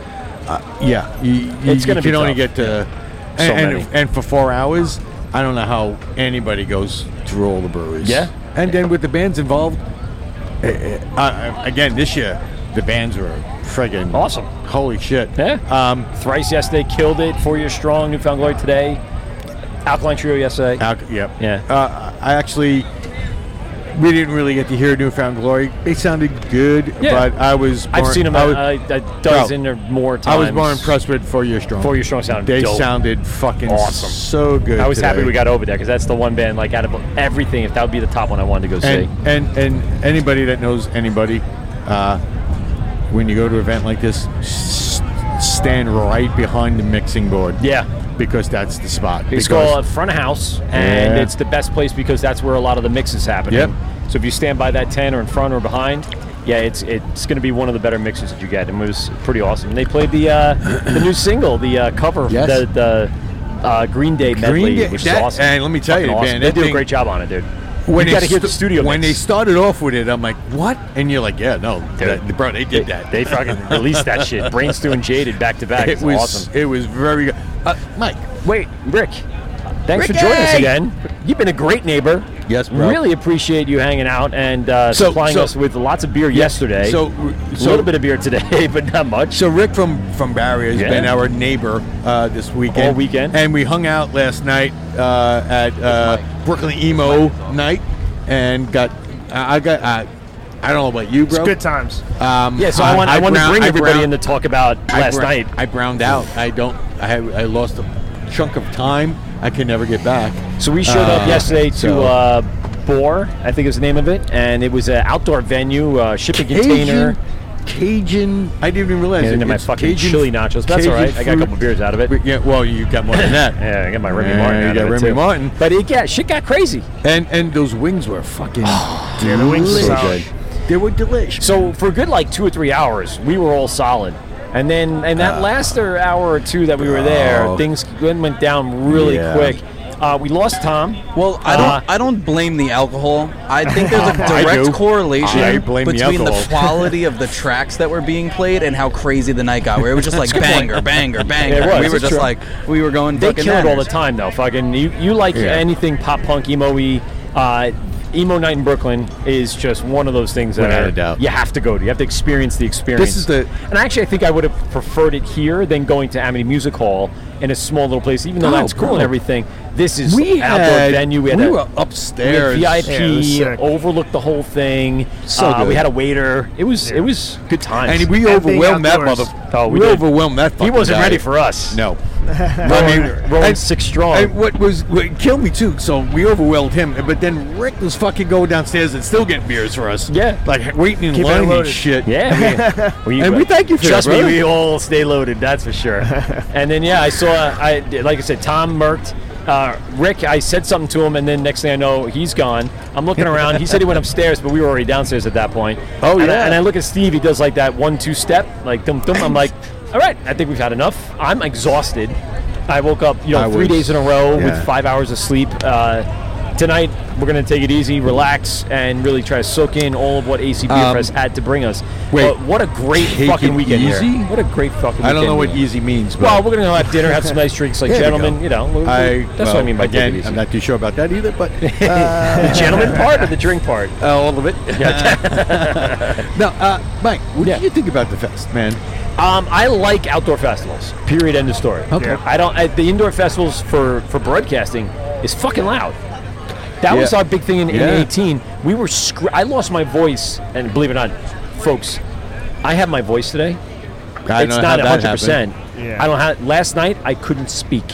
Speaker 5: uh, yeah. You, you-
Speaker 4: It's gonna
Speaker 5: you can
Speaker 4: be
Speaker 5: only
Speaker 4: tough.
Speaker 5: get to and,
Speaker 4: So
Speaker 5: and-
Speaker 4: many.
Speaker 5: and for four hours. I don't know how anybody goes through all the breweries.
Speaker 4: Yeah.
Speaker 5: and then with the bands involved, eh, eh, uh, again this year, the bands were friggin'
Speaker 4: awesome.
Speaker 5: Holy shit!
Speaker 4: Yeah. Um, Thrice yesterday killed it. Four Years Strong, Newfound Glory today. Alkaline Trio yesterday.
Speaker 5: yep. Yeah. Uh, I actually, we didn't really get to hear Newfound Glory. They sounded good,
Speaker 4: Yeah.
Speaker 5: but I was.
Speaker 4: I've seen 'em
Speaker 5: I
Speaker 4: a-
Speaker 5: was-
Speaker 4: a- a dozen or more
Speaker 5: I was more
Speaker 4: times.
Speaker 5: impressed with Four Year Strong.
Speaker 4: Four Year Strong sounded
Speaker 5: They
Speaker 4: dope.
Speaker 5: sounded fucking
Speaker 4: Awesome.
Speaker 5: so good.
Speaker 4: I was happy
Speaker 5: today.
Speaker 4: we got over there because that's the one band like out of everything. If that would be the top one, I wanted to go see.
Speaker 5: and, and and anybody that knows anybody, uh, when you go to an event like this, s- stand right behind the mixing board.
Speaker 4: Yeah,
Speaker 5: because that's the spot.
Speaker 4: It's
Speaker 5: Because-
Speaker 4: called front of house, and
Speaker 5: Yeah.
Speaker 4: it's the best place because that's where a lot of the mixes happen.
Speaker 5: Yep.
Speaker 4: So if you stand by that tent or in front or behind, yeah, it's it's going to be one of the better mixes that you get, and it was pretty awesome. And they played the uh, the new single, the uh, cover,
Speaker 5: Yes.
Speaker 4: the, the uh, Green Day medley,
Speaker 5: Day-
Speaker 4: which is
Speaker 5: that-
Speaker 4: awesome.
Speaker 5: and let me tell
Speaker 4: Fucking
Speaker 5: you,
Speaker 4: awesome.
Speaker 5: man,
Speaker 4: they
Speaker 5: that
Speaker 4: do a
Speaker 5: thing-
Speaker 4: great job on it, dude.
Speaker 5: when
Speaker 4: you got to
Speaker 5: they
Speaker 4: hear the
Speaker 5: st-
Speaker 4: studio
Speaker 5: when they
Speaker 4: mix.
Speaker 5: started off with it, I'm like, what? And you're like, yeah, no, that- bro, they did that. [laughs]
Speaker 4: They fucking released that shit. Brain Stew and Jaded back to back.
Speaker 5: It
Speaker 4: It's
Speaker 5: was
Speaker 4: awesome.
Speaker 5: it was very good. Uh, Mike,
Speaker 4: wait, Rick, thanks for joining us
Speaker 5: Ricky!
Speaker 4: again. You've been a great neighbor.
Speaker 5: Yes, bro.
Speaker 4: Really appreciate you hanging out and uh,
Speaker 5: So-
Speaker 4: supplying
Speaker 5: so-
Speaker 4: us with lots of beer yesterday.
Speaker 5: So,
Speaker 4: a little bit of beer today, [laughs] but not much.
Speaker 5: So Rick from from Barry has
Speaker 4: Yeah.
Speaker 5: been our neighbor uh, this weekend.
Speaker 4: All weekend.
Speaker 5: and we hung out last night uh, at uh, Brooklyn emo night, and got I I got I, I don't know about you,
Speaker 4: It's
Speaker 5: bro.
Speaker 4: good
Speaker 5: times. Um,
Speaker 4: Yeah, so I want- I wanted to bring everybody in to talk about
Speaker 5: I
Speaker 4: last
Speaker 5: brown-
Speaker 4: night.
Speaker 5: I browned out. I don't. I I lost a chunk of time. I can never get back.
Speaker 4: So we showed up
Speaker 5: Uh,
Speaker 4: yesterday to
Speaker 5: so-
Speaker 4: uh, Boar, I think is the name of it, and it was an outdoor venue, uh, shipping container.
Speaker 5: Cajun. I didn't even realize
Speaker 4: Yeah,
Speaker 5: it.
Speaker 4: into my
Speaker 5: It's
Speaker 4: fucking
Speaker 5: Cajun-
Speaker 4: chili nachos. but That's
Speaker 5: Cajun
Speaker 4: all right. I got a
Speaker 5: food.
Speaker 4: couple beers out of it.
Speaker 5: Yeah, well, you got more than that.
Speaker 4: [laughs] yeah, I got my Remy
Speaker 5: Yeah,
Speaker 4: Martin.
Speaker 5: you
Speaker 4: out
Speaker 5: got
Speaker 4: of it
Speaker 5: Remy
Speaker 4: too.
Speaker 5: Martin.
Speaker 4: But it got shit got crazy.
Speaker 5: And and those wings were
Speaker 4: [sighs]
Speaker 5: fucking. yeah,
Speaker 4: the wings were
Speaker 5: so
Speaker 4: solid.
Speaker 5: good. They were delicious.
Speaker 4: So for a good like two or three hours, we were all solid. And then and that last or hour or two that we were there,
Speaker 21: Oh.
Speaker 4: things went went down really
Speaker 21: Yeah.
Speaker 4: quick. Uh, we lost Tom. Uh-huh.
Speaker 21: Well, I don't. I don't blame the alcohol. I think there's a
Speaker 4: [laughs] I
Speaker 21: direct
Speaker 4: do.
Speaker 21: correlation
Speaker 4: I blame the
Speaker 21: between the,
Speaker 4: alcohol.
Speaker 21: quality of the tracks that were being played and how crazy the night got. Where it
Speaker 4: [laughs]
Speaker 21: was just like
Speaker 4: It's a good
Speaker 21: banger,
Speaker 4: point.
Speaker 21: banger, banger.
Speaker 4: Yeah, it was.
Speaker 21: we were
Speaker 4: It's
Speaker 21: just
Speaker 4: true.
Speaker 21: like we were going.
Speaker 4: They
Speaker 21: fucking
Speaker 4: kill it all the
Speaker 21: bananas.
Speaker 4: time though. Fucking you, you like
Speaker 21: Yeah.
Speaker 4: anything pop punk emo y uh, emo night in Brooklyn is just one of those things that
Speaker 5: Without
Speaker 4: are-
Speaker 5: a doubt.
Speaker 4: you have to go to. You have to experience the experience.
Speaker 5: This is the
Speaker 4: and actually I think I would have preferred it here than going to Amity Music Hall in a small little place, even though
Speaker 5: Oh,
Speaker 4: that's cool and
Speaker 5: bro.
Speaker 4: everything. This is
Speaker 5: We
Speaker 4: outdoor
Speaker 5: had-
Speaker 4: venue. had
Speaker 5: we
Speaker 4: a-
Speaker 5: were upstairs.
Speaker 4: We
Speaker 5: Yeah,
Speaker 4: had
Speaker 5: it was
Speaker 4: VIP
Speaker 5: sick.
Speaker 4: overlooked the whole thing.
Speaker 5: So
Speaker 4: Uh, we
Speaker 5: good.
Speaker 4: had a waiter. It was it was good times.
Speaker 5: And we overwhelmed that mother.
Speaker 4: Oh, we,
Speaker 5: we
Speaker 4: did.
Speaker 5: overwhelmed that.
Speaker 4: He
Speaker 5: fucking
Speaker 4: wasn't
Speaker 5: guy.
Speaker 4: ready
Speaker 5: [laughs]
Speaker 4: for us.
Speaker 5: No.
Speaker 4: I mean, rolling
Speaker 5: and-
Speaker 4: six strong.
Speaker 5: And what was what killed me too? So we overwhelmed him, but then Rick was fucking going downstairs and still getting beers for us. Yeah, like waiting in
Speaker 4: Keep it
Speaker 5: line and
Speaker 4: loaded.
Speaker 5: shit. [laughs]
Speaker 4: Yeah,
Speaker 5: and we thank you for
Speaker 4: trust
Speaker 5: that,
Speaker 4: me.
Speaker 5: brother.
Speaker 4: We all stay loaded, that's
Speaker 5: [laughs]
Speaker 4: for sure. and then yeah, I saw. I like I said, Tom murked. Uh, Rick, I said something to him, and then next thing I know, he's gone. I'm looking around. He said he went upstairs, but we were already downstairs at that point.
Speaker 5: Oh,
Speaker 4: and
Speaker 5: yeah.
Speaker 4: I, and I look at Steve. He does like that one-two step, like dum dum. I'm like, all right, I think we've had enough. I'm exhausted. I woke up, you know,
Speaker 5: I
Speaker 4: three
Speaker 5: was-
Speaker 4: days in a row
Speaker 5: yeah.
Speaker 4: with five hours of sleep. Uh, tonight, we're gonna take it easy, relax, and really try to soak in all of what AC Beer
Speaker 5: Um,
Speaker 4: Fest had to bring us.
Speaker 5: Wait,
Speaker 4: But what a great
Speaker 5: take
Speaker 4: fucking
Speaker 5: it
Speaker 4: weekend here.
Speaker 5: easy?
Speaker 4: What a great fucking weekend.
Speaker 5: I don't know what
Speaker 4: here.
Speaker 5: easy means. But
Speaker 4: Well, we're gonna go have dinner, have some nice drinks like
Speaker 5: There we
Speaker 4: gentlemen,
Speaker 5: go.
Speaker 4: you know. we- we-
Speaker 5: I-
Speaker 4: that's what I
Speaker 5: well,
Speaker 4: mean by take it
Speaker 5: again.
Speaker 4: easy.
Speaker 5: I'm not too sure about that
Speaker 4: [laughs]
Speaker 5: either, but
Speaker 4: the gentleman part or the drink part?
Speaker 5: Uh, all of it. [laughs] no, uh, Mike, what
Speaker 4: Yeah.
Speaker 5: do you think about the fest, man?
Speaker 4: Um, I like outdoor festivals. Period. End of story.
Speaker 5: Okay. Yeah.
Speaker 4: I don't. I, the indoor festivals for for broadcasting is fucking loud. That was
Speaker 5: Yeah.
Speaker 4: our big thing in, in
Speaker 5: Yeah.
Speaker 4: 18. We were. Scr- I lost my voice, and believe it or not, folks, I have my voice today.
Speaker 5: I
Speaker 4: it's
Speaker 5: know
Speaker 4: not
Speaker 5: how that
Speaker 4: 100. percent
Speaker 5: happened. Yeah.
Speaker 4: I don't have. Last night I couldn't speak.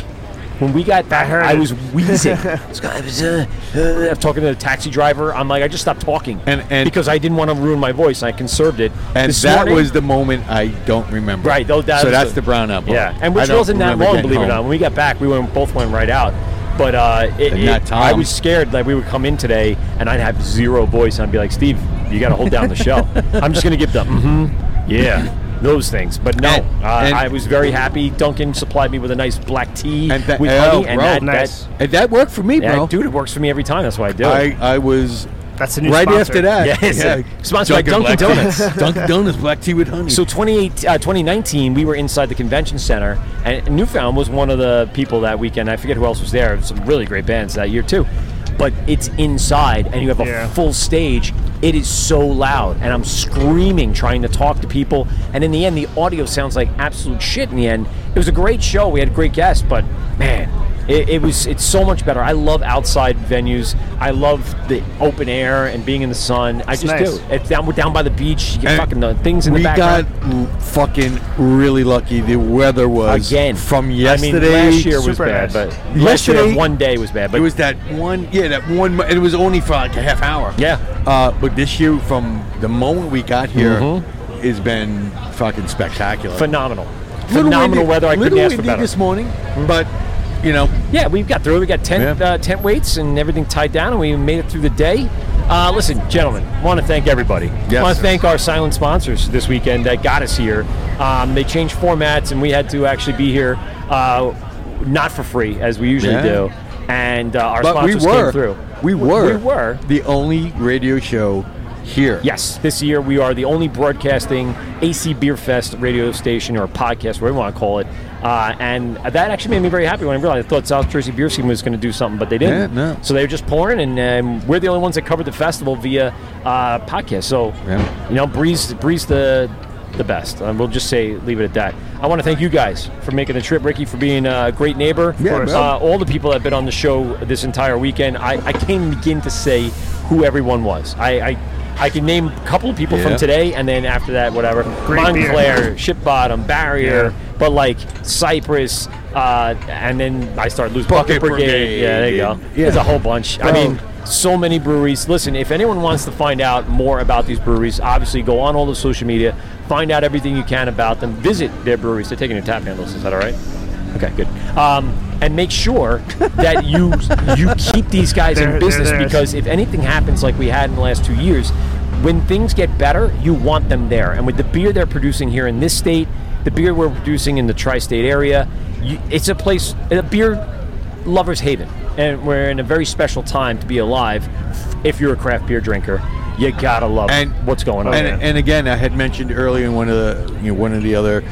Speaker 4: When we got back, I, was wheezing. I was uh, uh, talking to the taxi driver. I'm like, I just stopped talking, and, and because I didn't want to ruin my voice, I conserved it.
Speaker 5: And
Speaker 4: This
Speaker 5: that
Speaker 4: morning-
Speaker 5: was the moment I don't remember.
Speaker 4: Right, though, that
Speaker 5: so
Speaker 4: was
Speaker 5: that's the brown apple.
Speaker 4: Yeah,
Speaker 5: I
Speaker 4: and which
Speaker 5: don't
Speaker 4: wasn't that
Speaker 5: remember
Speaker 4: long,
Speaker 5: getting
Speaker 4: believe it or
Speaker 5: home.
Speaker 4: not. When we got back, we went, both went right out. But uh, it,
Speaker 5: And not
Speaker 4: it- I
Speaker 5: Tom.
Speaker 4: was scared that we would come in today and I'd have zero voice. And I'd be like, Steve, you got to hold down the show.
Speaker 5: [laughs]
Speaker 4: I'm just going to give the mm-hmm, yeah, those things. But no, uh,
Speaker 5: and-
Speaker 4: I was very happy. Duncan supplied me with a nice black tea
Speaker 5: And that,
Speaker 4: with
Speaker 5: oh,
Speaker 4: honey, and
Speaker 5: bro,
Speaker 4: that,
Speaker 5: nice.
Speaker 4: that,
Speaker 5: And that worked for me,
Speaker 4: yeah,
Speaker 5: bro.
Speaker 4: dude, it works for me every time. That's why I do.
Speaker 5: I, I was.
Speaker 4: That's a new
Speaker 5: right
Speaker 4: sponsor.
Speaker 5: after
Speaker 4: [laughs]
Speaker 5: that.
Speaker 4: Yes. Sponsored by Dunkin'
Speaker 5: Black
Speaker 4: Donuts.
Speaker 5: [laughs] Tea. Dunkin' Donuts black tea with honey.
Speaker 4: So 28, uh, 2019, we were inside the convention center, and Newfound was one of the people that weekend. I forget who else was there. Some really great bands that year too, but it's inside, and you have a
Speaker 5: Yeah.
Speaker 4: full stage, It is so loud, and I'm screaming trying to talk to people. And in the end, the audio sounds like absolute shit. In the end, it was a great show. We had great guests, but man, it, it was it's so much better. I love outside venues. I love the open air and being in the sun. I
Speaker 5: It's
Speaker 4: just
Speaker 5: nice.
Speaker 4: do. It's down we're down by the beach. You
Speaker 5: And
Speaker 4: fucking the things in the
Speaker 5: we
Speaker 4: background.
Speaker 5: got l- fucking really lucky. The weather was
Speaker 4: Again.
Speaker 5: from
Speaker 4: I mean,
Speaker 5: yesterday.
Speaker 4: last year was Super bad, nice. but- last year
Speaker 5: yesterday
Speaker 4: one day was bad. But
Speaker 5: it was that one, yeah, that one. mo- It was only for like a half hour.
Speaker 4: Yeah.
Speaker 5: Uh, but this year, from the moment we got here,
Speaker 4: Mhm.
Speaker 5: has been fucking spectacular.
Speaker 4: Phenomenal.
Speaker 5: Little
Speaker 4: Phenomenal
Speaker 5: windy-
Speaker 4: weather. I couldn't
Speaker 5: little
Speaker 4: ask for
Speaker 5: windy
Speaker 4: better.
Speaker 5: this morning, but you know.
Speaker 4: Yeah, we got through. it. We got tent uh, tent weights and everything tied down, and we made it through the day. Uh, listen, gentlemen, want to thank everybody.
Speaker 5: Yes.
Speaker 4: Want to thank our silent sponsors this weekend that got us here. Um, they changed formats, and we had to actually be here, uh, not for free as we usually
Speaker 5: Yeah.
Speaker 4: do. And uh, our
Speaker 5: but we
Speaker 4: sponsors
Speaker 5: were
Speaker 4: came through.
Speaker 5: We were.
Speaker 4: We were.
Speaker 5: the only radio show here.
Speaker 4: Yes, this year we are the only broadcasting AC Beer Fest radio station or podcast, whatever you want to call it. Uh, and that actually made me very happy when I realized I thought South Jersey Beer Scene was going to do something, but they didn't.
Speaker 5: Yeah, no.
Speaker 4: So they were just pouring, and um, we're the only ones that covered the festival via uh, podcast. So, you know, Breeze, Breeze the the best. Uh, we'll just say leave it at that. I want to thank you guys for making the trip, Ricky, for being a great neighbor.
Speaker 5: Yeah,
Speaker 4: Of course.
Speaker 5: man.
Speaker 4: uh, all the people that have been on the show this entire weekend. I, I can't even begin to say who everyone was. I. I I can name a couple of people
Speaker 5: Yeah.
Speaker 4: from today, and then after that, whatever.
Speaker 5: Great beer.
Speaker 4: Montclair, Ship Bottom, Barrier, but like Cypress, uh, and then I started losing
Speaker 5: Bucket
Speaker 4: Bucket, Brigade.
Speaker 5: Brigade.
Speaker 4: Yeah, there you go.
Speaker 5: Yeah.
Speaker 4: There's a whole bunch.
Speaker 5: Bro.
Speaker 4: I mean, so many breweries. Listen, if anyone wants to find out more about these breweries, obviously go on all the social media, find out everything you can about them, visit their breweries. They're taking your tap handles. Is that all right? Okay, good. Um, and make
Speaker 5: [laughs]
Speaker 4: sure that you you keep these guys in
Speaker 5: They're-
Speaker 4: business
Speaker 5: they're theirs.
Speaker 4: because if anything happens like we had in the last two years, when things get better, you want them there. And with the beer they're producing here in this state, the beer we're producing in the tri-state area, you, it's a place, a beer lovers haven and we're in a very special time to be alive if you're a craft beer drinker you gotta love what's going on
Speaker 5: and,
Speaker 4: there.
Speaker 5: and again, I had mentioned earlier in one of the you know, one of the other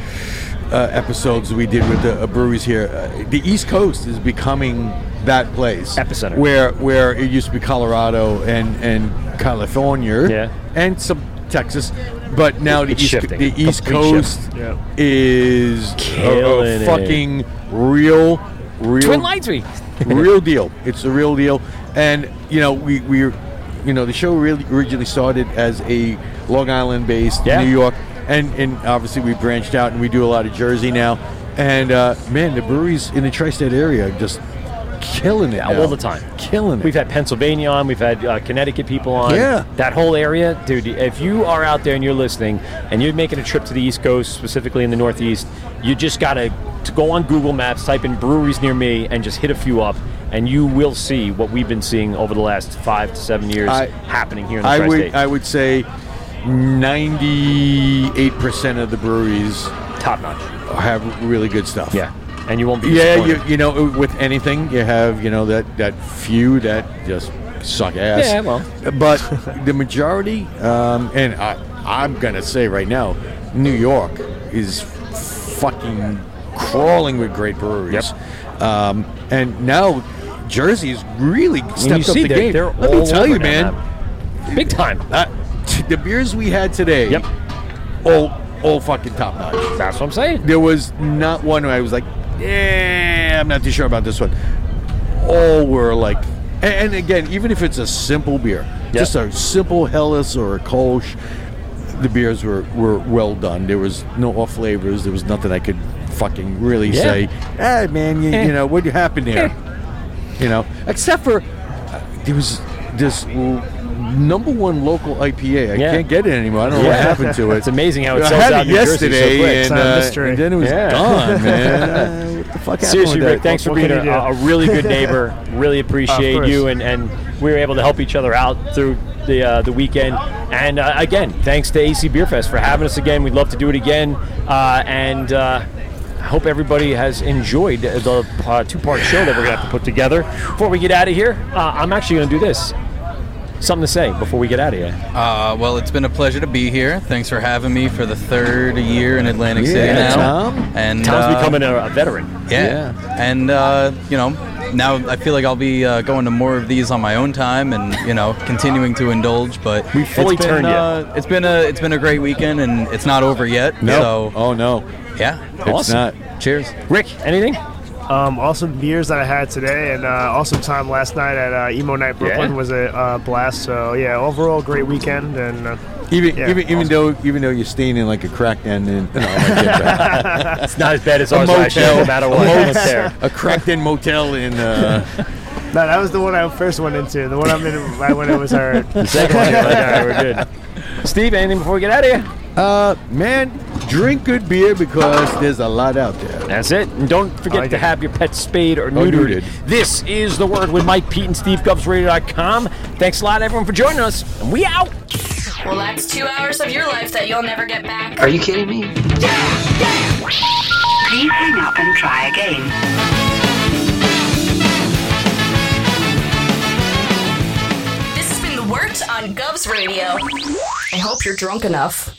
Speaker 5: uh, episodes we did with the uh, breweries here, uh, the East Coast is becoming that place epicenter where where it used to be Colorado and and California and some Texas, but now the
Speaker 4: It's
Speaker 5: East,
Speaker 4: shifting.
Speaker 5: the East
Speaker 4: Complete
Speaker 5: Coast
Speaker 4: shift. Yeah.
Speaker 5: is a-
Speaker 4: Killing
Speaker 5: a,
Speaker 4: it.
Speaker 5: fucking real real
Speaker 4: Twin Lights
Speaker 5: [laughs]
Speaker 4: we-
Speaker 5: real deal. It's the real deal. And you know, we we, you know, the show really originally started as a Long Island based
Speaker 4: Yeah.
Speaker 5: New York, and and obviously we branched out and we do a lot of Jersey now. And uh, man, the breweries in the tri-state area are just killing it
Speaker 4: Yeah,
Speaker 5: now.
Speaker 4: all the time
Speaker 5: killing it.
Speaker 4: we've had pennsylvania on we've had uh, connecticut people on
Speaker 5: Yeah.
Speaker 4: that whole area dude if you are out there and you're listening and you're making a trip to the east coast specifically in the northeast you just gotta to go on google maps type in breweries near me and just hit a few up and you will see what we've been seeing over the last five to seven years
Speaker 5: I-
Speaker 4: happening here in the
Speaker 5: I
Speaker 4: tri-state
Speaker 5: would I would say ninety-eight percent of the breweries
Speaker 4: top notch
Speaker 5: have really good stuff.
Speaker 4: Yeah, and you won't be
Speaker 5: Yeah, you,
Speaker 4: disappointed.
Speaker 5: you know with anything you have you know that that few that just suck ass.
Speaker 4: Yeah, well.
Speaker 5: but the majority, um, and I I'm gonna say right now, New York is fucking crawling with great breweries. Um, and now Jersey's really stepped
Speaker 4: you
Speaker 5: up
Speaker 4: see
Speaker 5: the
Speaker 4: they're-
Speaker 5: game.
Speaker 4: they're
Speaker 5: Let me
Speaker 4: all
Speaker 5: tell
Speaker 4: over
Speaker 5: you,
Speaker 4: now,
Speaker 5: man.
Speaker 4: Matt. Big time.
Speaker 5: Uh, t- the beers we had today. Yep. All, all fucking top notch.
Speaker 4: That's what I'm saying.
Speaker 5: There was not one where I was like, yeah, I'm not too sure about this one. All were like, a- and, again, even if it's a simple beer, just a simple Helles or a Kolsch, the beers were, were well done. There was no off flavors. There was nothing I could fucking really
Speaker 4: Yeah.
Speaker 5: say. Hey, man, you,
Speaker 4: [laughs] Eh.
Speaker 5: you know what happened here? you know, except for uh, there was this l- number one local IPA. I
Speaker 4: Yeah.
Speaker 5: can't get it anymore. I don't know
Speaker 4: Yeah.
Speaker 5: what happened to it.
Speaker 4: [laughs] It's amazing how it
Speaker 5: I
Speaker 4: sells
Speaker 5: had
Speaker 4: out
Speaker 5: it
Speaker 4: in New Jersey so
Speaker 5: yesterday,
Speaker 4: quick.
Speaker 5: and,
Speaker 4: It's not a
Speaker 5: uh,
Speaker 4: mystery.
Speaker 5: and then it was
Speaker 4: Yeah.
Speaker 5: gone, man.
Speaker 4: [laughs]
Speaker 5: Uh, what the fuck
Speaker 4: Seriously,
Speaker 5: happened with
Speaker 4: Rick,
Speaker 5: that?
Speaker 4: thanks for
Speaker 5: What
Speaker 4: being
Speaker 5: can
Speaker 4: a,
Speaker 5: you do?
Speaker 4: a really good neighbor. Really appreciate
Speaker 5: course.
Speaker 4: you, and, and we were able to help each other out through the uh, the weekend. And uh, again, thanks to AC Beer Fest for having us again. We'd love to do it again, uh, and. Uh, I hope everybody has enjoyed the uh, two-part show that we're gonna have to put together. Before we get out of here, uh, I'm actually gonna do this. Something to say before we get out of here.
Speaker 21: Uh, well, it's been a pleasure to be here. Thanks for having me for the third year in Atlantic
Speaker 4: Yeah,
Speaker 21: City now.
Speaker 4: Tom.
Speaker 21: And
Speaker 4: Tom's
Speaker 21: uh,
Speaker 4: becoming a, a veteran.
Speaker 21: Yeah. And uh, you know, now I feel like I'll be uh, going to more of these on my own time, and you know, continuing to indulge. But we
Speaker 4: fully turned you.
Speaker 21: It's been a it's been a great weekend, and it's not over yet.
Speaker 5: No.
Speaker 21: So
Speaker 5: oh no.
Speaker 21: yeah,
Speaker 5: It's Awesome. not.
Speaker 21: Cheers,
Speaker 4: Rick. Anything?
Speaker 22: Um, awesome beers that I had today, and uh, awesome time last night at uh, Emo Night Brooklyn
Speaker 5: Yeah.
Speaker 22: was a uh, blast. So yeah, overall great weekend, and uh,
Speaker 5: Even
Speaker 22: yeah,
Speaker 5: even even though even though you're staying in like a crack den and no,
Speaker 4: [laughs] it's not as bad as
Speaker 5: a
Speaker 4: ours last year,
Speaker 5: motel,
Speaker 4: no matter what.
Speaker 5: a,
Speaker 4: It's
Speaker 5: motel,
Speaker 4: there.
Speaker 5: a crack den motel in
Speaker 4: [laughs]
Speaker 5: uh,
Speaker 22: awesome. no, that was the one I first went into. The one I'm in right when it was
Speaker 4: [laughs]
Speaker 22: our
Speaker 5: The second
Speaker 22: [laughs]
Speaker 5: one. [laughs]
Speaker 4: Steve, anything before we get out of here?
Speaker 5: Uh, man, drink good beer because there's a lot out there. Oh,
Speaker 4: That's it. And don't forget to have your pet spayed or neutered. This is The Word with Mike Pete and Steve SteveGubsRadio.com. Thanks a lot, everyone, for joining us, and we out.
Speaker 8: Well, that's two hours of your life that you'll never get back.
Speaker 4: Are you kidding me?
Speaker 8: Please hang up and try again. This has been The Wort on Govs Radio. I hope you're drunk enough.